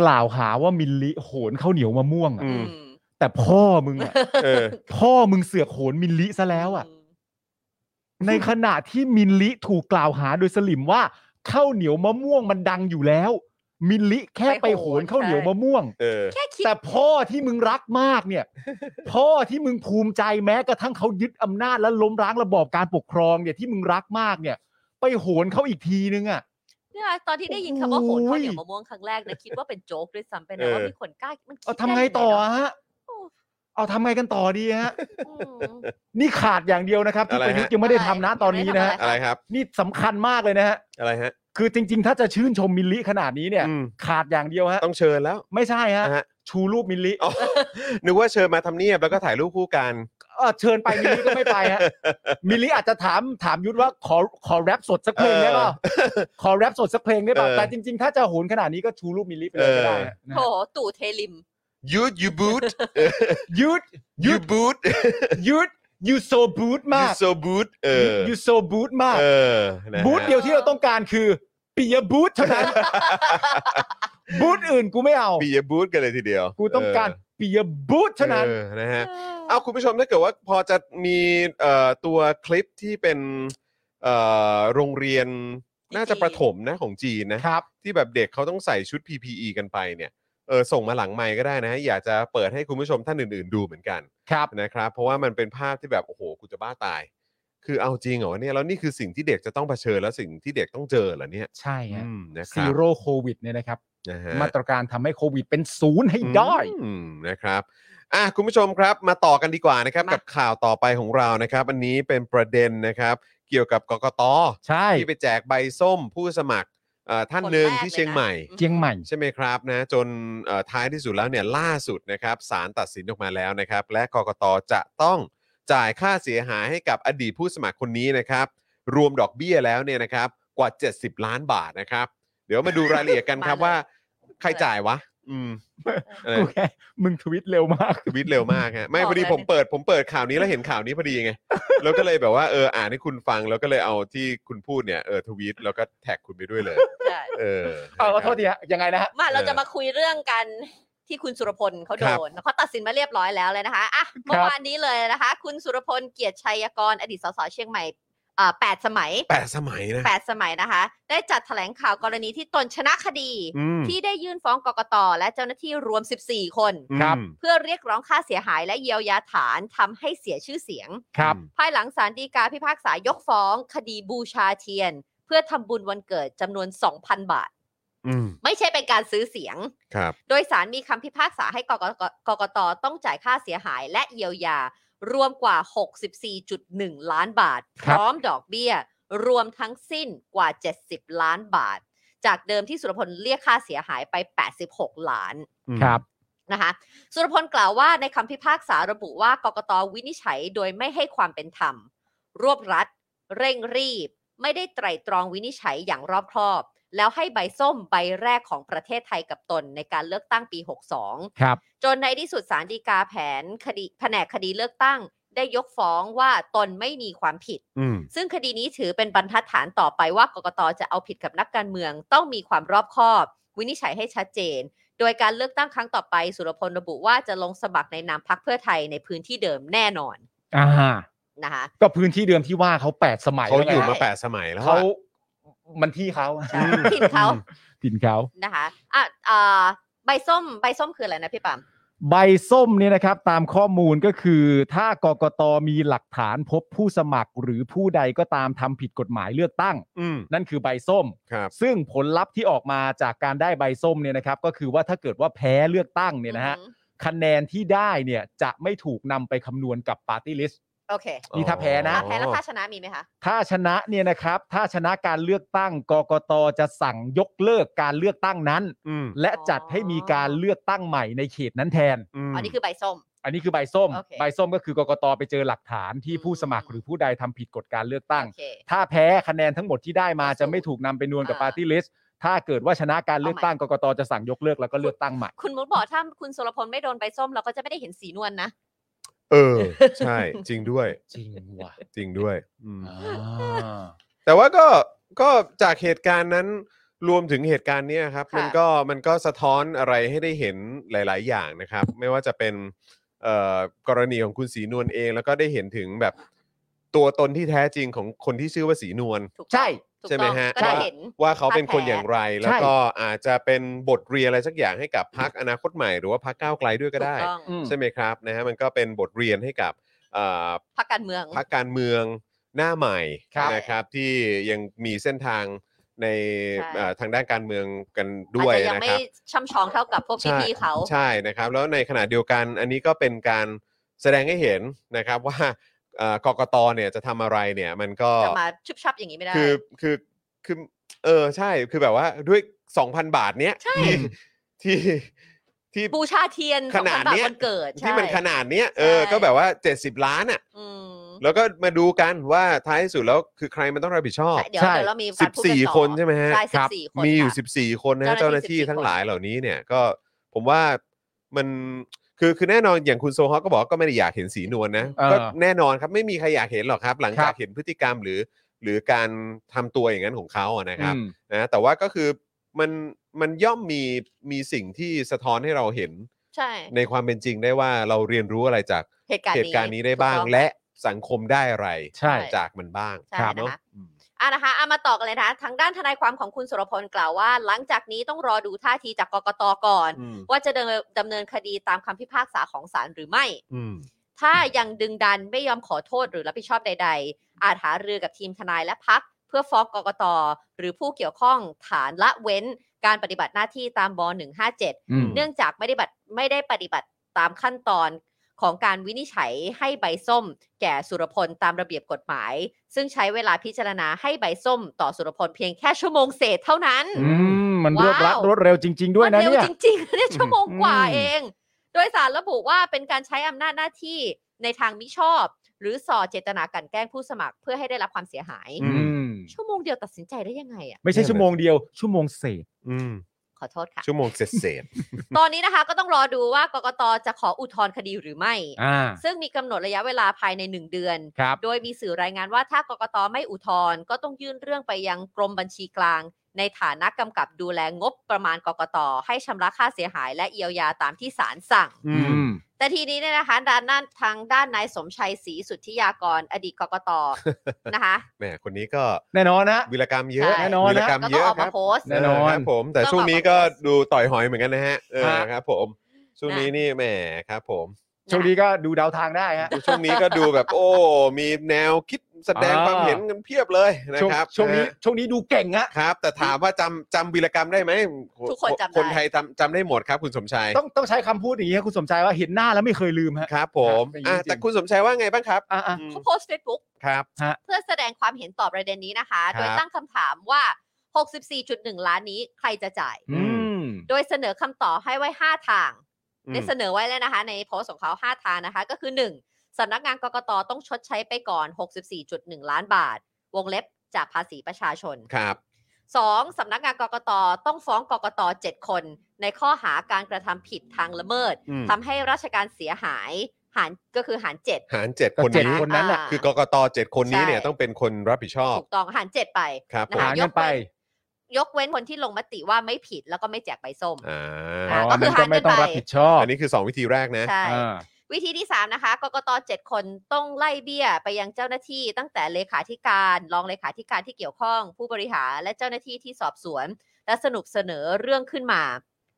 กล่าวหาว่ามิลลิโหนข้าวเหนียวมะม่วงอ่ะ
อื
อืม
แต่พ่อมึง [LAUGHS] อ่ะ
เออ
พ่อมึงเสือกโหนมิลลิซะแล้วอ่ะ
ม
ในขณะที่มิลลิถูกกล่าวหาโดยสลิมว่าข้าวเหนียวมะม่วงมันดังอยู่แล้ว มิลลิแค่ไปโหนข้าวเหนียวมะม่วง
เอ
[LAUGHS]
อ
แค่คิด
แต่พ่อที่มึงรักมาก [LAUGHS] เนี่ย พ่อที่มึงภูมิใจแม้กระทั่งเขายึดอำนาจและล้มล้างระบอบการปกครองเนี่ยที่มึงรักมากเนี่ย ไปโหนเขาอีกทีนึงอ่ะ
เนี่ยตอนที่ได้ยินคำว่าโหนข้าวเหนียว
โอ้ย
มะม่วงครั้งแรกนะคิดว่าเป็นโจ๊กด้วยซ้ำไป
เอ
นะ
อ
ว่ามีคนกล้ามันคิด
เอาทำไง
ด้ยั
ต่อ
เนาะ
ฮะเอาทำไงกันต่อดีฮะ
อืม
นี่ขาดอย่างเดียวนะครับที่
อะไร
ป
ฮะ
ระยุทธ์ยังไม่ได้ทำนะตอนนี้นะฮะ
ม่
อะไรครับ
นี่สำคัญมากเลยนะฮะ
อะไรฮะ
คือจริง ๆ ถ้าจะชื่นชมมิลลิขนาดนี้เนี่ย
อืม
ขาดอย่างเดียวฮะ
ต้องเชิญแล้ว
ไม่ใช่ฮะ
นะฮะ
ชูรูปมิลลิ
อ๋อ [LAUGHS] นึกว่าเชิญมาทำเนียบแล้วก็ถ่ายรูปคู่กัน
เอ่อเชิญไปมิลลิก็ไม่ไป
[LAUGHS]
ฮะ มิลลิอาจจะถามถามยุทธว่าขอขอแรปสดสักเพลงได้ป่ะขอแรปสดสักเพลงได้ป่ะ
เออ
แต่จริง ๆ ถ้าจะโหนขนาดนี้ก็ชูรูปมิลลิไปเลยก็ได้ฮะนะ
โถ
ฮะ
ตู่เทลิม
[LAUGHS] you you boot
ยุทธ
you boot
ยุทธ you so boot
you
มาก
so boot เออ
you so boot มาก
เออนะฮะ
บูธเดียวที่เราต้องการคือปียบูธเท่า
[LAUGHS]
นั้น บูธอื่นกูไม่เอา
ปียบูธกันเลยทีเดียว
กูต้องการปียบูธเท่านั้น
ออนะฮะเอาคุณผู้ชมถ้าเกิดว่าพอจะมีเอ่อตัวคลิปที่เป็นเอ่อโรงเรียนน่าจะประถมนะของจีนนะครับ ที่แบบเด็กเขาต้องใส่ชุด PPE กันไปเนี่ยเออส่งมาหลังไมค์ก็ได้นะฮะอยากจะเปิดให้คุณผู้ชมท่านอื่น ๆ ดูเหมือนกัน
ครับ
นะครับเพราะว่ามันเป็นภาพที่แบบโอ้โหกูจะบ้าตาย คือเอาจริงเหรอวะเนี่ยแล้วนี่คือสิ่งที่เด็กจะต้องเผชิญแล้วสิ่งที่เด็กต้องเจอเหรอเนี่ย
ใช่ฮะ
อืมนะค
ซี
รับ
โร่โควิดเนี่ยนะครับ
นะฮะ
มาตรการทำให้โควิดเป็นศูนย์ให้ได้
อืมนะครับอ่ะคุณผู้ชมครับมาต่อกันดีกว่านะครับ
มากั
กับข่าวต่อไปของเรานะครับ อันนี้เป็นประเด็นนะครับ เกี่ยวกับกกต
ใช่
ที่ไปแจกใบส้มผู้สมัครเอ่อท่านหนึ่งที่เชียงใหม่
เจียงใหม่
ใช่ไหมครับนะจนเอ่อท้ายที่สุดแล้วเนี่ยล่าสุดนะครับศาลตัดสินออกมาแล้วนะครับ และกกตจะต้องจ่ายค่าเสียหายให้กับอดีตผู้สมัครคนนี้นะครับ รวมดอกเบี้ยแล้วเนี่ยนะครับกว่า 70 ล้านบาทนะครับ เดี๋ยวมาดูรายละเอียดกัน
[LAUGHS]
ครับว่า ใครจ่ายวะ อืม [LAUGHS] อะไร
กูแค่มึงทวิตเร็วมาก
ทวิตเร็วมากฮะไม่
บอก
พอดี
แล้ว
ผมเปิดผมเปิดข่าวนี้แล้วเห็นข่าวนี้พอดี
[LAUGHS]
ไง แล้วก็เลยแบบว่าเอออ่านให้คุณฟังแล้วก็เลยเอาที่คุณพูดเนี่ยเออทวีตแล้วก็แท็กคุณไปด้วยเลย
ใช่
เออ
เอาเอาโทษทีฮะยังไงนะฮะ
มาเราจะมาคุยเรื่องกันที่คุณสุรพลเขาโดนเขาตัดสินมาเรียบร้อยแล้วเลยนะคะอ่ะเมื่อวานนี้เลยนะคะ คุณสุรพลเกียรติชัยกรอดีตสสเชียงใหม่อ่าแปดสมัย
แปดสมัยนะ
แปดสมัยนะคะ ได้จัดแถลงข่าวกรณีที่ตนชนะคดี
อืม
ที่ได้ยื่นฟ้องกกตและเจ้าหน้าที่รวม 14 คน
อืม
ครับ
เพื่อเรียกร้องค่าเสียหายและเยียวยาฐานทำให้เสียชื่อเสียง
ครับ
ภายหลังศาลฎีกาพิพากษายกฟ้อง คดีบูชาเทียน เพื่อทำบุญวันเกิดจำนวน 2,000 บาท
อืม
ไม่ใช่เป็นการซื้อเสียง
ครับ
โดยสารมีคำพิพากษาให้กกตกกตต้องจ่ายค่าเสียหายและเยียวยา รวมกว่า 64.1 ล้านบาท
ค
พ
รับ
ร้อมดอกเบี้ย รวมทั้งสิ้นกว่า 70 ล้านบาท จากเดิมที่สุรพลเรียกค่าเสียหายไป 86 ล้าน
ครับ
นะคะสุรพลกล่าวว่าในคำพิพากษาระบุว่ากกตวินิจฉัยโดยไม่ให้ความเป็นธรรม รวบรัด เร่งรีบ ไม่ได้ไตร่ตรองวินิจฉัยอย่างรอบคอบ แล้วให้ใบส้มใบแรกของประเทศไทยกับตนในการเลือกตั้งปี 62
ครับ
จนในที่สุดสารดีกาแผนคดีแผนกคดีเลือกตั้ง ได้ยกฟ้องว่าตนไม่มีความผิด
อืม
ซึ่งคดีนี้ถือเป็นบรรทัดฐานต่อไปว่ากกตจะเอาผิดกับนักการเมือง ต้องมีความรอบคอบ วินิจฉัยให้ชัดเจน โดยการเลือกตั้งครั้งต่อไป สุรพลระบุว่าจะลงสมัครในนามพักเพื่อไทยในพื้นที่เดิมแน่นอน
อ่า
นะคะ
ก็พื้นที่เดิมที่ว่าเขาแปดสมัย
เขาอยู่
แล้วไง
มาแปดสมัยแล้ว
เขา
อะ
มันที่
[LAUGHS]
เขา
ใช่ผิดเขา
อืม
ถิ่นเขา
นะคะอ่ะอ่าใบส้มใบส้มคืออะไรนะพี่ปั๊ม
ใบส้มเนี่ยนะครับตามข้อมูลก็คือถ้ากกตมีหลักฐานพบผู้สมัครหรือผู้ใดก็ตามทำผิดกฎหมายเลือกตั้ง
อืม
นั่นคือใบส้ม
ครับ
ซึ่งผลลัพธ์ที่ออกมาจากการได้ใบส้มเนี่ยนะครับ ก็คือว่าถ้าเกิดว่าแพ้เลือกตั้งเนี่ยนะฮะ
อือหือ
คะแนนที่ได้เนี่ยจะไม่ถูกนำไปคำนวณกับปาร์ตี้ลิส
โอเค
นี่ถ้าแพ้นะ
อ่ะแพ้แล้วถ้าชนะมีไหมคะ
ถ้าชนะเนี่ยนะครับ ถ้าชนะการเลือกตั้งกกตจะสั่งยกเลิกการเลือกตั้งนั้น
อืม
และจัดให้มีการเลือกตั้งใหม่ในเขตนั้นแทน
อืม
อ๋อนี่คือใบส้ม
อันนี้คือใบส้ม
โอเค
ใบส้มก็คือกกตไปเจอหลักฐานที่
อืม
ผู้สมัครหรือผู้ใดทำผิดกฎการเลือกตั้ง
โอเค
ถ้าแพ้คะแนนทั้งหมดที่ได้มา
ก็สูง
จะไม่ถูกนำไปนวลกับ
อ่า
ปาร์ตี้ลิสต์ถ้าเกิดว่าชนะการเลือก
เอาใหม่
ตั้งกกตจะสั่งยกเลิกแล้วก็เลือกตั้งใหม่
คุณมุดบอกถ้าคุณสุรพลไม่โดนใบส้มเราก็จะไม่ได้เห็นสีนวลนะ
เออ ใช่ จริงด้วย
จริงว่ะ
จริงด้วยอืมแต่ว่าก็ก็จากเหตุการณ์นั้นรวมถึงเหตุการณ์เนี้ยครับ
ค่ะ
มันก็มันก็สะท้อนอะไรให้ได้เห็นหลาย ๆ อย่างนะครับ ไม่ว่าจะเป็นเอ่อกรณีของคุณสีนวลเอง แล้วก็ได้เห็นถึงแบบตัวตนที่แท้จริงของคนที่ชื่อว่าสีนวล
ถูกต้อง
ใช่
ถูก
ใช่ไหม
ต้อง
ฮะ
ก็ได้เห็น
ว่าเขาเป็นคน
ภาคแท้
อย่างไร แล้ว
ใช่
ก็อาจจะเป็นบทเรียนอะไรสักอย่างให้กับพักอนาคตใหม่หรือว่าพักก้าวไกลด้วยก็ได้
ถูต้อง
อืม
ใช่ไหมครับนะฮะมันก็เป็นบทเรียนให้กับเอ่อ
พักการเมือง
พักการเมืองหน้าใหม่
ครับ
นะครับที่ยังมีเส้นทางใน
ใช่
เอ่อทางด้านการเมืองกัน
อา
ด้
จ
วย
จะยัง
นะ
ไม่
ครับ
ช่ำชองเท่ากับพวก
ใช่
พี่ๆเขา
ใช่นะครับ แล้วในขณะเดียวกันอันนี้ก็เป็นการแสดงให้เห็นนะครับว่าเอ่อกกตเนี่ยจะทำอะไรเนี่ยมันก็
จะมาชุบชับอย่างนี้ไม่ได้
คือคือคือเออใช่คือแบบว่าด้วย 2,000 บาทเนี้ย
ใช่
ที่ที่ที่
บูชาเทียน
ข
สอง
นา
พั
ด
นบาท
เนี้ย
วันเกิด
ที่
ใช่
มันขนาดเนี้ยเออ
ใช่
ก็แบบว่า 70 ล้านอ่ะ
อืม
แล้วก็มาดูกันว่าท้ายที่สุดแล้วคือใครมันต้องรับผิดชอบ
ใช่เดี๋ยว
ใช่
เดี๋ยวเรามีการพูดกัต่
14
อ
คนใช่ไหมฮะ
ใช่
ค
สิบ
รับ
สี่คน
มีอยู่
ค่ะ
14 คนนะฮะ
เจ้า
เจ้า
ห
ห
น้า
น้า
ที่
ที่ทั้
14
ง
คน
หลายเหล่านี้เนี่ยก็ผมว่ามันคือคือแน่นอนอย่างคุณโซฮอกก็บอกว่าก็ไม่ได้อยากเห็นสีนวลนะ
เออ
ก็แน่นอนครับไม่มีใครอยากเห็นหรอกครับ หลัง
ครั
จาก
บ
เห็นพฤติกรรมหรือ หรือการทำตัวอย่างนั้นของเขาอะนะครับ
อืม
นะแต่ว่าก็คือมันมันย่อมมีมีสิ่งที่สะท้อนให้เราเห็น
ใช่
ในความเป็นจริงได้ว่าเราเรียนรู้อะไรจาก
เหตุการณ์
เห
นี้
ตุการณ์นี้ได้บ้าง
ถูกต้อง
และสังคมได้อะไร
ใช่
จากมันบ้าง
ใช่ครับ
เนอะ
นะคะ
อืม
อ่ะนะคะเอามาต่อกันเลยนะทางด้านทนายความของคุณสุรพลกล่าวว่า หลังจากนี้ต้องรอดูท่าทีจากกกตก่อน
อืม
ว่าจะดำเนินดำเนินคดีตามคำพิพากษาของศาลหรือไม่
อืม
ถ้ายังดึงดันไม่ยอมขอโทษหรือรับผิดชอบใด ๆ อาจหารือกับทีมทนายและพัก เพื่อฟ้องกกตหรือผู้เกี่ยวข้องฐานละเว้นการปฏิบัติหน้าที่ตามบ .157
อืม
เนื่องจากไม่ได้บัตไม่ได้ปฏิบัติตามขั้นตอน ของการวินิจฉัยให้ใบส้ม แก่สุรพลตามระเบียบกฎหมาย ซึ่งใช้เวลาพิจารณาให้ใบส้ม ต่อสุรพลเพียงแค่ชั่วโมงเศษเท่านั้น
อืมมันรวดรัด
ว้าว
รวดเร็วจริง ๆ ด้วยนะ
มัเร็ว
เนี่ย
จริงๆ [LAUGHS] เนี่ยชั่วโมงกว่า
อืม
เอง โดยสารระบุว่าเป็นการใช้อำนาจหน้าที่ในทางมิชอบ หรือส่อเจตนากลันแกล้งผู้สมัครเพื่อให้ได้รับความเสียหาย
อืม
ชั่วโมงเดียวตัดสินใจได้ยังไงอ่ะ
ไม่ใช่ชั่วโมงเดียว ชั่วโมงเศษ
อืม
ขอโทษค่ะ
ชั่วโมงเสร็จ
ตอนนี้นะคะก็ต้องรอดูว่ากกตจะขออุทธรณ์คดีหรือไม่
อ่า
ซึ่งมีกำหนดระยะเวลาภายใน 1 เดือน
ครับ
โดยมีสื่อรายงานว่าถ้ากกตไม่อุทธรณ์ก็ต้องยื่นเรื่องไปยังกรมบัญชีกลาง ในฐานะกำกับดูแลงบประมาณกกตให้ชำระค่าเสียหายและเยียวยาตามที่ศาลสั่ง
อืม
แต่ทีนี้เนี่ยนะคะด้านด้านทางด้านนายสมชัยศรีสุทธิยากร อดีตกก
[LAUGHS]
ต นะคะ
ๆแหม [LAUGHS] คนนี้ก็
แน่นอนนะ
วีรกรรมเยอะ
ใช่
แน่นอน
วี
นะ
รกรรม
ก็
เย
ต้อ
อะ
งออก
ครั
มา
บ
โพสต์
แน่นอน
ครับผมแต่
ต้อง
ช่วงนี้ก็
ออกมาโพสต์
ดูต่อยหอยเหมือนกันนะฮะเออ
ฮะ
ครับผมช่วง
นะ
นี้นี่แหมครับผม
โชคดีก็ดูดาวทางได้ฮะ
ช่วงนี้ก็ดูแบบ โอ้มีแนวคิดแสดง
อ่า
ความเห็นกันเพียบเลยนะ
ช่วง
ครับ
ช่วงนี้
ะฮะ
ช่วงนี้ดูเก่งฮะ
ครับ แต่ถามว่าจำจำวีรกรรมได้ไหม
ทุกคนจำได้
คนไทยจำจำได้หมดครับ คุณสมชัย
ต้องต้องใช้คำพูดอย่างนี้ยคุณสมชายว่าเห็นหน้าแล้วไม่เคยลืมฮะ
ครับ ผม
ครับ
อ่ะ
จริงๆ
แต่คุณสมชัยว่าไงบ้างครับ
อ่า
อืม
เขาโพสต์เฟซบุ๊ก
ครับ
เพื่อแสดงความเห็นต่อประเด็นนี้นะคะ โดย
ครับ
ตั้งคำถามว่า 64.1 ล้านนี้ใครจะจ่าย
ๆอืม
โดยเสนอคำตอบให้ไว้ 5 ทาง
อืม
ได้เสนอไว้แล้วนะคะ ในโพสต์ของเขา 5 ทางนะคะ ก็คือ 1. สำนักงานกกตต้องชดใช้ไปก่อน 64.1 ล้านบาท วงเล็บจากภาษีประชาชน
ครับ
2. สำนักงานกกตต้องฟ้องกกต7คน ในข้อหาการกระทำผิดทางละเมิด
อืม
ทำให้ราชการเสียหายหารก็คือหาร7
หารเจ็ด
ก็
คน
เจ็ด
นี้
คนนั้นน่ะ
คือกกตเจ็ดคนนี้
ใช่
เนี่ยต้องเป็นคนรับผิดชอบ
ถูกต้องหารเจ็ดไป
ครับผ
นะ
ม
คะ
หาร
ย
กัน
ก
ไป
เว้นยกเว้นคนที่ลงมติว่าไม่ผิดแล้วก็ไม่แจกใบส้ม
อ่า
อ่า
อ๋อนั่นก็ไม่ต้องรับผิดชอบ
อันนี้คือ 2 วิธีแรกนะ
ใช่
อ่า
วิธีที่ 3 นะคะกกต7คนต้องไล่เบี้ยไปยังเจ้าหน้าที่ ตั้งแต่เลขาธิการรองเลขาธิการที่เกี่ยวข้อง ผู้บริหารและเจ้าหน้าที่ที่สอบสวน และสนุกเสนอเรื่องขึ้นมา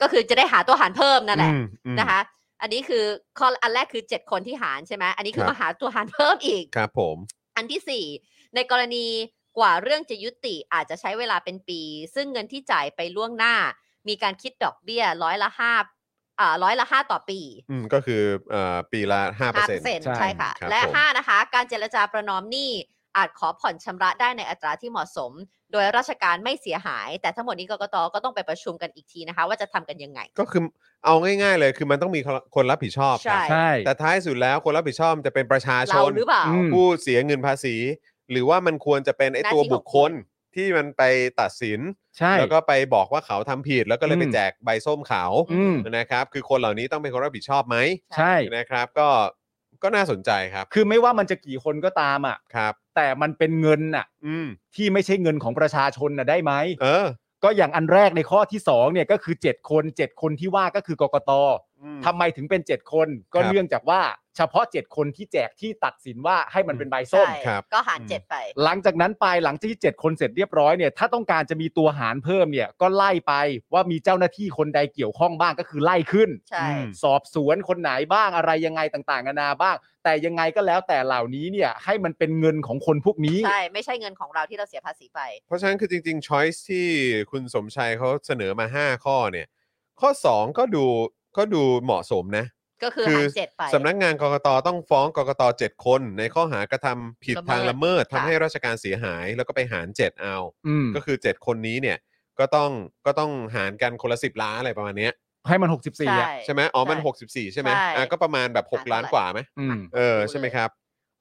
ก็คือจะได้หาตัวหารเพิ่มนั่นแหละ
อืมอืม
นะคะ อันนี้คือข้ออันแรกคือ 7 คนที่หารใช่ไหมอันนี้คือ
ครับ
มาหาตัวหารเพิ่มอีก
ครับผม
อันที่ 4 ในกรณีกว่าเรื่องจะยุติอาจจะใช้เวลาเป็นปี ซึ่งเงินที่จ่ายไปล่วงหน้า มีการคิดดอกเบี้ยร้อยละห้าอ่าร้อยละห้าต่อปี
อืมก็คือเอ่อปีละห้าเปอร์เซ็นต์
5%
ใช่
ใช่ค่ะ
ครับ
และ
ผม
5 นะคะ การเจรจาประนอมหนี้อาจขอผ่อนชำระได้ในอัตราที่เหมาะสม โดยราชการไม่เสียหาย แต่ทั้งหมดนี้กกตก็ต้องไปประชุมกันอีกทีนะคะ ว่าจะทำกันยังไง
ก็คือเอาง่ายๆเลยคือมันต้องมีคนรับผิดชอบค
ใช่
รับ
ใช่
แต่ท้ายสุดแล้วคนรับผิดชอบจะเป็นประชาช
เรา
น
หรือเปล่า
อืม
ผู้เสียเงินภาษี หรือว่ามันควรจะเป็นไอ้
หน้าที่
ตัวบุคคลที่มันไปตัดสิน
ใช่
แล้วก็ไปบอกว่าเขาทำผิด แล้วก็เลยไป
อืม
แจกใบส้มขาว
อืม
นะครับ คือคนเหล่านี้ต้องเป็นคนรับผิดชอบไหม
ใช่
นะครับ ก็ก็น่าสนใจครับ
คือไม่ว่ามันจะกี่คนก็ตามอ่ะ
ครับ
แต่มันเป็นเงินน่ะ
อืม
ที่ไม่ใช่เงินของประชาชนน่ะได้ไหม
เออ
ก็อย่างอันแรกในข้อที่สองเนี่ยก็คือ 7 คน 7 คนที่ว่าก็คือกกต
อืม
ทำไมถึงเป็น 7 คน ก็
ครับ
เนื่องจากว่าเฉพาะ 7 คนที่แจกที่ตัดสินว่าให้มันเป็นใบส้ม
ใช่
ครับ
ก็หารเจ็ดไป
หลังจากนั้นไปหลังจากที่ 7 คนเสร็จเรียบร้อยเนี่ยถ้าต้องการจะมีตัวหารเพิ่มเนี่ยก็ไล่ไปว่ามีเจ้าหน้าที่คนใดเกี่ยวข้องบ้างก็คือไล่ขึ้น
ใช่
สอบสวนคนไหนบ้างอะไรยังไงต่างๆนานาบ้าง แต่ยังไงก็แล้วแต่เหล่านี้เนี่ยให้มันเป็นเงินของคนพวกนี้
ใช่ไม่ใช่เงินของเราที่เราเสียภาษีไป
เพราะฉะนั้นคือจริงๆ choice ที่คุณสมชัยเขาเสนอมา 5 ข้อเนี่ย ข้อ 2 ก็ดูก็ดูเหมาะสมนะ
ก็คือหารเจ็ดไป
สำนักงานกกตต้องฟ้องกกต7คน ในข้อหากระทำผิด
ละเมิด
ทางละเมิด
ค่ะ
ทำให้ราชการเสียหาย แล้วก็ไปหาร 7 เอา
อืม
ก็คือ 7 คนนี้เนี่ยก็ต้องก็ต้องหารกันคนละ 10 ล้านอะไรประมาณเนี้ย
ให้มัน 64อ่ะ
ใช่
ใช่ไหมอ๋อมัน
ใช่
64 ใช่ไหม
ใช่
อ่ะก็ประมาณแบบ 6 ล้าน
หารเท่าไหร่
กว่าไหม
อืม
เออใช่ไหมครับ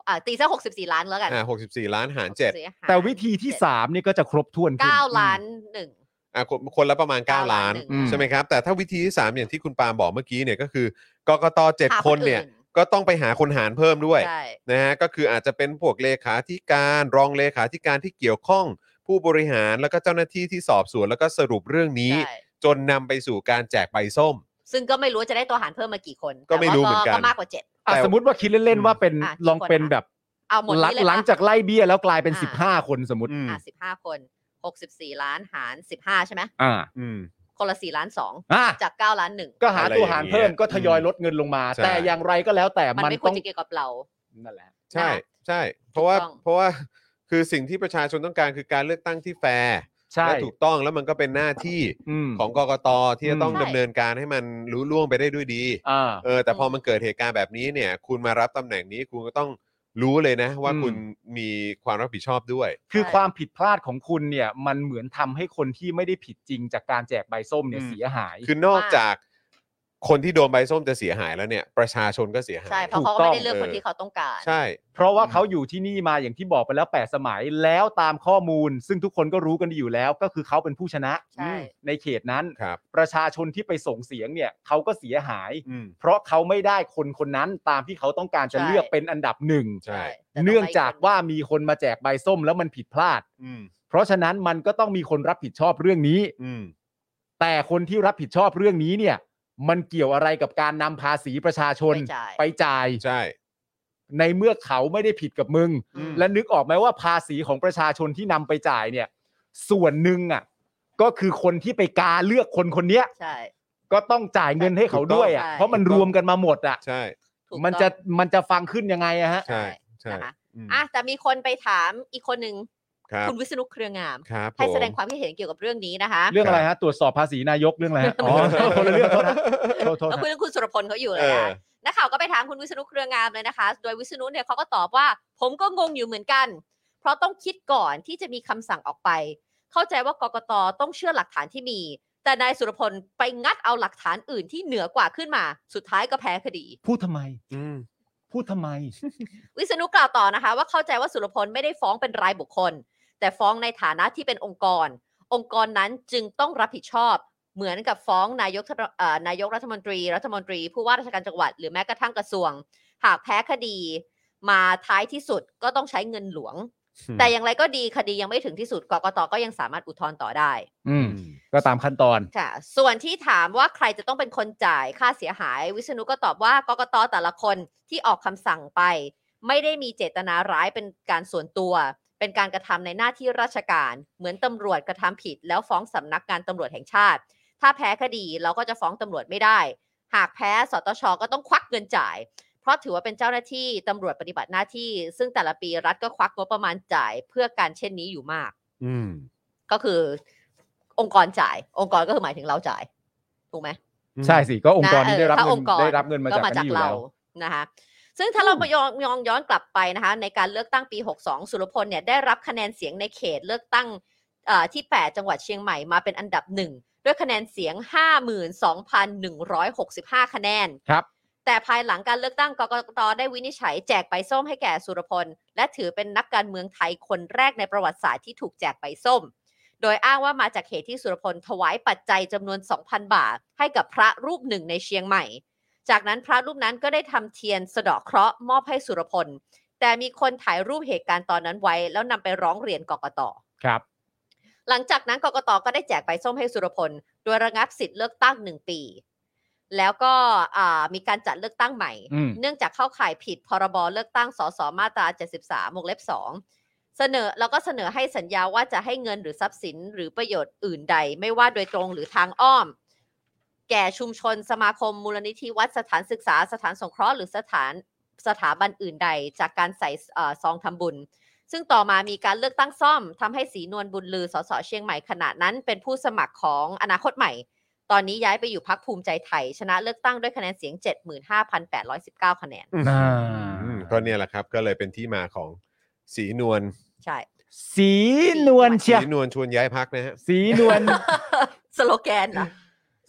อ่าตีซะหกสิบสี่ล้านแล้วกัน
อ่า64 ล้านหาร 7
64
แต่วิธีที่ 3 นี่ก็จะครบถ้วนขึ้น
เก้าล้านหนึ่ง
อ่ะคนคนละประมาณ9
เก้า
ล้า
ล้าน น
อืม
ใช่ไหมครับ แต่ถ้าวิธีที่ 3 อย่างที่คุณปาล์มบอกเมื่อกี้เนี่ยก็คือกกตเจ็ด
หา
ค
คน น
เนี่ย
อื่น
ก็ต้องไปหาคนหารเพิ่มด้วย
ใช่
นะฮะก็คืออาจจะเป็นพวกเลขาธิการรองเลขาธิการที่เกี่ยวข้อง ผู้บริหารแล้วก็เจ้าหน้าที่ที่สอบสวนแล้วก็สรุปเรื่องนี้
ใช่
จนนำไปสู่การแจกใบส้ม
ซึ่งก็ไม่รู้ว่าจะได้ตัวหารเพิ่มมากี่คน
ก็ไม่รู้เหมือนกัน
แต่ว่าก็มากกว่าเจ็ด
อ่ะสมมติว่าคิดเล่น ๆ ว่าเป็น
อ่ะ
ลองเป็นแบบ
เอาหมด
หลั
นี่เลยปะ
หลังจากไล่เบี้ยแล้วกลายเป็น
อ่ะ
15 คนสมมติ
อืม
อ่าสิบห้าคนหกสิบสี่ล้านหารสิบห้าใช่ไหม
อ่า
อืม
คนละสี่ล้านสอง
อ่ะ
จากเก้าล้านหนึ่ง
ก็หา
อะไร
ตัวหารเพิ่ม
อย่างเงี้ย
ก็ทยอยลดเงินลงมา
ใช่
แต่อย่างไรก็แล้วแต่
มัน
มัน
ไม่ควร
ต้อง
จะเกี่ยวกับเรา
นั่นแหละ
ใช่
นะคะ
ใช่เพราะว่า
ถูกต้อง
เพราะว่าคือสิ่งที่ประชาชนต้องการคือการเลือกตั้งที่แฟร์
ใช่
และถูกต้องแล้วมันก็เป็นหน้าที่
อืม
ของกกตที่จะต้อง
ใช่
ดำเนินการให้มันรู้ล่วงไปได้ด้วยดี
อ่า
เออแต่พอมันเกิดเหตุการณ์แบบนี้เนี่ย คุณมารับตำแหน่งนี้คุณก็ต้องรู้เลยนะ ว่า
อืม
คุณมีความรับผิดชอบด้วย
คือ
ใช่
ความผิดพลาดของคุณเนี่ย มันเหมือนทำให้คนที่ไม่ได้ผิดจริงจากการแจกใบส้มเนี่ย
อืม
เสียหาย
คือนอกจากคนที่โดนใบส้มจะเสียหายแล้วเนี่ย ประชาชนก็เสียหาย
ใช่เพราะ
ถูก
เขาก็ไม่ได้
ต้อง
เลือกคน
เออ
ที่เขาต้องการ
ใช่
เพราะว่าเขาอยู่ที่นี่มาอย่างที่บอกไปแล้ว 8 สมัยแล้วตามข้อมูล ซึ่งทุกคนก็รู้กันดีอยู่แล้ว ก็คือเขาเป็นผู้ชนะ
ใช่
ในเขตนั้น
ครับ
ประชาชนที่ไปส่งเสียงเนี่ยเขาก็เสียหาย
อืม
เพราะเขาไม่ได้คนคนนั้นตามที่เขาต้องการจะ
ใช่
เลือกเป็นอันดับหนึ่ง
ใช่
แต่ต้
เนื่องจากว่า
ไม่
มีคนมาแจกใบส้มแล้วมันผิดพลาด
อืม
เพราะฉะนั้นมันก็ต้องมีคนรับผิดชอบเรื่องนี้
อืม
แต่คนที่รับผิดชอบเรื่องนี้เนี่ย มันเกี่ยวอะไรกับการนำภาษีประชาชน
ไม่จ่าย
ไปจ่าย
ใช่
ในเมื่อเขาไม่ได้ผิดกับมึง
อืม
และนึกออกไหมว่าภาษีของประชาชนที่นำไปจ่ายเนี่ย ส่วนหนึ่งอ่ะก็คือคนที่ไปกาเลือกคนคนเนี้ย
ใช่
ก็ต้องจ่ายเงินให้เขาด้วยอ่ะ
ใช่
เพราะมันรวมกันมาหมดอ่ะ
ใช่
ถูก
มัน
ต้อง
จะมันจะฟังขึ้นยังไงอะฮะ
ใช่ใช่
นะคะ
อืม
อ่ะแต่มีคนไปถามอีกคนหนึ่ง
ครับ
คุณวิษณุเครืองาม
ครับ
ให้แสดง
ผ
ความคิดเห็นเกี่ยวกับเรื่องนี้นะคะ
เรื่องอะไรฮะตรวจสอบภาษีนายกเรื่องอะไรฮะอ๋อคนละเรื่องโทษนะโทษโทษ
ก็คุ
นะ
ยเรื่องคุณสุรพลเขาอยู่เล
เอย อ
นะนักข่าวก็ไปถามคุณวิษณุเครืองามเลยนะคะ โดยวิษณุเนี่ยเขาก็ตอบว่า ผมก็งงอยู่เหมือนกัน เพราะต้องคิดก่อนที่จะมีคำสั่งออกไป เข้าใจว่ากกตต้องเชื่อหลักฐานที่มี แต่นายสุรพลไปงัดเอาหลักฐานอื่นที่เหนือกว่าขึ้นมา สุดท้ายก็แพ้คดี
พูดทำไม
อืม
พูดทำไม
วิษณุกล่าวต่อนะคะว่าเข้าใจว่าสุรพลไม่ได้ฟ้องเป็นรายบุคคล แต่ฟ้องในฐานะที่เป็นองค์กร องค์กรนั้นจึงต้องรับผิดชอบ เหมือนกับฟ้องนายกรัฐเอ่อนายกรัฐมนตรี รัฐมนตรี ผู้ว่าราชการจังหวัดหรือแม้กระทั่งกระทรวง หากแพ้คดี มาท้ายที่สุดก็ต้องใช้เงินหลวง
อืม
แต่อย่างไรก็ดีคดียังไม่ถึงที่สุดกกตก็ยังสามารถอุทธรณ์ต่อได้
อืมก็ตามขั้นตอน
ค่ะส่วนที่ถามว่าใครจะต้องเป็นคนจ่ายค่าเสียหาย วิษณุก็ตอบว่ากกตแต่ละคนที่ออกคำสั่งไป ไม่ได้มีเจตนาร้ายเป็นการส่วนตัว เป็นการกระทำในหน้าที่ราชการ เหมือนตำรวจกระทำผิด แล้วฟ้องสำนักงานตำรวจแห่งชาติ ถ้าแพ้คดีเราก็จะฟ้องตำรวจไม่ได้ หากแพ้สตชก็ต้องควักเงินจ่าย เพราะถือว่าเป็นเจ้าหน้าที่ตำรวจปฏิบัติหน้าที่ ซึ่งแต่ละปีรัฐก็ควักงบประมาณจ่ายเพื่อการเช่นนี้อยู่มาก
อืม
ก็คือองค์กรจ่าย องค์กรก็คือหมายถึงเราจ่าย ถูกไหม
ใช่สิ ก็องค์กร
นะ
ที่ได้รับ
ถ้า
เงิ
อน งค์กร
ได้รับเงินมาจากอันนี้อยู่แล้ว
นะคะซึ่งถ้าเรายองยองย้อนกลับไปนะคะ ในการเลือกตั้งปี 62 สุรพลเนี่ยได้รับคะแนนเสียงในเขตเลือกตั้งเอ่อที่ 8 จังหวัดเชียงใหม่มาเป็นอันดับหนึ่งด้วยคะแนนเสียง 52,165 คะแนน
ครับ
แต่ภายหลังการเลือกตั้งกกตได้วินิจฉัยแจกใบส้มให้แก่สุรพล และถือเป็นนักการเมืองไทยคนแรกในประวัติศาสตร์ที่ถูกแจกใบส้ม โดยอ้างว่ามาจากเหตุที่สุรพลถวายปัจจัยจำนวน 2,000 บาท ให้กับพระรูปหนึ่งในเชียงใหม่ จากนั้นพระรูปนั้นก็ได้ทำเทียนสะเดาะเคราะห์มอบให้สุรพล แต่มีคนถ่ายรูปเหตุการณ์ตอนนั้นไว้ แล้วนำไปร้องเรียนกกต
ครับ
หลังจากนั้นกกตก็ได้แจกใบส้มให้สุรพล โดยระงับสิทธิ์เลือกตั้งหนึ่งปี แล้วก็อ่ามีการจัดเลือกตั้งใหม่
อืม
เนื่องจากเข้าข่ายผิดพรบเลือกตั้งสสมาตรา 73วงเล็บ 2 เสนอแล้วก็เสนอให้สัญญาว่าจะให้เงินหรือทรัพย์สินหรือประโยชน์อื่นใด ไม่ว่าโดยตรงหรือทางอ้อม แก่ชุมชนสมาคมมูลนิธิวัดสถานศึกษาสถานสงเคราะห์หรือสถานสถาบันอื่นใด จากการใส่เอ่อซองทำบุญ ซึ่งต่อมามีการเลือกตั้งซ่อมทำให้สีนวลบุญลือสสเชียงใหม่ขณะนั้น เป็นผู้สมัครของอนาคตใหม่ ตอนนี้ย้ายไปอยู่พักภูมิใจไทย ชนะเลือกตั้งด้วยคะแนนเสียง 75,819 คะแนน
อ่า
อืมก็เนี่ยแหละครับ ก็เลยเป็นที่มาของสีนวล
ใช่ [LAUGHS]
สีนวลเชี
สี
ย
นวลชวนย้ายพักนะฮะ
สีนวล
สโลแกนเหรอ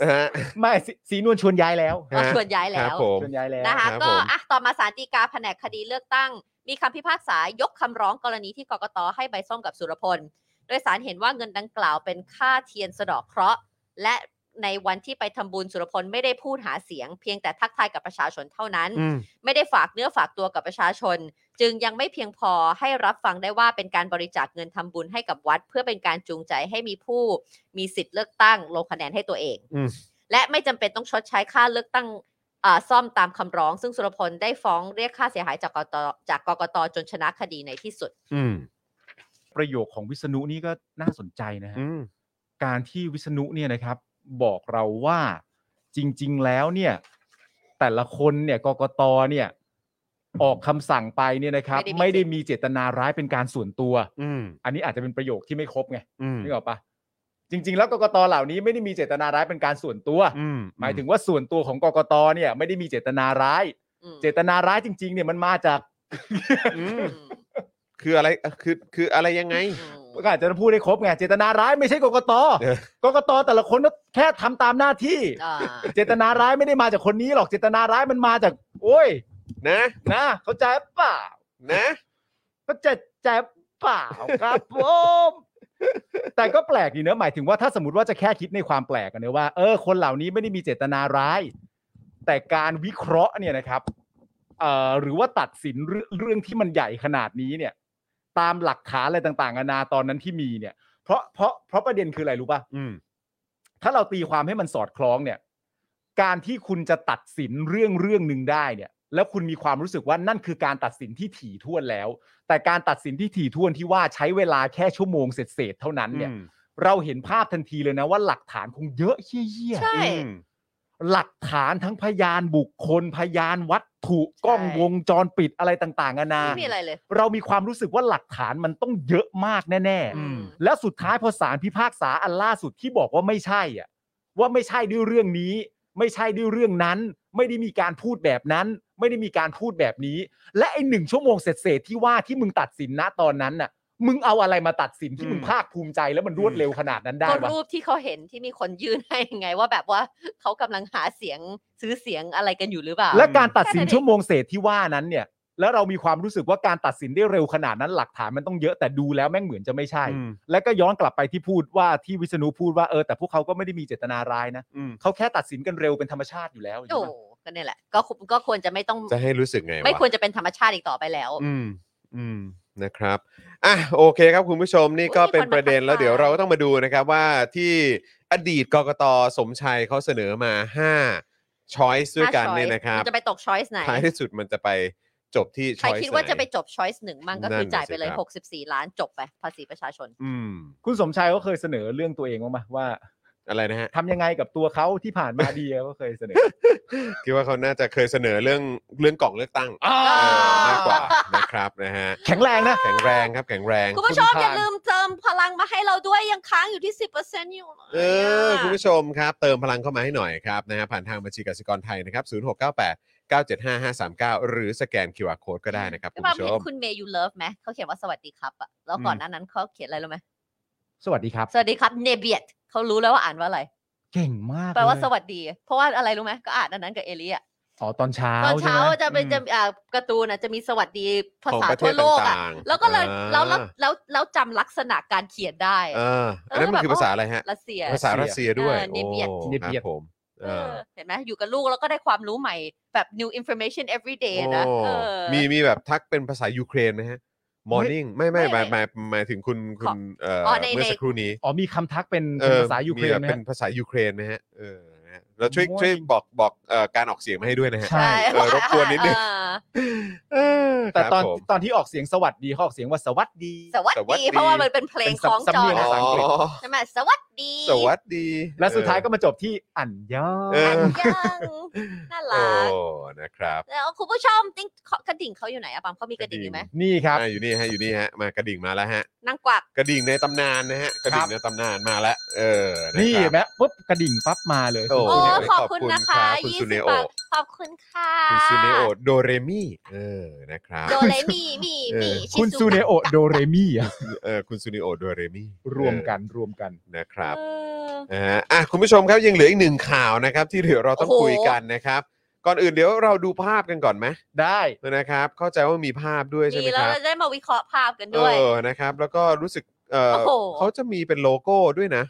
นะฮะ
ไม่สีสีนวลชวนย้ายแล้ว
ฮะ
ชวนย้าย
ค
แล้
รับ
ว
ผม
ชวนย้ายแล้ว
นะคะ
ครับ
ก็
ผม
อ่ะต่อมาสารฎีกาแผนกคดีเลือกตั้ง มีคำพิพากษายกคำร้องกรณีที่กกตให้ใบส้มกับสุรพล โดยสารเห็นว่าเงินดังกล่าวเป็นค่าเทียนสะเดอกเคราะห์ และในวันที่ไปทำบุญสุรพลไม่ได้พูดหาเสียง เพียงแต่ทักทายกับประชาชนเท่านั้น
อืม
ไม่ได้ฝากเนื้อฝากตัวกับประชาชน จึงยังไม่เพียงพอให้รับฟังได้ว่าเป็นการบริจาคเงินทำบุญให้กับวัด เพื่อเป็นการจูงใจให้มีผู้มีสิทธิ์เลือกตั้งลงคะแนนให้ตัวเอง
อืม
และไม่จำเป็นต้องชดใช้ค่าเลือกตั้งอ่าซ่อมตามคำร้อง ซึ่งสุรพลได้ฟ้องเรียกค่าเสียหายจากกตจากกกตจนชนะคดีในที่สุด
อืม
ประโยคของวิษณุนี่ก็น่าสนใจนะฮะ
อืม
การที่วิษณุเนี่ยนะครับ บอกเราว่าจริง ๆ แล้วเนี่ย แต่ละคนเนี่ยกกตเนี่ย ออกคำสั่งไปเนี่ยนะครับ
ไม่
ไม่
ได้
ได้
มี
มีเจตนาร้ายเป็นการส่วนตัว
อืม
อันนี้อาจจะเป็นประโยคที่ไม่ครบไง
อืม
นึกออกปะ จริง ๆ แล้วกกตเหล่านี้ไม่ได้มีเจตนาร้ายเป็นการส่วนตัว
อืม
หมายถึงว่าส่วนตัวของกกตเนี่ยไม่ได้มีเจตนาร้าย
อืม
เจตนาร้ายจริง ๆ เนี่ยมันมาจาก
อื
อื
ม
ม
คืออะไรคือคืออะไรยังไง
ก็อาจจะพูดได้ครบไงเจตนาร้ายไม่ใช่กกต
เออ
กกตแต่ละคนก็แค่ทำตามหน้าที่
อ่า
เจตนาร้ายไม่ได้มาจากคนนี้หรอกเจตนาร้ายมันมาจาก โอ้ย
นะ
นะเข้าใจเปล่า
นะ
เข้าใจใจเปล่าครับผมแต่ก็แปลกดีเนอะหมายถึงว่าถ้าสมมติว่าจะแค่คิดในความแปลกกันเนอะว่าเออคนเหล่านี้ไม่ได้มีเจตนาร้าย แต่การวิเคราะห์เนี่ยนะครับเอ่อหรือว่าตัดสินเรื่องเรื่องที่มันใหญ่ขนาดนี้เนี่ย ตามหลักฐานอะไรต่างๆนานาตอนนั้นที่มีเนี่ย เพราะเพราะเพราะประเด็นคืออะไรรู้ป่ะ
อืม
ถ้าเราตีความให้มันสอดคล้องเนี่ย การที่คุณจะตัดสินเรื่องเรื่องหนึ่งได้เนี่ย แล้วคุณมีความรู้สึกว่านั่นคือการตัดสินที่ถี่ถ้วนแล้ว แต่การตัดสินที่ถี่ถ้วนที่ว่าใช้เวลาแค่ชั่วโมงเศษๆเท่านั้นเนี่ย
อืม
เราเห็นภาพทันทีเลยนะว่าหลักฐานคงเยอะเยี่ยๆ
ใช่
อืม
หลักฐานทั้งพยานบุคคล พยานวัตถุกล้องวงจรปิดอะไรต่างๆนานา
ไม่มีอะไรเลย
เรามีความรู้สึกว่าหลักฐานมันต้องเยอะมากแน่ๆ
อืม
และสุดท้ายพอศาลพิพากษาอันล่าสุดที่บอกว่าไม่ใช่อ่ะว่าไม่ใช่ด้วยเรื่องนี้ ไม่ใช่ด้วยเรื่องนั้น ไม่ได้มีการพูดแบบนั้น ไม่ได้มีการพูดแบบนี้ และไอหนึ่งชั่วโมงเศษๆที่ว่าที่มึงตัดสินณตอนนั้นน่ะ มึงเอาอะไรมาตัดสินที่มึง
อืม
ภาคภูมิใจแล้วมันรวดเร็วขนาดนั้นได้
ก็
วะ
รูปที่เขาเห็นที่มีคนยื่นให้ไงว่าแบบว่าเขากำลังหาเสียงซื้อเสียงอะไรกันอยู่หรือเปล่า
และการตัดสิน
แค่นั้นเอง
ชั่วโมงเศษที่ว่านั้นเนี่ย แล้วเรามีความรู้สึกว่าการตัดสินได้เร็วขนาดนั้นหลักฐานมันต้องเยอะแต่ดูแล้วแม่งเหมือนจะไม่ใช่
อืม
และก็ย้อนกลับไปที่พูดว่าที่วิษณุพูดว่าเออแต่พวกเขาก็ไม่ได้มีเจตนาร้ายนะ
อืม
เขาแค่ตัดสินกันเร็วเป็นธรรมชาติอยู่แล้วอย่าง
โอ้
นี้ป่ะ
ก็เนี่ยแหละก็คุก็ควรจะไม่ต้อง
จะให้รู้สึกไง
ไม่
วะ
ควรจะเป็นธรรมชาติอีกต่อไปแล้ว
อืมอืม
นะครับ อ่ะโอเคครับคุณผู้ชมนี่ก็
โอ้ย
เป็นประเด็น
มีคนมา
แล้วเดี๋ยว
ทักทาย
เราก็ต้องมาดูนะครับว่าที่อดีตกกตสมชัยเขาเสนอมา5ช้อยส์ด้วยกัน
ถ้า choice
เนี่ยนะครับ
มัจะไปตกช้อยส์ไหน
ท้ายที่สุดมันจะไปจบที่
ใคร
ช้อยส์
คิดว่าจะไป
หน
จบช้อยส์หนึ่งมั่งก็คื
นั่น
อ
น่ะ
จ่ายไปเลย
สิครับ
64 ล้านจบไปภาษีประชาชน
อืม
คุณสมชัยก็เคยเสนอเรื่องตัวเองบ้างไหมว่า
อะไรนะฮะ
ทำยังไงกับตัวเขาที่ผ่านมาดีก็เคยเสนอ
คิดว่าเขาน่าจะเคยเสนอเรื่องเรื่องกล่องเลือกตั้ง
อ่า
เออมากกว่านะครับนะฮะ
แข็งแรงนะ
แข็งแรงครับแข็งแรง
คุณผู้ชม
คุณทาน
อย่าลืมเติมพลังมาให้เราด้วยยังค้างอยู่ที่ 10%อยู่
เออคุณผู้ชมครับเติมพลังเข้ามาให้หน่อยครับนะฮะผ่านทางบัญชีกสิกรไทยนะครับ 0698 975539 หรือสแกน QR Code ก็ได้นะครับคุณ
ความ
ผู้ช
เห็น
ม
คุณเมย์ยูเลิฟไหมเขาเขียนว่าสวัสดีครับอะแล้วก่อนหน้านั้นเขาเขียนอะไรรู้ไหม
สวัสดีครับ
สวัสดีครับเนเบียตเขารู้แล้วว่าอ่านว่าอะไร
เก่งมาก
แปลว่า
เย
สวัสดี เพราะว่าอะไรรู้ไหมก็อ่านอันนั้นกับเอลิอะ
อ๋อตอนเช้า
ตอนเช้า
ใไหม
จะเป็นจะอ่าการ์ตูนอะจะมีสวัสดีภา
ของ
ษา
ประเท
ทั่ว
ศ
โลกอะ
ต่างๆ
แล้วก็เลย
อ่า
แล้วแล้วแล้วแล้วจำลักษณะการเขียนได้
เอ
อะ
ออันนั้น
เออ
มันคือ
แบบ
ภาษาอะไรฮะ
รัสเซีย
ภาษารัสเซียด้วย
เออ
โอ้
เนเบียด
ครับผมเอ
เอ
อ
อเห็นไหมอยู่กับลูกแล้วก็ได้ความรู้ใหม่แบบ new information every day นะ
โอ้
เออ
มีมีแบบทักเป็นภาษายูเครนไหมฮะ morning ไม่ไม่ห
ไม่
มายหมายหมายถึงคุณคุ
ขอ
ณเอ่อ
อใน
เมื่อ
ใน
สักครู่นี้
อ๋อมีคำทักเป็น
เอ
เป็
อ
นภาษายูเคร
มี
น
แบบ
ไหม
เป็น
ฮะ
ภาษายูเครนไหมฮะเออนะฮะแล้วช่วยช่วย
Morning
บอกบอกเอ่อการออกเสียงมาให้ด้วยนะฮะ
ใช่
เออรบกวนนิดนึง
อ่า
เออ
แต่
ครับ
ตอน
ผม
ตอนที่ออกเสียงสวัสดีเขาออกเสียงว่าสวัสดี
สวัส
สวัสดี
ดี เพราะว่ามันเป็นเพลง
เป็น
คล้องจอ
สำเนียง
นะ
ภาษาอังกฤษ
อ๋อ
ใช่ไหมสวัสดี
สวัสดี
และสุดท้ายก็มาจบที่อันยอง
เออ
อันยังน่า
โอ้
รัก
นะครับ
แล้วคุณผู้ชมติ๊งเขากระดิ่งเขาอยู่ไหนอะปามเขามีกระดิ่งอยู่ไหม
นี่ครับ
อ่ะอยู่นี่ฮะอยู่นี่ฮะมากระดิ่งมาแล้วฮะ
นางกวัก
กระดิ่งในตำนานนะฮะกระดิ่งในตำนานมาแล้วเออนะครับ
นี่เห็นไหมปุ๊บกระดิ่งปั๊บมาเลย
โอ้
โอ้
ย
ข
ขอ
อบ
บคุ
คุณ
ณ
นะ
ค
คะ
รับคุณ
ยี่
ซู
สิ
เน
บ
โอ
บาทขอบคุณค่ะ
คุณซูเนโอโดเรมี่เออนะครับ
โดเรมีมีมี
เออ
ชิ
คุณซูเนโอะโดเรมิอะ
เออคุณซูเนโอโดเรมี่
รวมกันรวมกัน
เออนะครับ
เออ
นะฮะอ่ะคุณผู้ชมครับยังเหลืออีกหนึ่งข่าวนะครับ ที่เดี๋ยวเราต้อง
โอ้โห
คุยกันนะครับ ก่อนอื่นเดี๋ยวเราดูภาพกันก่อนไหม
ได้
นะครับ เข้าใจว่ามีภาพด้วยใช่ไหม
มี
ค
แล้ว
รับ
เราได้มาวิเคราะห์ภาพกัน
เอ
ด้วย
อ นะครับ แล้วก็รู้สึก เออ
โอ้โห
เขาจะมีเป็นโลโก้ด้วยนะ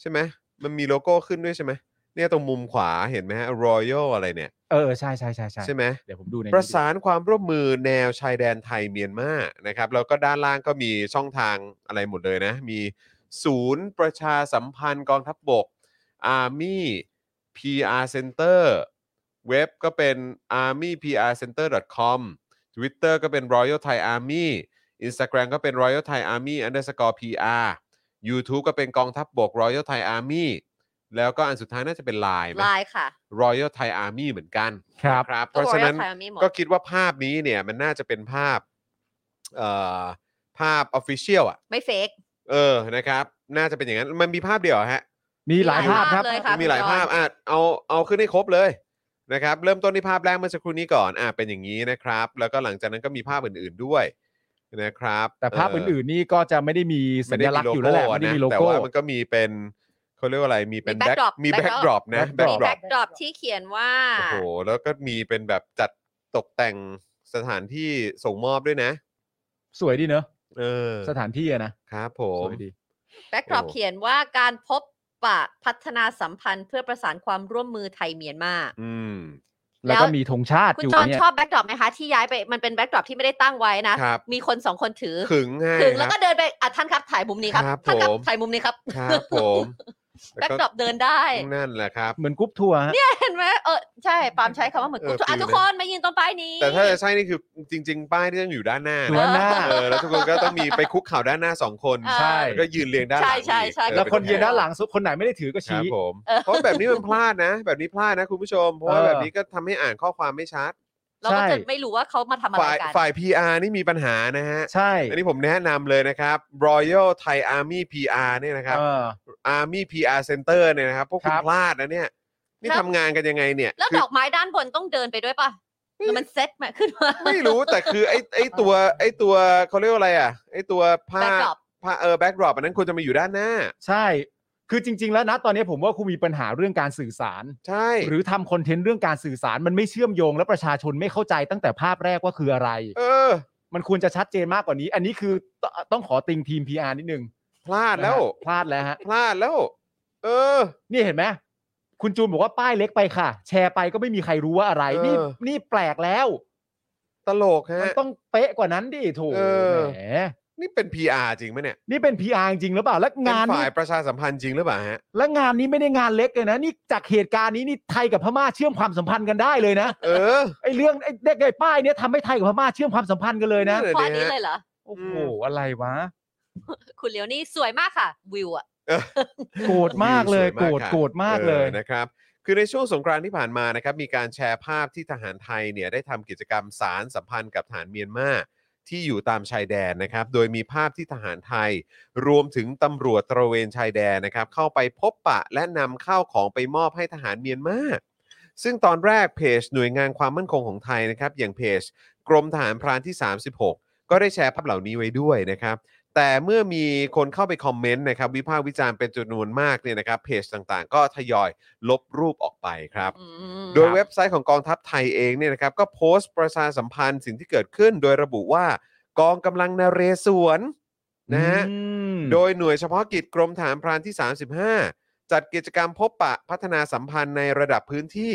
ใช่ไหม มันมีโลโก้ขึ้นด้วยใช่ไหมเนี่ยตรงมุมขวาเห็นไหมฮะ Royal อะไรเนี่ย
เออใช่ใช่ใช่ใช่
ใช่ไหม
เดี๋ยวผมดูในนี้
ประสานความร่วมมือแนวชายแดนไทยเมียนมา นะครับ แล้วก็ด้านล่างก็มีช่องทางอะไรหมดเลยนะ มีศูนย์ประชาสัมพันธ์กองทัพบบก Army PR Center เว็บก็เป็น armyprcenter.com Twitter ก็เป็น Royal Thai Army Instagram ก็เป็น Royal Thai Army underscore PR YouTube ก็เป็นกองทัพบบก Royal Thai Army แล้วก็อันสุดท้ายน่าจะเป็น Line ไหม
ลายค่ะ
Royal Thai Army เหมือนกัน
ครับ
นะครับ เพ
ก็
ราะฉะ
Royal
นั้น
Thai Army หมด
ก็คิดว่าภาพนี้เนี่ยมันน่าจะเป็นภาพเอ่อภาพออฟฟิเชียลอ่ะ
ไม่เฟก
เออนะครับ น่าจะเป็นอย่างนั้นมันมีภาพเดียวเหรอฮะ
มีหลายภาพครับ
เลยค่ะ
มีหลาย
คุณ
ภา
จอน
พอ่ะเอาเอาขึ้นให้ครบเลยนะครับ เริ่มต้นที่ภาพแรกเมื่อสักครู่นี้ก่อนอ่ะเป็นอย่างนี้นะครับ แล้วก็หลังจากนั้นก็มีภาพอื่นๆด้วยนะครับ
แต่ภาพ
เ
อื่นๆนี่ก็จะไม่ได้มีสั
ไม่
ญ
ได้
ลักษณ์อยู่แล้วแหละไม่ได้มีโล
แต่
โก้
ว่ามันก็มีเป็นเขาเรียกว่าอะไรมีเป็น
มี backdrop
มีแบ็กดรอป
backdrop
นะแบ็ก
มี
ดรอ
backdrop
ป
ที่เขียนว่า
โอ้โหแล้วก็มีเป็นแบบจัดตกแต่งสถานที่ส่งมอบด้วยนะ
สวยดีเนอะ
เออ
สถานที่อะนะครับ
ผ
ส
ม
วยดี
แบ็กกรอบ
โอ้
เขียนว่าการพบปะพัฒนาสัมพันธ์เพื่อประสานความร่วมมือไทยเมียนมา
อืม
แล้วก็มีธงชาติ
คุณ
อยู่
จอน
เนี่ย
ชอบแบ็กดรอปไหมคะ ที่ย้ายไปมันเป็นแบ็กดรอปที่ไม่ได้ตั้งไว้นะ
ครับ
มีคนสองคนถือ
ขึงให้
ถึงแล้ว
ค
ก็
รับ
เดินไปอ่ะท่านครับถ่ายมุมนี้ครับ
ครับ
ท่านครับ
ผม
ถ่ายมุมนี้ครับ
ครับผม
แบ็กดรอปเดินได้
นั่นแหละครับ
เหมือนกรุ๊ปทัวร์ฮะ
เห็นไหมเออใช่ปาล์มใช้คำว่าเหมือนกู
เออ
อ่ะ
ฟิล
ทุก
นะ
คนมายืนตรงป้ายนี้
แต่ถ้าจะใช่นี่คือจริง ๆ ป้ายที่ต้องอยู่ด้านหน้า
อยู่ด้านหน้า
เออแล้วทุกคนก็ต้องมีไปคุกเข่าด้านหน้าสองคน
เออ
ใช่
แล้วก็ยืนเรียงด้านหลัง
ใช่ใช่
อีก
ใช่
แล้วคนยืน
ออ
ด้านหลังสุดคนไหนไม่ได้ถือ
ค
ก็
รับ
ชี้
ผม
เออ
เพราะแบบนี้มันพลาดนะ แบบนี้พลาดนะคุณผู้ชมเพราะว่า
เออ
แบบนี้ก็ทำให้อ่านข้อความไม่ชัด
เราก็
ใช่
จะไม่รู้ว่าเขามาทำอะไร
ฝ่าย
กัน
ฝ่าย PR นี่มีปัญหานะฮะ
ใช่
อันนี้ผมแนะนำเลยนะครับ Royal Thai Army PR เนี่ยนะครับ
เออ
Army PR Center เนี่ยนะครับ พวกคุณ
ครับ
พลาดนะเนี่ย นี่ทำงานกันยังไงเนี่ย
แล้ว
คื
ดอกไม้ด้านบนต้องเดินไปด้วยป่ะแล้วมันเซ็ตมาขึ้นมา
ไม่รู้แต่คือไอ้ไอ้ตัวไอ้ตัวเขาเรียกว่าอะไรอ่ะไอ้ตัวผ้า
backdrop
ผ้าเออแบ็กดรอปอันนั้นควรจะมาอยู่ด้านหน้า
ใช่ คือจริง ๆ แล้วนะ ตอนนี้ผมว่าคุณมีปัญหาเรื่องการสื่อสาร
ใช่
หรือทำคอนเทนต์เรื่องการสื่อสารมันไม่เชื่อมโยง และประชาชนไม่เข้าใจตั้งแต่ภาพแรกว่าคืออะไร
เออ
มันควรจะชัดเจนมากกว่านี้ อันนี้คือตต้องขอติงทีม PR นิดนึง
พลาดแล้ว
นะฮะพลาดแล้วฮะ
พลาดแล้ว เออ
นี่เห็นไหมคุณจูนบอกว่าป้ายเล็กไปค่ะ แชร์ไปก็ไม่มีใครรู้ว่าอะไร นี่
เออ
นี่แปลกแล้ว
ตลกฮะ
มันต้องเป๊ะกว่านั้นดิโถ
เออ
แหม
นี่เป็น PR จริงไหมเนี่ย
นี่เป็น PR จริงหรือเปล่า และ
เป็น
งานนี้
ฝ่ายประชาสัมพันธ์จริงหรือเปล่าฮะ
และงานนี้ไม่ได้งานเล็กเลยนะ นี่จากเหตุการณ์นี้นี่ไทยกับพม่าเชื่อมความสัมพันธ์กันได้เลยนะ
เออ
ไอ้เรื่องไอ้เด็กไอ้ป้ายเนี่ยทำให้ไทยกับพม่าเชื่อมความสัมพันธ์กันเลยนะ
นั่นแหละ
ข้อนี้เลยเหรอ
โอ้โหอะไรวะ
คุณเลียวนี่สวยมากค่ะ วิวอะ
โกรธมากเลย
ส
โกร
ว
ธ
ค่ะ
โกรธมากเลย
ออนะครับ คือในช่วงสงกรานต์ที่ผ่านมานะครับ มีการแชร์ภาพที่ทหารไทยเนี่ยได้ทำกิจกรรมสารสัมพันธ์กับทหารเมียนมาที่อยู่ตามชายแดนนะครับ โดยมีภาพที่ทหารไทย รวมถึงตำรวจตระเวนชายแดนนะครับ เข้าไปพบปะและนำข้าวของไปมอบให้ทหารเมียนมาซึ่งตอนแรกเพจหน่วยงานความมั่นคงของไทยนะครับ อย่างเพจ กรมทหารพรานที่ 36 ก็ได้แชร์ภาพเหล่านี้ไว้ด้วยนะครับ แต่เมื่อมีคนเข้าไปคอมเมนต์นะครับวิพากษ์วิจารณ์เป็นจำนวนมากเนี่ยนะครับเพจต่างๆ ก็ทยอยลบรูปออกไปครับ
อืม
โดยเว็บไซต์ของกองทัพไทยเองเนี่ยนะครับก็โพสต์ประชาสัมพันธ์สิ่งที่เกิดขึ้น โดยระบุว่ากองกำลังนเรศวรนะฮะ
อืม
โดยหน่วยเฉพาะกิจกรมฐานพรานที่ 35 จัดกิจกรรมพบปะพัฒนาสัมพันธ์ในระดับพื้นที่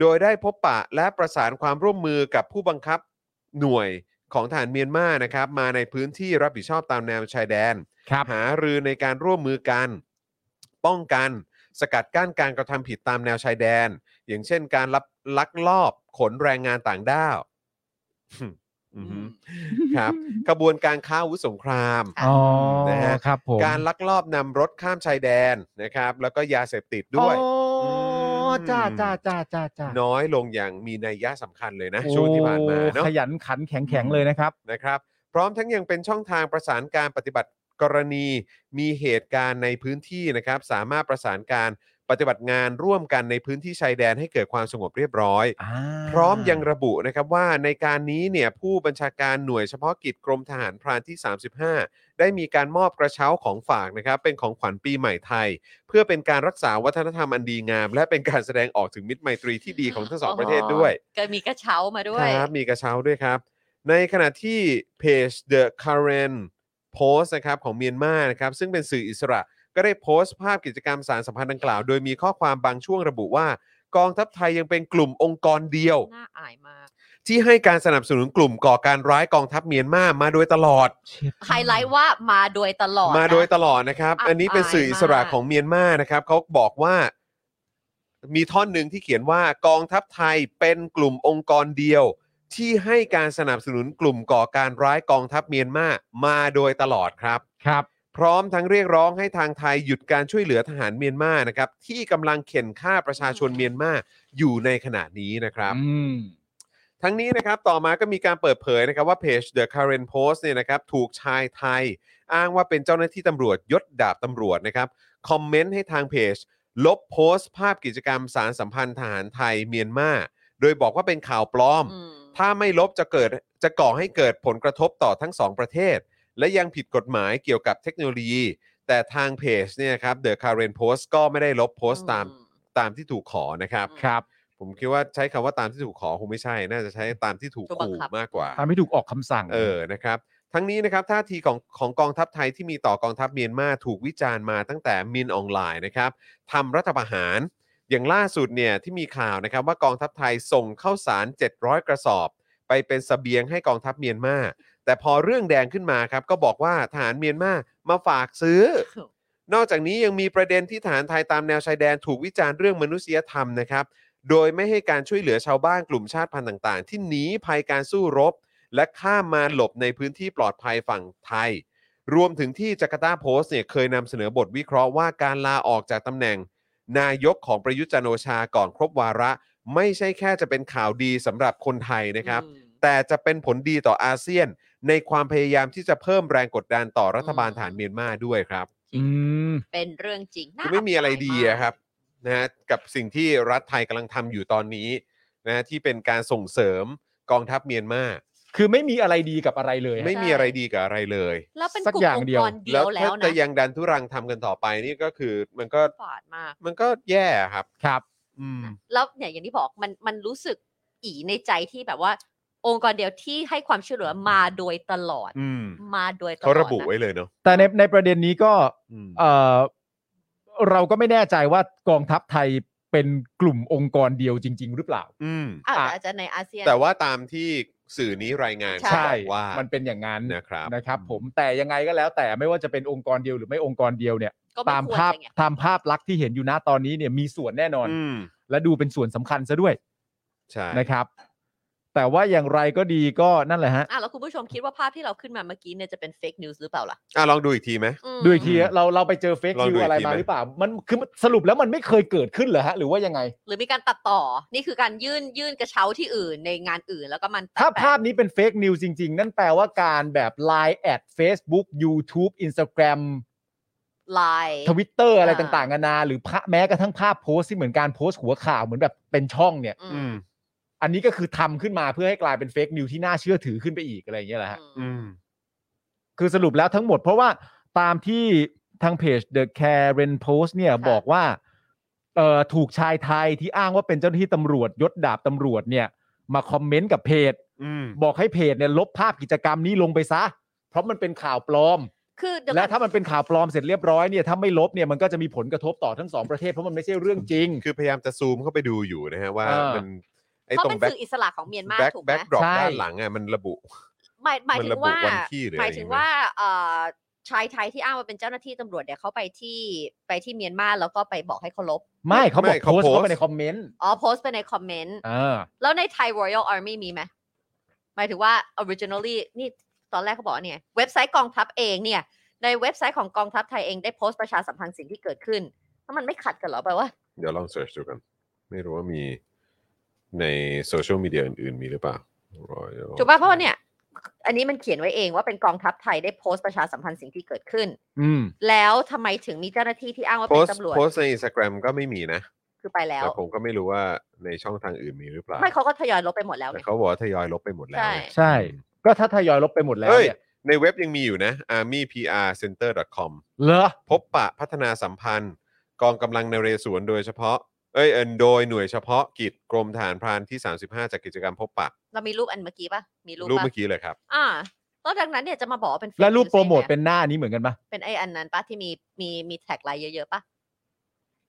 โดยได้พบปะและประสานความร่วมมือกับผู้บังคับหน่วยของฐานเมียนมานะครับ มาในพื้นที่รับผิดชอบตามแนวชายแดน
ครับ
หารือในการร่วมมือกัน ป้องกัน สกัดกั้นการกระทำผิดตามแนวชายแดน อย่างเช่นการลับลักลอบขนแรงงานต่างด้าว [LAUGHS] อืม
[LAUGHS]
ครับกระบวนการค้าอาวุธสงคราม
อ๋อ
นะฮะ
ครับผม
การลักลอบนำรถข้ามชายแดนนะครับ แล้วก็ยาเสพติดด้วย
อ๋ออ
ม
จ้าจ้าจ้าจ้าจ้า
น้อยลงอย่างมีนัยยะสำคัญเลยนะ ช่วงที่ผ่านมาเนาะ
ขยันขันแข็งแข็งเลยนะครับ
นะครับ พร้อมทั้งยังเป็นช่องทางประสานการปฏิบัติกรณี มีเหตุการณ์ในพื้นที่นะครับ สามารถประสานการปฏิบัติงานร่วมกันในพื้นที่ชายแดนให้เกิดความสงบเรียบร้อย
อ่า
พร้อมยังระบุนะครับว่าในการนี้เนี่ยผู้บัญชาการหน่วยเฉพาะกิจกรมทหารพรานที่ 35 ได้มีการมอบกระเช้าของฝากนะครับ เป็นของขวัญปีใหม่ไทย เพื่อเป็นการรักษาวัฒนธรรมอันดีงาม และเป็นการแสดงออกถึงมิตรไมตรีที่ดีของทั้งสองประเทศด้วย
ก็มีกระเช้ามาด้วย
ครับมีกระเช้าด้วยครับ ในขณะที่เพจ The Current Post นะครับของเมียนมานะครับ ซึ่งเป็นสื่ออิสระ ก็ได้โพสต์ภาพกิจกรรมสารสัมพันธ์ดังกล่าว โดยมีข้อความบางช่วงระบุว่า กองทัพไทยยังเป็นกลุ่มองค์กรเดียว
น่าอายมาก
ที่ให้การสนับสนุนกลุ่มก่อการร้ายกองทัพเมียนมามาโดยตลอด
ไฮไลท์ว่ามาโดยตลอดนะ
มาโดยตลอดนะครับ
อับ
อันนี้เป็นสื่ออิสระ
อายมาก
ของเมียนมานะครับเขาบอกว่า มีท่อนหนึ่งที่เขียนว่ากองทัพไทยเป็นกลุ่มองค์กรเดียว ที่ให้การสนับสนุนกลุ่มก่อการร้ายกองทัพเมียนมามาโดยตลอดครับ
ครับ
พร้อมทั้งเรียกร้องให้ทางไทยหยุดการช่วยเหลือทหารเมียนมานะครับ ที่กำลังเข็นฆ่าประชาชนเมียนมาอยู่ในขณะนี้นะครับ
อืม
ท ทั้งนี้นะครับต่อมาก็มีการเปิดเผยนะครับว่าเพจ The Current Post เนี่ยนะครับถูกชายไทย อ้างว่าเป็นเจ้าหน้าที่ตำรวจยศดาบตำรวจนะครับคอมเมนต์ให้ทางเพจ ลบโพสต์ภาพกิจกรรมสารสัมพันธ์ทหารไทยเมียนมาโดยบอกว่าเป็นข่าวปลอม
อืม
ถ้าไม่ลบจะเกิดจะก่อให้เกิดผลกระทบต่อทั้งสองประเทศ และยังผิดกฎหมายเกี่ยวกับเทคโนโลยี แต่ทางเพจเนี่ยครับ The Current Post ก็ไม่ได้ลบโพสต์ตาม
อืม
ตามที่ถูกขอนะครับ
ครับ
ผมคิดว่าใช้คำว่าตามที่ถูกขอคงไม่ใช่ น่าจะใช้ตามที่ถูก
ถูกบัง
ขู่
คับ
มากกว่า
ทำให้ถูกออกคำสั่ง
เออ นะครับ ทั้งนี้นะครับ ท่าทีของของกองทัพไทยที่มีต่อกองทัพเมียนมาถูกวิจารณ์มาตั้งแต่มินออนไลน์นะครับทำรัฐประหาร อย่างล่าสุดเนี่ยที่มีข่าวนะครับว่ากองทัพไทยส่งข้าวสาร 700 กระสอบ ไปเป็นสเสบียงให้กองทัพเมียนมา แต่พอเรื่องแดงขึ้นมาครับ ก็บอกว่าทหารเมียนมามาฝากซื้อ นอกจากนี้ยังมีประเด็นที่ฐานไทยตามแนวชายแดนถูกวิจารณ์เรื่องมนุษยธรรมนะครับ โดยไม่ให้การช่วยเหลือชาวบ้านกลุ่มชาติพันธุ์ต่าง ๆ ที่หนีภัยการสู้รบ และข้ามมาหลบในพื้นที่ปลอดภัยฝั่งไทย รวมถึงที่จาการ์ตาโพสต์เนี่ยเคยนำเสนอบทวิเคราะห์ว่าการลาออกจากตำแหน่ง นายกของประยุทธ์จันทร์โอชาก่อนครบวาระ ไม่ใช่แค่จะเป็นข่าวดีสำหรับคนไทยนะครับ
อืม
แต่จะเป็นผลดีต่ออาเซียน ในความพยายามที่จะเพิ่มแรงกดดันต่อรัฐบาล
อืม
ฐานเมียนมาด้วยครับ
อืม
เป็นเรื่องจริงน่า
คือไม่มีอะไรดี
บ
อะครับนะฮะกับสิ่งที่รัฐไทยกำลังทำอยู่ตอนนี้นะฮะที่เป็นการส่งเสริมกองทัพเมียนมา
คือไม่มีอะไรดีกับอะไรเลยฮะ
ไม่มีอะไรดีกับอะไรเลย
แล้วเป็น
สัก
กลุ่
อ
ม
ย่าง
อง
เดี
ค์
ยว
กรเดียวแล้
ถ้าว
นะ
จะยังดันทุรังทำกันต่อไปนี่ก็คือมันก็
ปาดมาก
มันก็แย่ครับ
ครับ
อืม
แล้วเนี่ยอย่างที่บอกมันมันรู้สึกอีในใจที่แบบว่า องค์กรเดียวที่ให้ความช่วยเหลือมาโดยตลอด
อืม
มาโดยตลอด
เขาระบุ
น
ไว้เลยเนาะ
แต่ในในประเด็นนี้ก็
อืม
เออเราก็ไม่แน่ใจว่ากองทัพไทยเป็นกลุ่มองค์กรเดียวจริง ๆ หรือเปล่า
อืม
อา
อ่ะ
อาจจะในอาเซียน
แต่ว่าตามที่สื่อนี้รายงาน
ใช่
บอกว่า
มันเป็นอย่างนั้น
นะครับ
นะครับ ผมแต่ยังไงก็แล้วแต่ไม่ว่าจะเป็นองค์กรเดียวหรือไม่องค์กรเดียวเนี่ย
ก็ไควร
ตามภาพ
จะไง
ตามภาพลักษณ์ที่เห็นอยู่นะตอนนี้เนี่ยมีส่วนแน่นอน
อืม
และดูเป็นส่วนสำคัญซะด้วย
ใช่
นะครับ แต่ว่าอย่างไรก็ดีก็นั่นแหละฮะ
อ่ะแล้วคุณผู้ชมคิดว่าภาพที่เราขึ้นมาเมื่อกี้เนี่ยจะเป็นเฟกนิวส์หรือเปล่าล่ะ
อ่ะลองดูอีกทีไหม
อืม
ดูอีกทีเราเราไปเจอเฟก
ลอง
นิ
ดู
ว
อีก
อะไร
ที
มา
ไหม
หรือเปล่า มันคือสรุปแล้วมันไม่เคยเกิดขึ้นเหรอฮะหรือว่ายังไง
หรือมีการตัดต่อ นี่คือการยื่นยื่นกระเช้าที่อื่นในงานอื่นแล้วก็มันตัด
ถ้า
แปะ
ภาพนี้เป็นเฟกนิวจริง ๆ นั่นแปลว่าการแบบ Line แอด Facebook YouTube Instagram
ลาย
ทวิตเตอร์อะไรต่างๆนานาหรือพระแม้กระทั่งภาพโพสต์ที่เหมือนการโพสต์หัวข่าวเหมือนแบบเป็นช่องเนี่ย
อื
อื
ม
ม
อันนี้ก็คือทำขึ้นมาเพื่อให้กลายเป็นเฟกนิวที่น่าเชื่อถือขึ้นไปอีกอะไรอย่างเงี้ยแหละฮะ
อื
อื
ม
ม
คือสรุปแล้วทั้งหมดเพราะว่าตามที่ทางเพจ The Karen Post เนี่ยบอกว่าเอ่อถูกชายไทยที่อ้างว่าเป็นเจ้าหน้าที่ตำรวจยศดาบตำรวจเนี่ยมาคอมเมนต์กับเพจ
อืม
บอกให้เพจเนี่ยลบภาพกิจกรรมนี้ลงไปซะ เพราะมันเป็นข่าวปลอม
คือเดี๋ยว
และ
ก่อน
ถ้ามันเป็นข่าวปลอมเสร็จเรียบร้อยเนี่ยถ้าไม่ลบเนี่ยมันก็จะมีผลกระทบต่อทั้งสองประเทศเพราะมันไม่ใช่เรื่องจริง
คือพยายามจะซูมเข้าไปดูอยู่นะฮะว่า
เออ
มันไอ้
เขา
ตร
เป็
ง
น
แบ็ค
สื่ออิสระของเมียนมา
แบ็ค
ถูกไห
แบ็
ม
คดรอป
ใช่
ด้านหลังอ่ะมันระบุ
หมายหมายถึ
มันระ
ง
บุ
ว่า
วันที่หรืออะไร
หมายถึง
อย่างเงี้ย
ว่าเอ่อชายไทยที่อ้างว่าเป็นเจ้าหน้าที่ตำรวจเนี่ยเขาไปที่ไปที่เมียนมาแล้วก็ไปบอกให้เขาลบ
ไม่เขาบอก
ไม่
โพ
เขา
สต์
โพส
เข้าไป
ต์
ในคอมเมนต์
อ๋อโพสต์ไปในคอมเมนต์
อ่า
แล้วในไทย Royal Army มีไหมหมายถึงว่า originally นี่ตอนแรกเขาบอกว่าเนี่ย เว็บไซต์กองทัพเองเนี่ย ในเว็บไซต์ของกองทัพไทยเองได้โพสต์ประชาสัมพันธ์สิ่งที่เกิดขึ้นแล้วมันไม่ขัดกันเหรอแปลว่า
เดี๋ยวลองเสิร์ชดูกัน ไม่รู้ว่ามีในโซเชียลมีเดียอื่นๆ มีหรือเปล่า Royal
ถูกป่ะเพราะว่าเนี่ย อันนี้มันเขียนไว้เองว่าเป็นกองทัพไทยได้โพสต์ประชาสัมพันธ์สิ่งที่เกิดขึ้น
อืม
แล้วทำไมถึงมีเจ้าหน้าที่ที่อ้างว่า
โพ
เป็
ส
น
ต์
ตำรวจ
โพสต์ในอินสตาแกรมก็ไม่มีนะ
คือไปแล้ว
แต่ผมก็ไม่รู้ว่าในช่องทางอื่นมีหรือเปล่า
ไม่เขาก็ทยอยลบไปหมดแล้ว
แต่
เนี่ย
เขาบอกว่าทยอยลบไปหมดแล้ว
ใช่
ไง
ใช่ ก็ถ้าทยอยลบไปหมดแล้ว
เฮ้ย
เนี่ย
ในเว็บยังมีอยู่นะ armyprcenter.com
เหรอ
พบปะพัฒนาสัมพันธ์ กองกำลังนเรศวรโดยเฉพาะ เอ้ยเอินโดยหน่วยเฉพาะกิจกรมทหารพรานที่ 35 จากกิจกรรมพบปะ
เรามีรูปอันเมื่อกี้ป่ะมีรูป
รูป
ป่ะ
เมื่อกี้เลยครับ
อ่าแล้วดังนั้นเนี่ยจะมาบอกว่าเป็น fake
แล้วรูป
news
โปรโมท
ได้ไง
เป็นหน้านี้เหมือนกันปะ
เป็นไออันนั้นป่ะที่มีมีมีแท็กไลน์เยอะๆป่ะ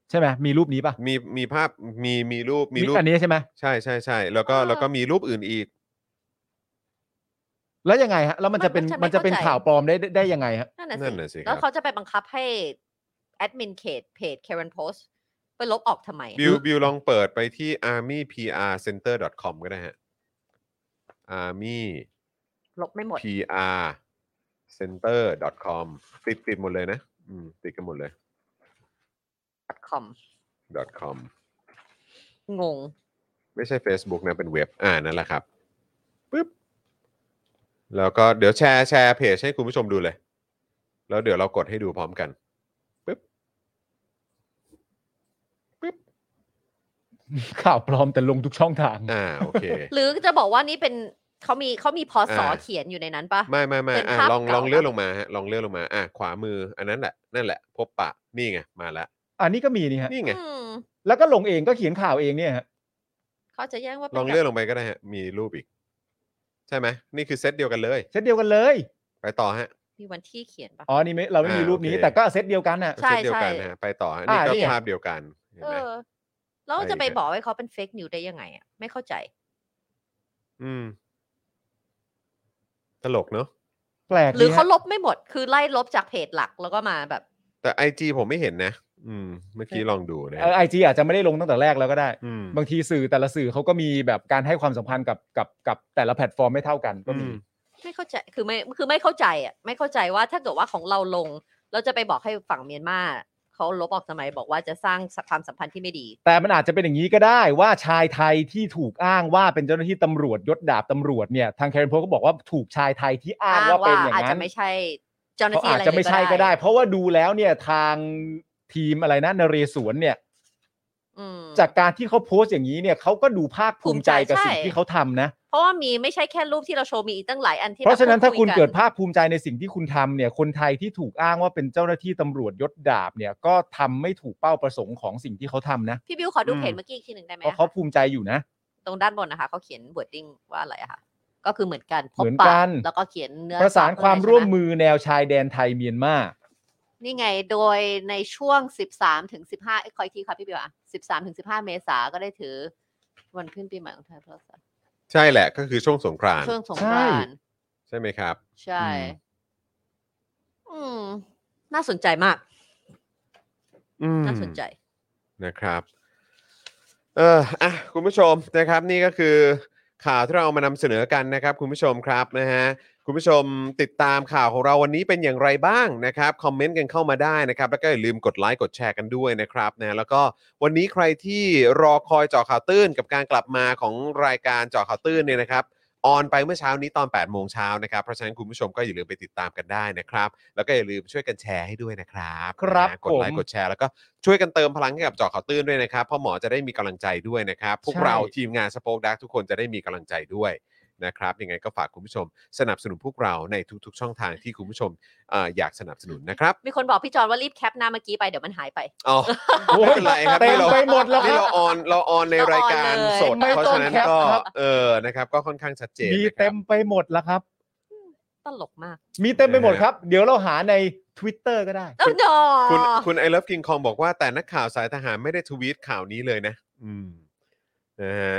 ใช่ไหมมีรูปนี้ปะ
มีมีภาพมีมีรูปมีรูป
อันนี้ใช่ไหม
ใช่ใช่ใช่แล้วก็
เออ
แล้วก็มีรูปอื่นอีก
แล้วยังไงฮะ แล้วมันจะเป็น
มันมั
มัน น
จะ
จะ
ไม่
เป็น
เข้าใจ
ข่าวปลอมได้ได้ได้ยังไงฮะ
นั่นน่ะ
นั่
สิ
นน่ะสิครับ
แล้วเขาจะไปบังคับให้แอดมินเพจเพจ Karen Post ไปลบออกทำไม
บิวบิวลองเปิดไปที่ armyprcenter.com ก็ได้ฮะ army
ลบไม่หมด
pr center com ติดติดหมดเลยนะอืมติดกันหมดเลย
.com
com
งง
ไม่ใช่ Facebook นะ เป็นเว็บ อ่านั่นแหละครับ ปึ๊บแล้วก็เดี๋ยวแชร์แชร์เพจให้คุณผู้ชมดูเลย แล้วเดี๋ยวเรากดให้ดูพร้อมกันปึ๊บ
ข่าวปลอมแต่ลงทุกช่องทาง
อ่าโอเค
หรือจะบอกว่านี่เป็นเขามีเขามีพอสอ
อ่า
เขียนอยู่ในนั้นปะ
ไม่ไม่ไม่
เป็น
อ่ะ
ภาพ
ลอง
เก่า
ลองเลื่อน
ปะ
ลงมาฮะลองเลื่อนลงมาอ่ะขวามือ อันนั้นแหละนั่นแหละ พบปะนี่ไงมาแล้ว
อันนี้ก็มีนี่ฮะ
นี่ไง
อืม
แล้วก็ลงเองก็เขียนข่าวเองเนี่ยฮะ
เขาจะแย่งว่าป็
ลอง
แบบ
เลื่อนลงไปก็ได้ฮะ มีรูปอีก ใช่ไหมนี่คือเซตเดียวกันเลย
เซตเดียวกันเลย
ไปต่อฮะ
มีวันที่เขียนปะ
อ๋อนี่ไม่เราไม่มี
อ่ารู
รูปนี้
โอเค
แต่ก็เซตเดียวกันน่ะ
ใช่
เซตเดียวกัน
ใช่
ฮะไปต่อฮะ
อ่า
นี่ก็
นี่ไง
ภาพเดียวกันเห็น
เอ
ไหม
อ แล้วจะ
ไปอีกอะ
ไปบอกว่าเขาเป็นเฟกนิวได้ยังไงอ่ะ ไม่เข้าใจ
อืม ตลกเนอะ
แปลก
หรือ
ดี
เขา
ฮะ
ลบไม่หมด คือไล่ลบจากเพจหลักแล้วก็มาแบบ
แต่ไอจีผมไม่เห็นนะ อืม เมื่อกี้ลองดูนะ
เออไอจีอาจจะไม่ได้ลงตั้งแต่แรกแล้วก็ได้
อืม
บางทีสื่อแต่ละสื่อเขาก็มีแบบการให้ความสำคัญกับกับกับแต่ละแพลตฟอร์มไม่เท่ากันก็
อื
มี
ม
ไม่เข้าใจ คือไม่คือไม่เข้าใจอ่ะ ไม่เข้าใจว่าถ้าเกิดว่าของเราลง เราจะไปบอกให้ฝั่งเมียนมาเขาลบออกทำไมบอกว่าจะสร้างความสัมพันธ์ที่ไม่ดี
แต่มันอาจจะเป็นอย่างนี้ก็ได้ว่าชายไทยที่ถูกอ้างว่าเป็นเจ้าหน้าที่ตำรวจยศดาบตำรวจเนี่ยทางแครนโพก็บอกว่าถูกชายไทยที่อ้างว่าเป็นอย่าง
อาจ
นั้
จะ
น
ไม่ใช่เจ้าหน้า
เขา
ที่
อา
อะ
จ
ไร
จะไม่ใช่
เลย
ก็ได้ เพราะว่าดูแล้วเนี่ยทางทีมอะไรนะนเรศวรเนี่ย
อืม
จากการที่เขาโพสต์อย่างนี้เนี่ยเขาก็ดูภาคภูมิใจกับสิ่ง
ภูมิใจใช่
ที่เขาทำนะ
เพราะว่ามีไม่ใช่แค่รูปที่เราโชว์มีอีกตั้งหลายอันที่
เพราะฉะนั้นถ้าคุณ
รพู
เกิด
ยน
ภาคภูมิใจในสิ่งที่คุณทำเนี่ย คนไทยที่ถูกอ้างว่าเป็นเจ้าหน้าที่ตำรวจยศดาบเนี่ยก็ทำไม่ถูกเป้าประสงค์ของสิ่งที่เขาทำนะ
พี่บิวขอดู
อืม
เพจเมื่อกี้อีกทีหนึ่งได้ไหม
เพราะ
อะ
เขา
คะ
ภูมิใจอยู่นะ
ตรงด้านบนนะคะเขาเขียนบวดดิ้งว่าอะไรอะค่ะ ก็คือเหมือนกันพบ
เหมือน
ปะ
กัน
แล้วก็เขียนเนื้อ
ประสาน
ข้อ
ความ
ใช่ไห
ร่วมมือแนวชายแดนไทยเมียนมา
นี่ไงโดยในช่วง 13ถึง15เอ้ยคอยทีค่ะพี่บิวอ่ะ13ถึง15 เมษาก็ได้ถือ วันขึ้นปีใหม่ของไทยพลัส
ใช่แหละ ก็คือช่วงสงกรานต์
ช่วงสงกรานต์
ใช่ไหมครับ
ใช่ อืม น่าสนใจมาก
อืม
น่าสนใจ
นะครับ เอออ่ะคุณผู้ชมนะครับนี่ก็คือข่าวที่เราเอามานำเสนอกันนะครับ คุณผู้ชมครับนะฮะคุณผู้ชมติดตามข่าวของเราวันนี้เป็นอย่างไรบ้างนะครับคอมเมนต์กันเข้ามาได้นะครับ แล้วก็อย่าลืมกดไลค์กดแชร์กันด้วยนะครับนะแล้วก็วันนี้ใครที่รอคอยเจาะข่าวตื้นกับการกลับมาของรายการเจาะข่าวตื้นเนี่ยนะครับออนไปเมื่อเช้านี้ตอน8โมงเช้านะครับเพราะฉะนั้นคุณผู้ชมก็อย่าลืมไปติดตามกันได้นะครับ แล้วก็อย่าลืมช่วยกันแชร์ให้ด้วยนะครับ
ครับ
นะฮะกดไล
ผ
ค์
ม
กดแชร์แล้วก็ช่วยกันเติมพลังให้กับเจอข่าวตื้นด้วยนะครับเพ่อหมอจะได้มีกำลังใจด้วยนะครับ พวก
ใช่
เราทีมงานสป k e ดักทุกคนจะได้มีกำลังใจด้วยนะครับยังไงก็ฝากคุณผู้ชม สนับสนุนพวกเราในทุกๆ ช่องทางที่คุณผู้ชมเอ่ออยากสนับสนุนนะครับ
มีคนบอกพี่จอนว่ารีบแคปหน้าเมื่อกี้ไปเดี๋ยวมันหายไป
อ๋อไม่เป็นไรครับ
เต็ม
นี่เรา
ไปหมดแล้วค
นี่
รับ
เราออนเราออนในรายการสด
ไม่
เพราะ
ต้อ
ฉะ
ง
นั้น
แคป
ก็
ครับ
เออนะครับก็ค่อนข้างชัดเจน
มี
นะครับ
เต็มไปหมดแล้วครับ
ตลกมาก
มีเต็มไปหมดครับ เดี๋ยวเราหาใน Twitter ก็ได้
[LAUGHS] เอ้าหนอ
คุณคุณไอเลิฟกิงคองบอกว่าแต่นักข่าวสายทหารไม่ได้ทวีตข่าวนี้เลยนะ อืมนะฮะ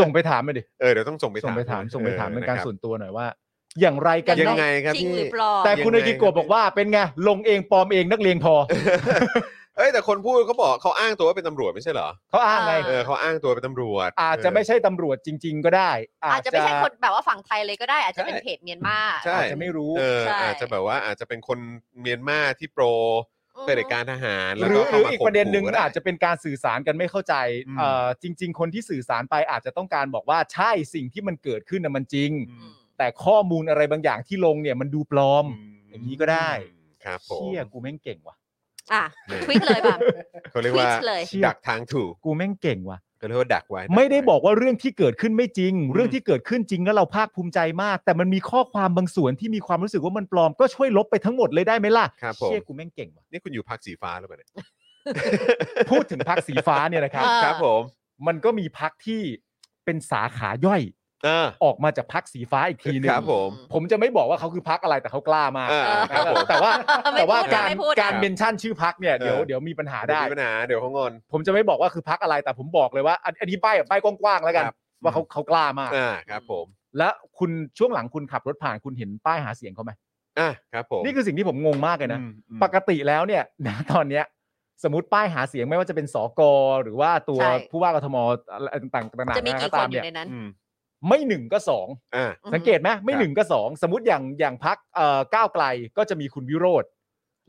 ส่งไปถามมาดิ
เออเดี๋ยวต้องส่งไป
ส่ง
ถาม
ไปถามส่งไปถาม
ออ
เป็นการ
ะคบ
ส่วนตัวหน่อยว่า อย่างไรกัน
ยั
ยัง
แน่
ไงครับ
จริง
พี่
หรือปลอม
แต่คุณ
ยั
เอง
ไง
กิโกะบอกว่าเป็นไง ลงเองปลอมเองนักเลงพอ
เอ้ยแต่คนพูดเขาบอกเขาอ้างตัวว่าเป็นตำรวจไม่ใช่เหรอ
เขาอ้างไง
อ่
เออเขาอ้างตัวเป็นตำรวจ
อาจจะไม่ใช่ตำรวจจริง ๆ ก็ได้
อาจจะไม่ใช่คนแบบว่าฝั่งไทยเลยก็ได้ อาจจะเป็นเพจเมียนมา
ใช่
อาจจะไม่รู้
เออ
ใช่
อาจจะแบบว่าอาจจะเป็นคนเมียนมาที่โปร
อืม
เผด็จการทหาร
ห
แล้ว
รือ
ก็
ห
เข้า
รือ
มา
อีก
ข่ม
ประเด็นหนึ่ง
ขู่
อาจจะเป็นการสื่อสารกันไม่เข้าใจเอ่อจริง ๆ คนที่สื่อสารไปอาจจะต้องการบอกว่าใช่สิ่งที่มันเกิดขึ้นน่ะมันจริง
อืม
แต่ข้อมูลอะไรบางอย่างที่ลงเนี่ยมันดูปลอม อย่างนี้ก็ได้
ครับผม
เชี่ยกูแม่งเก่งว่ะ
อ่ะควิกเลยป่ะ
เขาเรียกว่า
ทวีตเลย
ดักทางถูก
กูแม่งเก่งว่ะ
เขาเรียกว่าดักไว้
ไม่ได้
ว้
บอกว่าเรื่องที่เกิดขึ้นไม่จริง เรื่องที่เกิดขึ้นจริงแล้วเราภาคภูมิใจมาก แต่มันมีข้อความบางส่วนที่มีความรู้สึกว่ามันปลอมก็ช่วยลบไปทั้งหมดเลยได้ไหมล่ะ
ครับผม
เชี่ยกูแม่งเก่งว่ะ
นี่คุณอยู่พักสีฟ้าหรือเปล่าเนี่ย
พูดถึงพักสีฟ้าเนี่ยนะครับ
เออ
ครับผม
มันก็มีพักที่เป็นสาขาย่อย
เออ
ออกมาจากพักสีฟ้าอีกทีหนึง
ครับผม
ผมจะไม่บอกว่าเขาคือพักอะไรแต่เขากล้ามาก
อ่าครับผม
แต่ว่า
ไม่ [LAUGHS]
แต่ว่า
พูดนะ
การ
ไม่พูดนะ
การเมนชั่นชื่อพักเนี่ยเดี๋ยว
เออ
เดี๋ยวมีปัญหา
เดี๋ยว
ได้
มีปัญหาเดี๋ยวเขางอน
ผมจะไม่บอกว่าคือพักอะไรแต่ผมบอกเลยว่าอันอันนี้ใบ้แบบใบ้กว้างๆแล้วกัน
ครับ
ว่าเขาเขากล้ามาก
อ่าครับผม
แล้วคุณช่วงหลังคุณขับรถผ่านคุณเห็นป้ายหาเสียงเขาไหม
อ่าครับผม
นี่คือสิ่งที่ผมงงมากเลยนะ
อืมอืม
ปกติแล้วเนี่ย [LAUGHS] นะตอนเนี้ยสมมติป้ายหาเสียงไม่ว่าจะเป็นสกหรือว่าตัว
ใช่
ผู้ว่ากทมอะไรต่างๆต่างๆ
จะมี
นะ
กี่
ก็
ค
ตาน
อ
มเนี่ย
ยู่ในนั้น
อืม
ไม่หนึ่งก็สอง
อ่า
อืม
สังเกตไหมไม่หนึ่งก็สองสมมติอย่างอย่างพักก้าวไกลก็จะมีคุณวิโรธ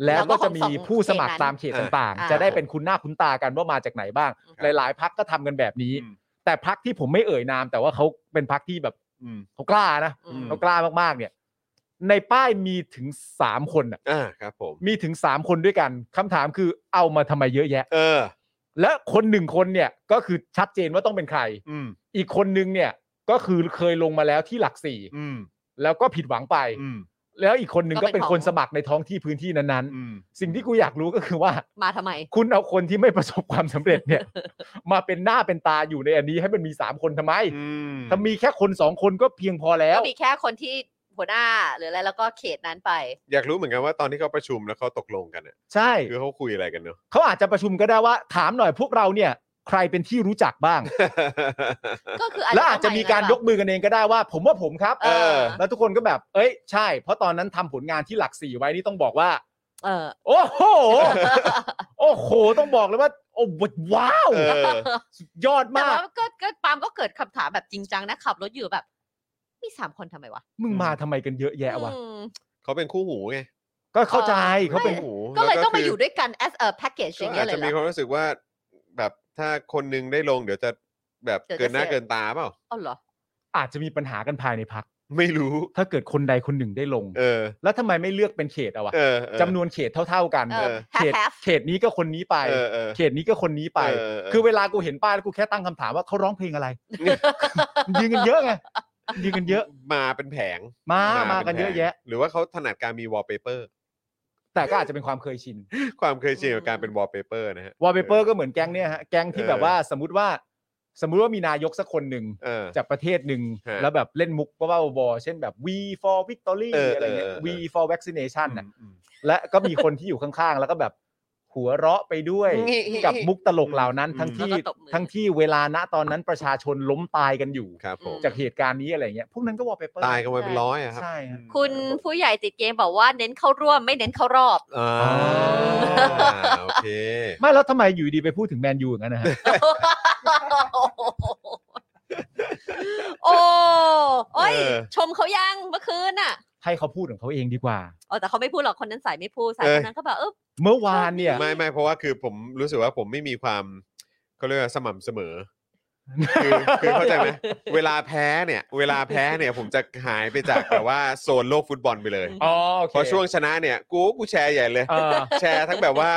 แล้วก็จะมีผู้สมัครตามเขตต่างๆ จะได้เป็นคุณหน้าคุณตากันว่ามาจากไหนบ้าง หลาย ๆ พักก็ทำกันแบบนี้
อืม
แต่พักที่ผมไม่เอ่ยนาม แต่ว่าเขาเป็นพักที่แบบ
อืม
เขากล้านะ
อืม
เขากล้ามากๆ เนี่ย ในป้ายมีถึงสามคนน่ะ
อ่าครับผม
มีถึงสามคนด้วยกันคำถามคือเอามาทำไมเยอะแยะ
เออ
และคนหนึ่งคนเนี่ยก็คือชัดเจนว่าต้องเป็นใคร
อืม
อีกคนนึงเนี่ยก็คือเคยลงมาแล้วที่หลักสี่
อืม
แล้วก็ผิดหวังไป
อืม
แล้วอีกคนหนึ่ง
ก็
ก็
เป็
เป็น น
ของ
คนสมัครในท้องที่พื้นที่นั้น
อืม
ๆ สิ่งที่กูอยากรู้ก็คือว่า [LAUGHS]
มาทำไม
คุณเอาคนที่ไม่ประสบความสำเร็จ
[LAUGHS]
เนี่ย มาเป็นหน้าเป็นตาอยู่ในอันนี้ให้มันมีสามคนทำไม
อืม
ถ้ามีแค่คนสองคนก็เพียงพอแล้ว
ก็มีแค่คนที่หัวหน้าหรืออะไรแล้วก็เขตนั้นไป
อยากรู้เหมือนกันว่าตอนที่เขาประชุมแล้วเขาตกลงกันเนี่ย
ใช่
คือเขาคุยอะไรกันเนาะ
เขาอาจจะประชุมก็ได้ว่า ถามหน่อยพวกเราเนี่ย ใครเป็นที่รู้จักบ้าง
ก็คืออาจ
และ
จะ
อาจจะมีการยก
ต้
มือกันเองก็ได้ว่า ผมว่าผมครับ
องไปแล้ว
อ
แบบ
แล้วทุกคนก็แบบ เอ้ย ใช่ เพราะตอนนั้นทำผลงานที่หลักสี่ไว้นี่ต้องบอกว่า
เออ
โอ้โห โอ้โห ต้องบอกเลยว่า โอ้ว้าว
เออ
สุดยอด
แต่
มาก
ว่าก็ก็ปาล์มก็เกิดคำถามแบบจริงจังนะขับรถอยู่แบบ มีสามคนทำไมวะ
มึงมาทำไมกันเยอะแยะวะ
อืม
เขาเป็นคู่หูไง
ก็เข้าใจ
เออ
เขาเป็น
คู่หู
ก็เลย
แว
ต้องมา
คื
อยู่ด้วยกัน as a package อย่างเงี้
อาย จ
เลย
จะ
เหร
มีค
อ
วามรู้สึกว่า แบบถ้าคนหนึงได้ลงเดี๋ยวจะแบบ
เดี๋
เกิ
ยวจะ
นหน้า
เสีย
เกินตาเปล่า
เอาเหรอ
อาจจะมีปัญหากันภายในพัก
ไม่รู้
ถ้าเกิดคนใดคนหนึ่งได้ลง
เออ
แล้วทำไมไม่เลือกเป็นเขตอะวะ
เออเออ
จำนวนเขตเท่า ๆกัน
เออ
เขต
half half
เขตนี้ก็คนนี้ไป
เออเออ
เขตนี้ก็คนนี้ไป
เออเออ
คือเวลากูเห็นป้ายแล้วกูแค่ตั้งคำถามว่าเขาร้องเพลงอะไร ยืนกันเยอะไง ยืนกันเยอะ
มาเป็นแผง
มามา
ป็
กันเยอะ
แผง
แยะ
หรือว่าเขาถนัดการมีวอลเปเปอร์
แต่ก็อาจจะเป็นความเคยชิน
ความเคยชินกับการเป็นวอลเปเปอร์นะฮะ
วอลเปเปอร์ก็เหมือนแก๊งเนี่ยฮะ แก๊งที่
เออ
แบบว่าสมมติว่า สมมุติว่ามีนายกสักคนหนึ่ง
เออ
จากประเทศหนึ่ง
ฮะ
แล้วแบบเล่นมุกว่าว่าบอๆเช่นแบบ V for victory
เออ
อะไรเงี้ย
เออเออ
V for vaccination น่ะ
อืม
และก็มีคนที่อยู่ข้างๆ แล้วก็แบบหัวเราะไป
[LAUGHS]
ด้วย
งี้
กับมุกตลกเหล่านั้น ทั้งที่
แล้วก็ตบมือ
ทั้งที่เวลาณตอนนั้นประชาชนล้มตายกันอยู่
ครับผม
จากเหตุการณ์นี้อะไรเงี้ยพวกนั้นก็วอลเปเปอร์
ตายกันไปเป็นร้อยอะครับ
ใช่ฮะ
[LAUGHS] คุณผู้ใหญ่ติดเกมบอกว่าเน้นเข้าร่วมไม่เน้นเข้ารอบ
อ่าโอเค
ไม่แล้วทำไมอยู่ดีไปพูดถึงแมนยูอย่างนั้น
[LAUGHS]
นะฮะ
โอ้โอ้ย
เออ
ชมเขายังเมื่อคืนน่ะ
ให้เขาพูดของเขาเองดีกว่า
เออแต่เขาไม่พูดหรอกคนนั้นสายไม่พูดสาย
เอ้
ค
ย
นนั้นก็แบบเออ
เมื่อวานเนี่ย
ไม่ไม่เพราะว่าคือผมรู้สึกว่าผมไม่มีความเขาเรียกว่าสม่ำเสมอ คือคือเข้าใจไหมเวลาแพ้เนี่ย เวลาแพ้เนี่ยผมจะหายไปจากแบบว่าโซนโลกฟุตบอลไปเลย
อืม
อ๋อโอเค
พอช่วงชนะเนี่ย กูกูแชร์ใหญ่เลย
เออ
แชร์ทั้งแบบว่า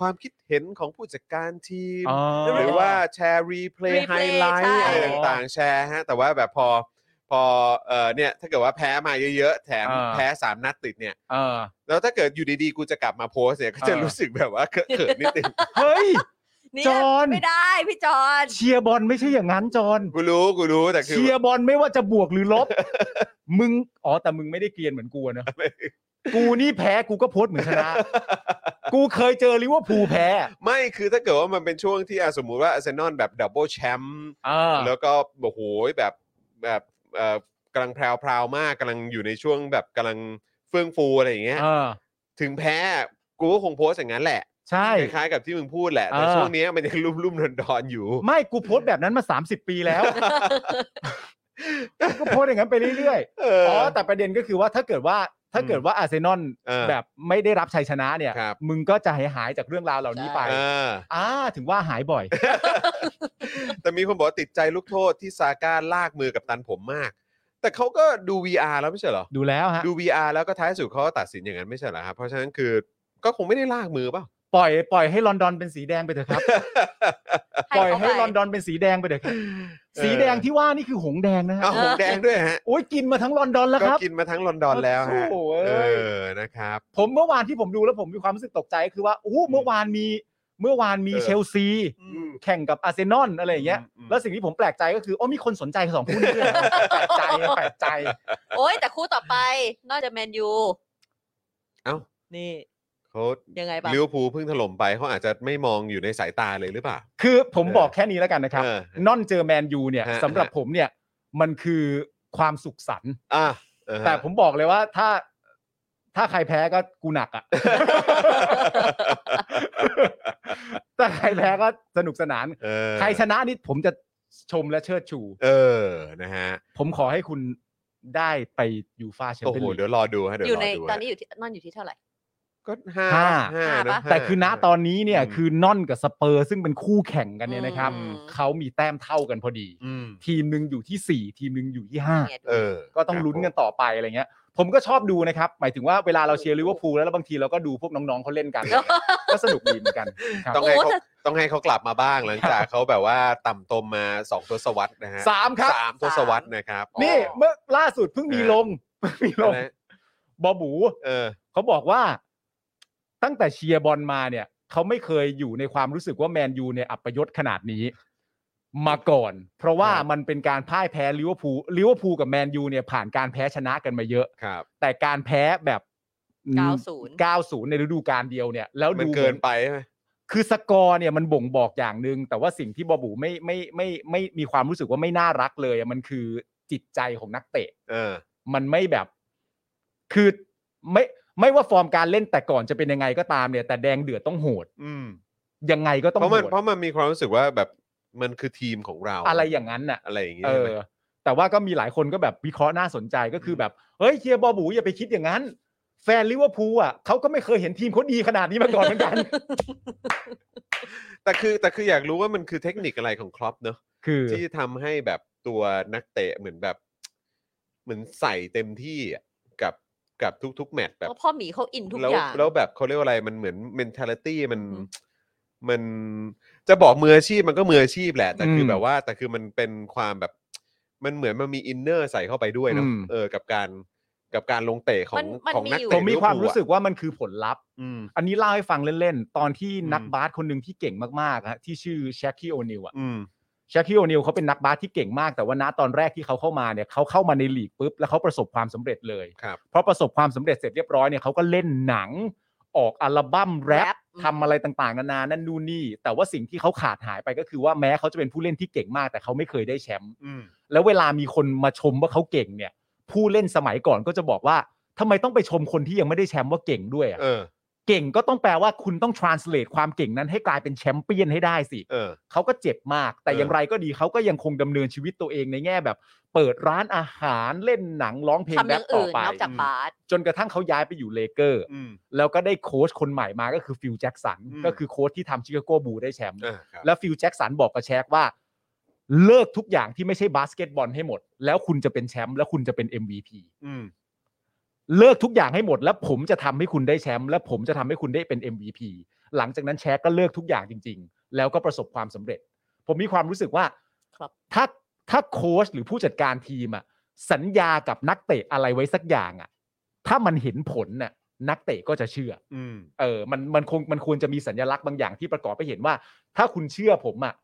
ความคิดเห็นของผู้จัดการทีม
อ๋อ
หรือว่าแชร์รีเพลย์
Replay
ไฮไลท์
ใช่
อะไรต่างๆ แชร์ฮะ แต่ว่าแบบพอพอเออเนี่ยถ้าเกิดว่าแพ้มาเยอะๆ แถม
อ่า
แพ้สามนัดติดเนี่ย
เออ
แล้วถ้าเกิดอยู่ดีๆ กูจะกลับมาโพสต์เนี่ย ก็จะ
อ่ารู้
รู้สึกแบบว่าเขินๆนิดนึง [LAUGHS]
เฮ้ย
เนี่ย
จอห์น
ไม่ได้พี่จอน
เชียร์บอลไม่ใช่อย่างนั้นจอน
กูรู้กูรู้แต่คือ
เชียร์บอลไม่ว่าจะบวกหรือ
[LAUGHS]
ลบ มึงอ๋อแต่มึงไม่ได้เกรียนเหมือนกูอะนะกูนี่แพ้กูก็โพสต์เหมือนช
[LAUGHS]
นะกูเคยเจอลิเวอร์พูลแพ้
ไม่คือถ้าเกิดว่ามันเป็นช่วงที่อ่ะสมมุติว่าอาร์เซนอลแบบดับเบิลแชมป์
เออ
แล้วก็โอ้โหแบบแบบเอ่อกำลังแพรวพราวๆมากกำลังอยู่ในช่วงแบบกำลังเฟื่องฟูอะไรอย่างเงี้ย
เออ
ถึงแพ้กูก็คงโพสต์อย่างนั้นแหละ
ใช่
คล้ายๆกับที่มึงพูดแหละ แต่
เออ
ช่วงเนี้ยมันยังรุ่มรุ่มๆดอนดอนๆอยู่
ไม่กูโพสต์แบบนั้นมา 30 ปี
[LAUGHS]
แล้วกูโพสต์อย่างนั้นไปเรื่อย
เอ
ๆ
อ
อ๋อแต่ประเด็นก็คือว่าถ้าเกิดว่าถ้าเกิดว่าอาร์เซนอล
เออ
แบบไม่ได้รับชัยชนะเนี่ย
ครับ
มึงก็จะหายหายๆจากเรื่องราวเหล่านี้ไป
เออ
อ่าถึงว่าหายบ่อย
[LAUGHS] แต่มีคนบอกว่าติดใจลูกโทษที่ซาก้าลากมือกับตันผมมาก แต่เขาก็ดู VR แล้วไม่ใช่เหรอ
ดูแล้วฮะ
ดู VR แล้วก็ท้ายสุดเขาก็ตัดสินอย่างนั้นไม่ใช่เหรอครับ เพราะฉะนั้นคือก็คงไม่ได้ลากมือเปล่า [LAUGHS]
ปล่อยปล่อยให้ลอนดอนเป็นสีแดงไปเถอะครับ
ให้
ปล่อย
เขาไป
ให้ลอนดอนเป็นสีแดงไปเถอะครับ
อ
สีแดงที่ว่านี่คือหงแดงนะฮะ
เอาหงแดงด้วยฮะ
โอ้ยกินมาทั้งลอนดอนแล้ว
ก็
ครับ
กินมาทั้งลอนดอนแล้วฮะ
โอ้โห
เอ
เอ้ย
อนะครับ
ผมเมื่อวานที่ผมดูแล้วผมมีความรู้สึกตกใจคือว่าอู้เมื่อวานมีเมื่อวานมี
เออ
เชลซี แข่งกับอาร์เซนอลอะไรอย่างเงี้ย
อืม
แล้วสิ่งที่ผมแปลกใจก็คือโอ้มีคนสนใจสองคู่นี้ด้วยเหรอแปลกใจแปลกใจ
โอ้ยแต่คู่ต่อไปนอกจากแมนยู
เอ้า
นี่
เขา
ยังไงบ้าง
ลิเวอร์พูลเพิ่งถล่มไปเขาอาจจะไม่มองอยู่ในสายตาเลยหรือเปล่า
คือผม
เออ
บอกแค่นี้แล้วกันนะครับ
เออน
อนเจอแมนยูเนี่ย
ฮะ
สำหรับผมเนี่ยมันคือความสุขสันต์
อ่ะเออฮะ
แต่ผมบอกเลยว่าถ้าถ้าใครแพ้ก็กูหนัก
[LAUGHS]
อะ่ะ แต่ใครแพ้ก็สนุกสนาน
[LAUGHS] เออ
ใครชนะนี่ผมจะชมและเชิดชู
เออนะฮะ
ผมขอให้คุณได้ไปยูฟาแชม
โอ้
เปี้ย
โห
นลี
เดี๋ย
ก
วรอดูฮะเดี๋ยว
อยู่
รอ
ใน
ดู
ตอ
ฮะ
นนี้อยู่ที่นอนอยู่ที่เท่าไหร่
ก็ห้า
ห้า
ห้า
ห้า
นะ
ปะ
ห้า
แต่คือณตอนนี้เนี่ย
อืม
คือนอนกับสเปอร์ ซึ่งเป็นคู่แข่งกันเนี่ยนะครับ
อืม
เขามีแต้มเท่ากันพอดี
อืม
ทีมหนึ่งอยู่ที่สี่ทีมหนึ่งอยู่ที่ห้า
เนี่ยดู
เออ
ก็ต้องลุ้นกันต่อไปอะไรเงี้ย ผมก็ชอบดูนะครับ หมายถึงว่าเวลาเราเชียร์ลิเวอร์พูลแล้วแล้วบางทีเราก็ดูพวกน้องๆเขาเล่นกัน ก็สนุกดีเหมือนกันครับ
ต้องให้เขา
โอ้แต่
ต้องให้เขากลับมาบ้างหลังจากเขาแบบว่าต่ำตมมาสองทศวรรษนะฮะ
สามครับ
สามทศวรรษนะครับ
นี่
อ๋อ
เมื่อล่าสุดเพิ่งมี
เออ
ลงเพิ่งมีลง
นะ
บอบู
เออ
เขาบอกว่า ตั้งแต่เชียร์บอลมาเนี่ยเขาไม่เคยอยู่ในความรู้สึกว่าแมนยูเนี่ยอัปยศขนาดนี้ มาก่อน เพราะว่า
ครับ
มันเป็นการพ่ายแพ้ลิเวอร์พูลลิเวอร์พูลกับแมนยูเนี่ยผ่านการแพ้ชนะกันมาเยอะ
ครับ
แต่การแพ้แบบ
90
90 ในฤดูกาลเดียวเนี่ย แล้ว
มัน
ดู
เกิ
หมือน
ไปใช่ไหม
คือสกอร์เนี่ยมันบ่งบอกอย่างหนึ่งแต่ว่าสิ่งที่บอบูไม่ไม่ไม่ไม่ไม่มีความรู้สึกว่าไม่น่ารักเลยอะมันคือจิตใจของนักเตะ
เออ
มันไม่แบบ คือไม่ไม่ว่าฟอร์มการเล่นแต่ก่อนจะเป็นยังไงก็ตามเนี่ย แต่แดงเดือดต้องโหด
อืม
ยังไงก็ต้อง
เพราะ
โห
มัน
ด
เพราะมันมีความรู้สึกว่าแบบมันคือทีมของเรา
อะไรอย่างนั้นน่ะ
อะไรอย่างเงี้ย
เออ แต่ว่าก็มีหลายคนก็แบบวิเคราะห์น่าสนใจก็คือแบบ เฮ้ยเชียร์บอบูอย่าไปคิดอย่างนั้น แฟนลิเวอร์พูลอ่ะเขาก็ไม่เคยเห็นทีมเขาดีขนาดนี้มาก่อนเหมือน
[LAUGHS]
กัน
แต่คือแต่คืออยากรู้ว่ามันคือเทคนิคอะไรของครอปเนอะ
คือ
ที่ทำให้แบบตัวนักเตะเหมือนแบบ เหมือนใส่เต็มที่อะกับกับทุก ๆ แมตช์แบบ
เพราะพ่อหมีเขาอินทุก
แล้ว
อย่าง
แล้วแบบเขาเรียกว่าอะไรมันเหมือน mentality มัน
อืม
มันจะบอกมืออาชีพมันก็มืออาชีพแหละ แต่คืออ
ม
แบบว่า แต่คือมันเป็นความแบบ มันเหมือนมันมีอินเนอร์ใส่เข้าไปด้วยเนอะ
อืม
เออ กับการกับการลงเตะขอ
มั
ง
นมัน
ของ
มี
นัก
อยู่
ผ
เตะ
มมีความรู้สึ
ลิเวอร์พูลอะ
กว่ามันคือผลลัพธ์
อืม
อันนี้เล่าให้ฟังเล่นๆ ตอนที่นัก
อืม
บาสคนหนึ่งที่เก่งมากๆฮะที่ชื่อแชคกี้โอนิวอ่ะ
อืม
แชคกี้โอนิวเขาเป็นนักบาสที่เก่งมากแต่ว่าณตอนแรกที่เขาเข้ามาเนี่ยเขาเข้ามาในลีกปุ๊บแล้วเขาประสบความสำเร็จเลย
ครับ
เพราะประสบความสำเร็จเสร็จเรียบร้อยเนี่ยเขาก็เล่นหนังออกอัลบั้มแรป
แรปอืม
ทำอะไรต่างๆนานานั่นนู่นนี่ แต่ว่าสิ่งที่เขาขาดหายไปก็คือว่าแม้เขาจะเป็นผู้เล่นที่เก่งมาก แต่เขาไม่เคยได้แชมป์
อืม
แล้วเวลามีคนมาชมว่าเขาเก่งเนี่ย ผู้เล่นสมัยก่อนก็จะบอกว่าทำไมต้องไปชมคนที่ยังไม่ได้แชมป์ว่าเก่งด้วยอะ
เออ
เก่งก็ต้องแปลว่าคุณต้อง translate ความเก่งนั้นให้กลายเป็นแชมเปี้ยนให้ได้สิ
เออ
เขาก็เจ็บมาก แต่
เอออ
อย่างไรก็ดีเขาก็ยังคงดำเนินชีวิตตัวเองในแง่แบบ เปิดร้านอาหารเล่นหนังร้องเพลง
ทำอ
แร
ย่า
ป
ง
ต่อ
อื่น
ไป
นอกจากบาส
จนกระทั่งเขาย้ายไปอยู่เลเกอร์
อืม
แล้วก็ได้โค้ชคนใหม่มาก็คือฟิลแจ็กสัน
อืม
ก็คือโค้ชที่ทำชิคาโกบูลได้แชมป์
อ่าครับ
แล้วฟิลแจ็กสันบอกกับแชคว่า เลิกทุกอย่างที่ไม่ใช่บาสเกตบอลให้หมด แล้วคุณจะเป็นแชมป์แล้วคุณจะเป็น MVP
อืม
เลิกทุกอย่างให้หมด แล้วผมจะทำให้คุณได้แชมป์และผมจะทำให้คุณได้เป็น MVP หลังจากนั้นแชคก็เลิกทุกอย่างจริง ๆ แล้วก็ประสบความสำเร็จ ผมมีความรู้สึกว่า
ครับ
ถ้าถ้าโค้ชหรือผู้จัดการทีมอะสัญญากับนักเตะอะไรไว้สักอย่างอะถ้ามันเห็นผลน่ะนักเตะก็จะเชื่อ
อืม
เออ มัน มันคง มันควรจะมีสัญลักษณ์บางอย่างที่ประกอบให้เห็นว่า ถ้าคุณเชื่อผมอะ่ะ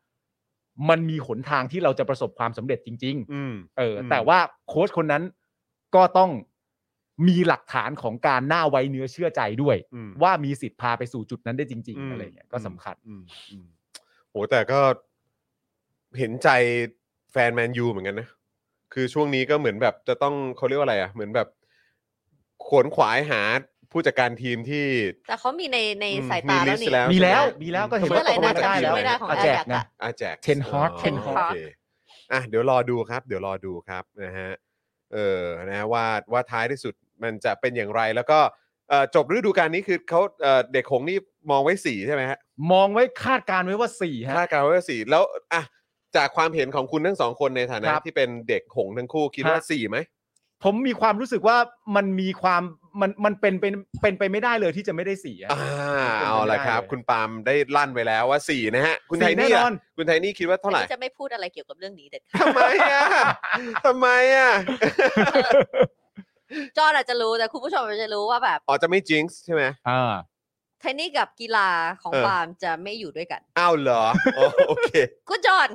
มันมีหนทางที่เราจะประสบความสำเร็จจริง
อืม
ๆ เออ
ม
แต่ว่าโค้ชคนนั้นก็ต้องมีหลักฐานของการหน้าไว้เนื้อเชื่อใจด้วย
อืม
ว่ามีสิทธิ์พาไปสู่จุดนั้นได้จริง
ม
ๆ อะไรเงี้ย ก็สำคัญ
อืมอืมโหแต่ก็เห็นใจแฟนแมนยูเหมือนกันนะ คือช่วงนี้ก็เหมือนแบบจะต้องเขาเรียกว่าอะไรอ่ะ เหมือนแบบขวนขวายหาผู้จัดการทีมที่
แต่เขามีในใน
อืม
สายตาแล้วนี่
มี อืม
มีแล้ว
ใช่ไหม
มีแล้วก็เห็น
เมื่อไหร่
ว่า
น่าจะ
ได้แล้ว
ไม่ได้ของ
อา
อา
แจ
แจ
ก
ก
นะ
อะ
อาแจก
Ten Hag
อ๋อ
Ten Hag
โอเคอ่ะเดี๋ยวรอดูครับ เดี๋ยวรอดูครับนะฮะ เออนะว่าว่าท้ายที่สุดมันจะเป็นอย่างไร แล้วก็เอ่อจบฤดูกาลนี้คือเขาเอ่อเด็กหงส์นี่มองไว้สี่ใช่ไหมฮะ
มองไว้คาดการณ์ไว้ว่าสี่ฮะ
คาดการณ์ไว้ว่าสี่แล้วอ่ะจากความเห็นของคุณทั้งสองคนในฐานะครับ ที่เป็นเด็กหงส์ทั้งคู่คิดว่า
ฮะ
สี่ไหม
ผมมีความรู้สึกว่ามันมีความ มัน มันเป็นเป็นเป็นไปไม่ได้เลยที่จะไม่ได้สี่ฮะ
อ่า
เป็นไป
เอาละครับ
ได้เลย
คุณปาล์มได้ลั่นไปแล้วว่าสี่นะฮะ คุณไท
สี่แน่
นี่
นอ
อ่ะ
น
คุณไทนี่คิดว่าเท่าไหร่
อันนี้จะไม่พูดอะไรเกี่ยวกับเรื่องนี้เด็ดขาด
ทำไมอ่ะทำไมอ่ะ
จอห์นอาจจะรู้แต่คุณผู้ชมอาจจะรู้ว่าแบบ
อ๋อจะไม่จิงส์ใช่ไหม
อ่า
เทนนี่กับกีฬาของปาล์มจะไม่อยู่ด้วยกัน
อ้าวเหรออ๋อโอเค
คุณจอ
[LAUGHS]
ห์น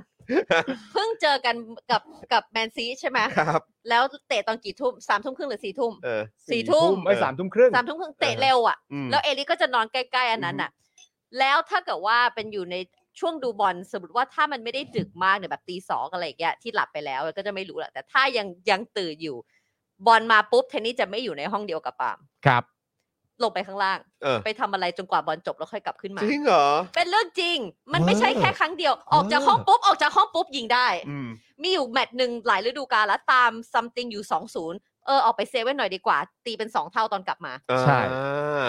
เพิ่งเจอกันกับกับแมนซีใช่ไหม
ครับ
แล้วเตะตอนกี่ทุ่มสามทุ่มครึ่งหรือสี่ทุ่ม
เออ
สี่ทุ่ม
ไอ้ย
เออ
สามทุ่มครึ่ง
สามทุ่มครึ่งเตะเร็วอ่ะ
อืม
แล้วเอลิก็จะนอนใกล้ๆอันนั้นอ่ะ แล้วถ้าเกิดว่าเป็นอยู่ในช่วงดูบอลสมมติว่าถ้ามันไม่ได้ดึกมากเนี่ยแบบตีสองอะไรอย่างเงี้ยที่หลับไปแล้วก็จะไม่รู้แหละแต่ถ้ายังยังตื่นอยู่ บอลมาปุ๊บเทนนี่จะไม่อยู่ในห้องเดียวกับปาล์ม
ครับ
ลงไปข้างล่าง
เออ
ไปทำอะไรจนกว่าบอลจบแล้วค่อยกลับขึ้นมา
จริงเหรอ
เป็นเรื่องจริง มัน
ว้า
ไม่ใช่แค่ครั้งเดียว ออกจากห้อง
ว้า
ปุ๊บ ออกจากห้องปุ๊บยิงได้
อืม
มีอยู่แมตช์หนึ่งหลายฤดูกาลแล้วตาม something อยู่สองศูนย์เออออกไปเซเว่นหน่อยดีกว่า ตีเป็นสองเท่าตอนกลับมา
ใช่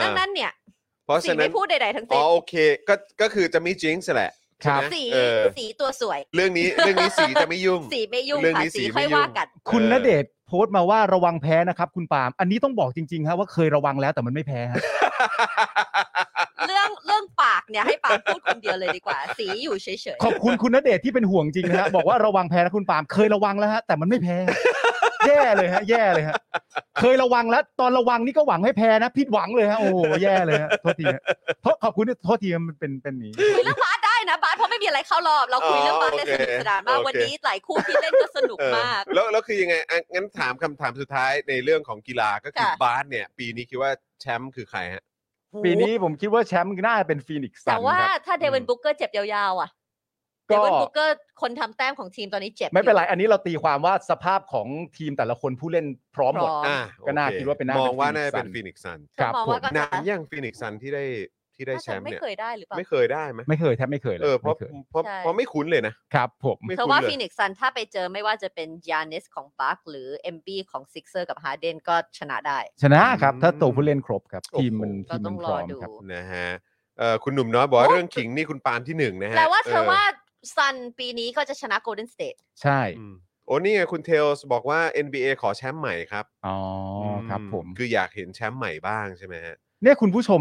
ดังนั้นเนี่ย
เพราะ
สี
ฉะนั้
ไม่
น
พูดใดๆทั้ง
อ๋
สิ้
อน โอเคก็ก็คือจะไม่จิงส์แหละใช่ไหม
สี
เออ
สีตัวสวย
เรื่องนี้เรื่องนี้สีจะไม่ยุ่ง
สีไม่ยุ่ง
เรื่อง
ค่ะ
นี้
สี
สี
ค่
ไม่
อย
ยุ่ง
ว่ากัน
คุณ
เออ
ณเดชน์โพสต์มาว่าระวังแพ้นะครับคุณปาล์มอันนี้ต้องบอกจริงๆฮะว่าเคยระวังแล้วแต่มันไม่แพ้
[LAUGHS]
ฮะ
เรื่องเรื่องปากเนี่ยให้ปากพูดคนเดียวเลยดีกว่า สีอยู่เฉย
ขอบคุณคุณณเดชน์ที่เป็นห่วงจริงนะฮะบอกว่าระวังแพ้นะคุณปาล์มเคยระวังแล้วฮะแต่มันไม่แพ้
[LAUGHS]
ฮะแย่เลยฮะ แย่เลยฮะ เคยระวังแล้ว ตอนระวังนี่ก็หวังให้แพ้นะผิดหวังเลยฮะโอ้โหแย่เลยฮะโทษทีฮะโทษขอบคุณที่โทษทีมันเป็นเป็นหนี
ๆคุยเรื่องบาสได้นะบาสเพราะไม่มีอะไรเข้ารอบ เราคุยเรื่องบาสได้
อ๋อโอ
ส
เค
นุกสนานมาก
โอเค
วันนี้หลายคู่ที่เล่นก็สนุก
เออ
มาก
แล้วแล้วคือยังไงอ่ะงั้นถามคำถามสุดท้ายในเรื่องของกีฬาก็คือ
ค่ะ
บาสเนี่ย ปีนี้คิดว่าแชมป์คือใครฮะ
ปีนี้ผมคิดว่าแชมป์น่าจะเป็นฟีนิกซ์ซั
แต่
น
ว่า
ครับ
ถ้าเดวินบุ๊กเกอร์เจ็บยาวๆอ่ะเด
ก็
วินบุ๊กเกอร์คนทำแต้มของทีมตอนนี้เจ็บ
ไม่เป็นไรอันนี้เราตีความว่าสภาพของทีมแต่ละคนผู้เล่นพร้อม
พ
หม
ร้
ด
อม
อ่ะ
ก็น่า
โอ
คิดว่าเป็นน่าจะ
มองว่าน่าจะ
Phoenix
เป็น
Sun
ฟีนิกซัน
ครับ
มอง
ผม
ว่าก็
นา
จะ
นยังฟีนิกซันที่ได้ที่ได้
น่า
แช
จะ
มป์
ไม่
เนี่ย
เคยได้หรือเปล่า
ไม่เคยได้ไหม
ไม่เคยแทบไม่เคยเลย
เออเพราะ
ไม่คย
เพราะ
ใช่
เพราะไม่คุ้นเลยนะครับ
ผม
ไม่
เธอ
คุ้น
ว่า
เล
ฟี
ย
นิกซันถ้าไปเจอไม่ว่าจะเป็นยานิสของบัคหรือเอมบีของซิกเซอร์กับฮาเดนก็ชนะได้
ชนะครับ ถ้า
อืม
ตัวผู้เล่นครบครับ
โอ้โห
ทีมมัน
เรา
ทีม
ต้
มั
อน งร
พร้
อ
อม
ดู
ครับ
นะฮะเอ่อคุณหนุ่มน้อยบอกว่า
โอ้
เรื่องขิงนี่คุณปาล์มที่หนึ่งนะฮะ
แปลว่าเธอว่า
เ
ซันปีนี้ก็จะชนะโกลเด้นสเตท
ใช่
อออืมโอ้นี่ไงคุณเทลส์บอกว่า NBA ขอแชมป์ใหม่ครับ
อ๋อครับผม
คืออยากเห็นแชมป์ใหม่บ้างใช่ไหมฮะ
เนี่ยคุณผู้ชม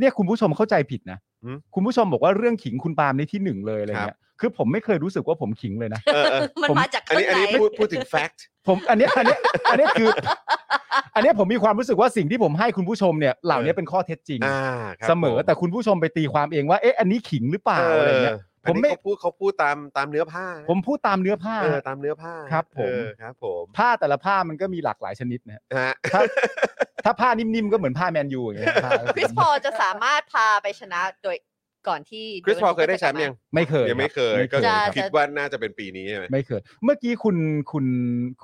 เนี่ยคุณผู้ชมเข้าใจผิดนะ
หืม
คุณผู้ชมบอกว่าเรื่องขิงคุณปาล์มในที่หนึ่งเลยอะไร
ครับ
เงี้ยคือผมไม่เคยรู้สึกว่าผมขิงเลยนะ
เออเออ
มัน
ผม
มาจาก
อัน
ข้าง
นี้อัน
ใน
นี้พูดพูดถึงแฟกต์
ผมอันเนี้ยอันเนี้ยอันเนี้ยคือ อันเนี้ยผมมีความรู้สึกว่าสิ่งที่ผมให้คุณผู้ชมเนี่ยเหล่านี้เป็นข้อเท็จจริง
อ่าครับ
เสมอ
ผ
แต่คุณผู้ชมไปตีความเองว่าเอ๊ะอันนี้ขิงหรือเปล่าอะไรเงี้ย
ผม
ผมไม่
ไม่เขาพูดเขาพูดตามตามเนื้อผ้า
ผมพูดตามเนื้อผ้า
เออตามเนื้อผ้า
ครับผม
เออครับ ผม
ผ้าแต่ละผ้ามันก็มีหลากหลายชนิดนะฮะ
ฮะ
ถ้าถ้าผ้านิ่มๆก็เหมือนผ้าแมนยูอย่างเงี้ยผ้า
คริสพอลจะสามารถพาไปชนะโดยก่อนที่
คริส
Devin
พอล
Booker
เคยได้แชมป์ยัง
[LAUGHS] ไม่เคย
ยังไม่เคย
รับ
ก็
จะ
คิดว่าน่าจะเป็นปีนี้ใช่ไหม
ไม่เคย เมื่อกี้คุณคุณ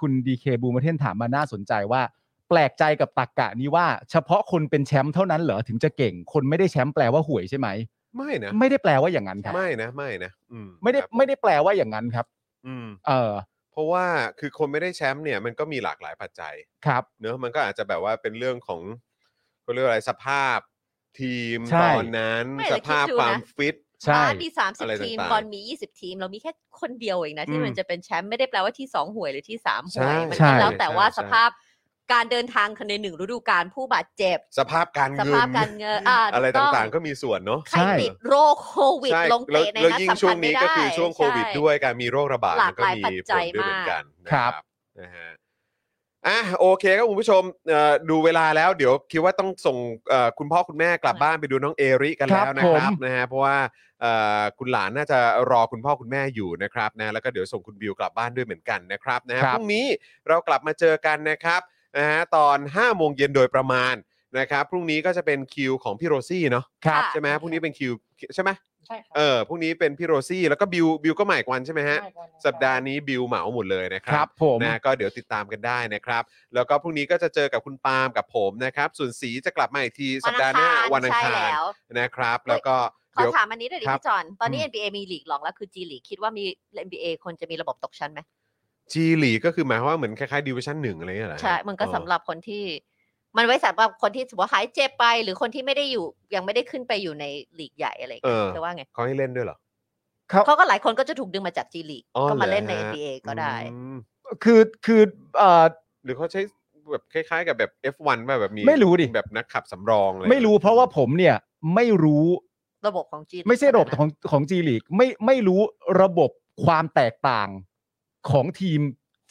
คุณดีเคบูมาเทนถามมาน่าสนใจว่า แปลกใจกับตักกะนี้ว่าเฉพาะคนเป็นแชมป์เท่านั้นเหรอถึงจะเก่ง คนไม่ได้แชมป์แปลว่าห่วยใช่ไหม
ไม่นะ
ไม่ได้แปลว่าอย่างนั้นครับ
ไม่นะ ไม่นะอืม
ไม่ได้
ครับ
ไม่ได้แปลว่าอย่างนั้นครับ
อืม
เออ
เพราะว่าคือคนไม่ได้แชมป์เนี่ยมันก็มีหลากหลายปัจจัย
ครับ
เนอะมันก็อาจจะแบบว่าเป็นเรื่องของเขาเรียกว่าอะไรสภาพ ทีม
ใช่
ตอนนั้น
ไม่แต่
สภาพ
คิดดูนะ
ความฟิต
ใช่
บาสมีสามสิบ
อะไร
ทีม
ต่างๆ
บอลมียี่สิบทีม เรามีแค่คนเดียวเองนะ ที่
อืม
มันจะเป็นแชมป์ไม่ได้แปลว่าที่สองห่วยหรือที่สาม
ใช่
ห่วย มัน
ใช่
ก็แล้วแต่ว่า
ใช่ใช่
สภาพการเดินทางในหนึ่งฤดูกาลผู้บาดเจ็บ
สภาพการ
ส
เงิน
ภาพการเงินอ่า
[LAUGHS] อะไร
ถู
ต่างๆ ก็มีส่วนเนาะ
ใคร
ใช่
ติดโรคโควิด
ใช่
ลง
แล้ว
เตะใน
แล้ว
นัด
ยิ่ง
สำ
ช่ว
คั
ง
ญไม่
นี้
ได้
ก็คือช่วงโควิด
ใช่
ด้วยการมีโรคระบาด
หลา
มั
ก
นก็
หลาย
มี
ปัจ
ผ
จัย
ลด้วยเหมือนกันนะ
มาก
นะฮะอ่ะโอเคครับคุณผู้ชมเอ่อดูเวลาแล้วเดี๋ยวคิดว่าต้องส่งเอ่อคุณพ่อคุณแม่กลับบ้านไปดูน้องเอริกันแล้วนะค
ครั
รับบ
ผม
นะฮะเพราะว่าเอ่อคุณหลานน่าจะรอคุณพ่อคุณแม่อยู่นะครับนะแล้วก็เดี๋ยวส่งคุณบิวกลับบ้านด้วยเหมือนกันนะครับนะฮะ
ครับ
พรุ่งนี้เรากลับมาเจอกันนะครับนะฮะตอน5โมงเย็นโดยประมาณนะครับพรุ่งนี้ก็จะเป็นคิวของพี่โรซี่เนาะ
ครับ
ค่ะ
ใช่ไหมฮะพรุ่งนี้เป็นคิวใช่ไหม
ใช่ครั
เออพรุ่งนี้เป็นพี่โรซี่ แล้วก็บิวบิวก็ใหม่กวันใช่ไหมฮะ
ได้วัน
สัปดาห์นี้บิวเหมาหมดเลยนะค
ครั
รับบ
ผม
นะก็เดี๋ยวติดตามกันได้นะครับ แล้วก็พรุ่งนี้ก็จะเจอกับคุณปาล์มกับผมนะครับ ส่วนสีจะกลับมาอีกทีสัปดาห์หน้าวันอังคา
ใช่
ร
แล้ว
นะครับ
เฮ้ย
แล้วก็
ขอ
เดี๋ยว
ถามอันนี้หน่อยดิ
ครับ
พี่จอน ตอนนี้ NBA มีลีกรองแล้วคือจีลีกคิดว่ามี NBA คนจะมีระบบตกชั้นไหม
จีลีก็คือหมายความว่าเหมือนคล้ายๆดิวิชั่นหนึ่งอะไรอย่างเงี้ยเหรอฮะ
ใช่ มันก็
อ๋อ
สำหรับคนที่ มันไว้สำหรับคนที่สมมติว่าหายเจ็บไป หรือคนที่ไม่ได้อยู่ยังไม่ได้ขึ้นไปอยู่ในลีกใหญ่อะไรอย่าง
เอ
เงี้ย
อ
เธอว่าไง
เขาให้เล่นด้วยเหรอ
ครับ
เขาก็หลายคนก็จะถูกดึงมาจากจีลีก
อ๋อ
ก็มาเล่นใน
เหรอฮะ
NBA ก็ได้
อืม
คือคือเอ่อ
หรือเขาใช้แบบคล้ายๆ กับแบบ F1 ป่ะแบบมี
ไม่รู้ดิ
แบบนักขับสำรองอะ
ไม่รู้เพราะว่าผมเนี่ยไม่รู้
ระบบของจีลีก
ไม่ใช่ระบบ
นะ
ของของจีลีกไม่ไม่รู้ระบบความแตกต่างของทีม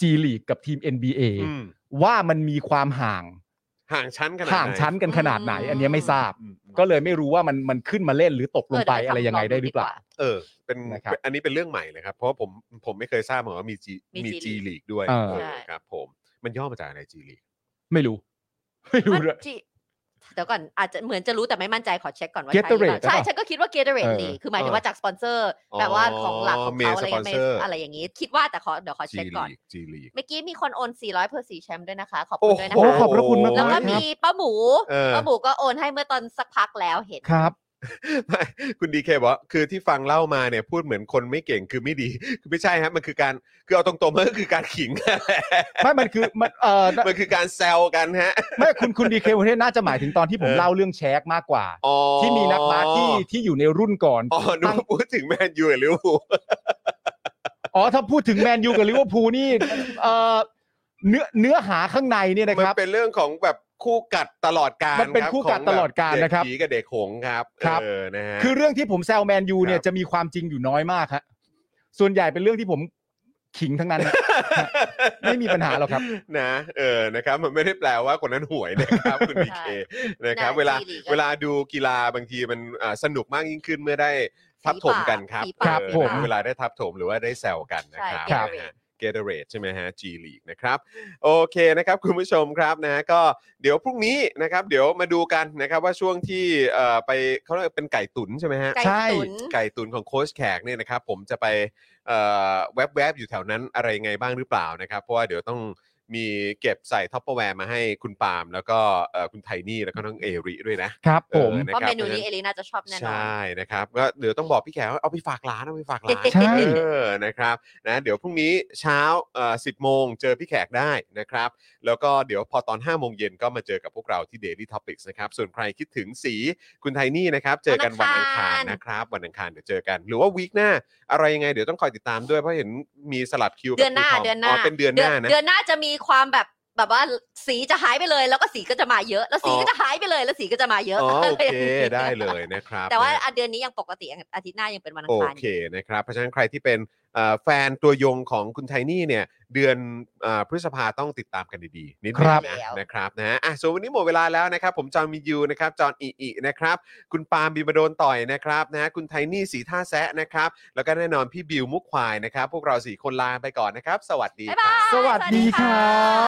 จีลีกกับทีม NBA
อืม
ว่ามันมีความห่าง
ห่างชั้นขนาดไหน
ห่างชั้นกันขนาดไหน อันเนี้ยไม่ทราบ
อืม
ก็เลยไม่รู้ว่ามันมันขึ้นมาเล่นหรือตกลงไป
เดี๋ว
อะไรยังไง
ทำ
ได้หรือเปล่า
กว่
เออเป็น
นะครับ
เป็นอันนี้เป็นเรื่องใหม่เลยครับ เพราะว่าผมผมไม่เคยทราบมาก่อนว่ามีจี
มี
มี
G
จีลีกด้วย
เออ
เออ
ใช่
ครับผมมันย่อมาจากอะไรจีลีก
ไม่รู้ [LAUGHS] ไม่รู้
มัน
ด้วย
จีเดี๋ยวก่อนอาจจะเหมือนจะรู้แต่ไม่มั่นใจขอเช็คก่อนว่า
Gatorade
ใช่หรือเปล่า
หรือเปล่า
ใช่ฉันก็คิดว่า Gatorade
เออ
ลีกคือหมายถึงว่าจากสปอนเซอร์แบบว่าของหลักของเขาอะไรเงี้ยไม่อะไรอย่างงี้คิดว่าแต่ขอเดี๋ยวขอ
จี
เช็คก่อน
ลีกจีลีก
เมื่อกี้มีคนโอน 400 เพื่อสีแชมป์ด้วยนะคะ ขอบ
โอ้
คุณด้วยนะ
โอ้
คะ
ขอบพระคุณมาก
แล้ว
ๆค
ก็
รับ
มีป้าหมู
เออ
ป้าหมูก็โอนให้เมื่อตอนสักพักแล้วเห็น
ครับ
ไม่คุณดีเคบอกว่าคือที่ฟังเล่ามาเนี่ยพูดเหมือนคนไม่เก่งคือไม่ดี คือไม่ใช่ฮะมันคือการคือเอาตรงๆมันก็คือการขิง [LAUGHS]
ไม่มันคือมันเออ
มันคือการแซวกันฮะ
ไม่คุณคุณดีเคประเทศน่าจะหมายถึงตอนที่ผมเล่าเรื่องแชกมากกว่า
อ๋อ
ที่มีนักบาสที่ที่อยู่ในรุ่นก่อน
อ๋อนึกว่าพูดถึงแมนยูหรือลิเวอร์พูล
อ๋อ ถ้าพูดถึงแมนยูกับลิเวอร์พูลนี่เอ่อเนื้อเนื้อหาข้างในเนี่ยนะ
มั
คน รับ
เป็นเรื่องของแบบคู่กัดตลอดการ
มันเป็น
รับ
คู่กัด
ของแบบ
ตลอดกาลนะครับ
เด็ผีกับเด็กหงส์ครับ
ครับ
เออนะฮะ
คือเรื่องที่ผมแซวแมนยู
ค
เนี่ย
รับ
จะมีความจริงอยู่น้อยมากฮะส่วนใหญ่เป็นเรื่องที่ผมขิงทั้งนั้นฮะ [LAUGHS] ไม่มีปัญหาหรอกครับ
นะเออนะครับมันไม่ได้แปลว่าคนนั้นห่วยนะครับ คุณดีเคนะครับ
ใช่
เวลา
G League อะ
เวลาดูกีฬาบางทีมันอ่าสนุกมากยิ่งขึ้นเมื่อได้ทับถมกันครับ
ฝีปาก
เออ
ฝีปาก
ครับผม
เวลาได้ทับถมหรือว่าได้แซวกันนะค
ใช่
รับ
ครับ
นะฮะ g a t o r a d e ใช่ไหมฮะ G League นะครับ โอเคนะครับ คุณผู้ชมครับนะก็เดี๋ยวพรุ่งนี้นะครับ เดี๋ยวมาดูกันนะครับว่าช่วงที่เอ่อไปเขาเรียกว่าเป็นไก่ตุ๋นใช่ไหมฮะ
ไก่
ใช่
ตุ๋น
ไก่ตุนของโค้ชแขกเนี่ยนะครับผมจะไปเอ่อแวบๆอยู่แถวนั้นอะไรไงบ้างหรือเปล่านะครับ เพราะว่าเดี๋ยวต้องมีเก็บใส่ท็อปเปอร์แวร์มาให้คุณปาล์มแล้วก็เอ่อคุณไทนี่แล้วก็น้องเอริด้วยนะครับ
ผม
ออ
เพราะ
คบ
เมนูนี้เอลิน่าจะชอบแน่นอน
ใช่นะครับก็เดี๋ยวต้องบอกพี่แขกว่าเอาไปฝากร้านเอาไปฝากร้าน
ใช่
เออนะครับนะเดี๋ยวพรุ่งนี้เช้าเอ่อสิบโมงเจอพี่แขกได้นะครับ แล้วก็เดี๋ยวพอตอน5้าโมงเย็นก็มาเจอกับพวกเราที่ Daily Topics นะครับ ส่วนใครคิดถึงสีคุณไทนี่นะครับ เจอกันวัน
วันอั
อัง
ง
คา
คารร
นะครับ วันอังคารเดี๋ยวเจอกัน หรือว่าวีคหน้า อะไรยังไงเดี๋ยวต้องคอยติดตามด้วย เพราะเห็นมีสลับคิวกับ
เดือนหน้า
ครูทม
เดือนหน้า
เป็นเดือนหน้านะ
เดือนหน้าจะมีความแบบแบบว่าสีจะหายไปเลย แล้วก็สีก็จะมาเยอะ แล้วสี
อ๋อ
ก็จะหายไปเลย แล้วสีก็จะมาเยอะ
อ๋อโอเค
ะรอย่างงี้
ได้เลยนะครับ
แต่ว่าอ่ะเดือนนี้ยังปกติอาทิตย์หน้ายังเป็นวันอั
โอง
คาร
เคนะครับ เพราะฉะนั้นใครที่เป็นเอ่อแฟนตัวยงของคุณไทนี่เนี่ย เดือนเออพฤษภาต้องติดตามกันดีๆ นิดนึ
ครั
ง
บ
นะนะครับนะฮะอ่ะส่วนวันนี้หมดเวลาแล้วนะครับ ผมจอห์นมียูนะครับ จอห์นอิอินะครับ คุณปาล์มบีมาโดนต่อยนะครับนะฮะคุณไทนี่สีท่าแซะนะครับ แล้วก็แน่นอนพี่บิวมุกควายนะครับ พวกเราสี่คนลาไปก่อนนะครับ สวัสดี
บ๊า
ครับ
ยาย
บ
สวัสดีครับ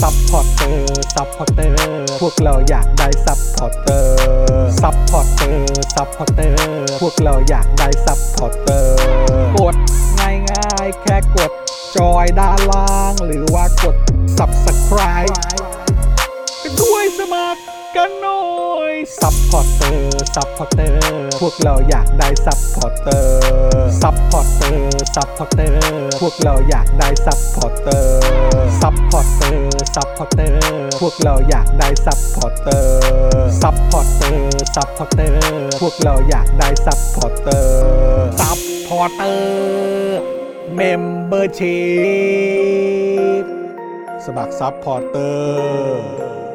ซัพพอร์เตอร์ ซัพพอร์เตอร์ พวกเราอยากได้ซัพพอร์เตอร์ ซัพพอร์เตอร์ ซัพพอร์เตอร์ พวกเราอยากได้ซัพพอร์เตอร์ กดง่ายๆ แค่กด จอยด้านล่าง หรือว่ากด subscribe กันด้วยสมัครกันหน่อย ซัพพอร์เตอร์ ซัพพอร์เตอร์ พวกเราอยากได้ ซัพพอร์เตอร์ ซัพพอร์เตอร์ ซัพพอร์เตอร์ พวกเราอยากได้ ซัพพอร์เตอร์ ซัพพอร์เตอร์ ซัพพอร์เตอร์ พวกเราอยากได้ ซัพพอร์เตอร์ ซัพพอร์เตอร์ ซัพพอร์เตอร์ พวกเราอยากได้ ซัพพอร์เตอร์ ซัพพอร์เตอร์ เมมเบอร์ชีพสมัครซัพพอร์เตอร์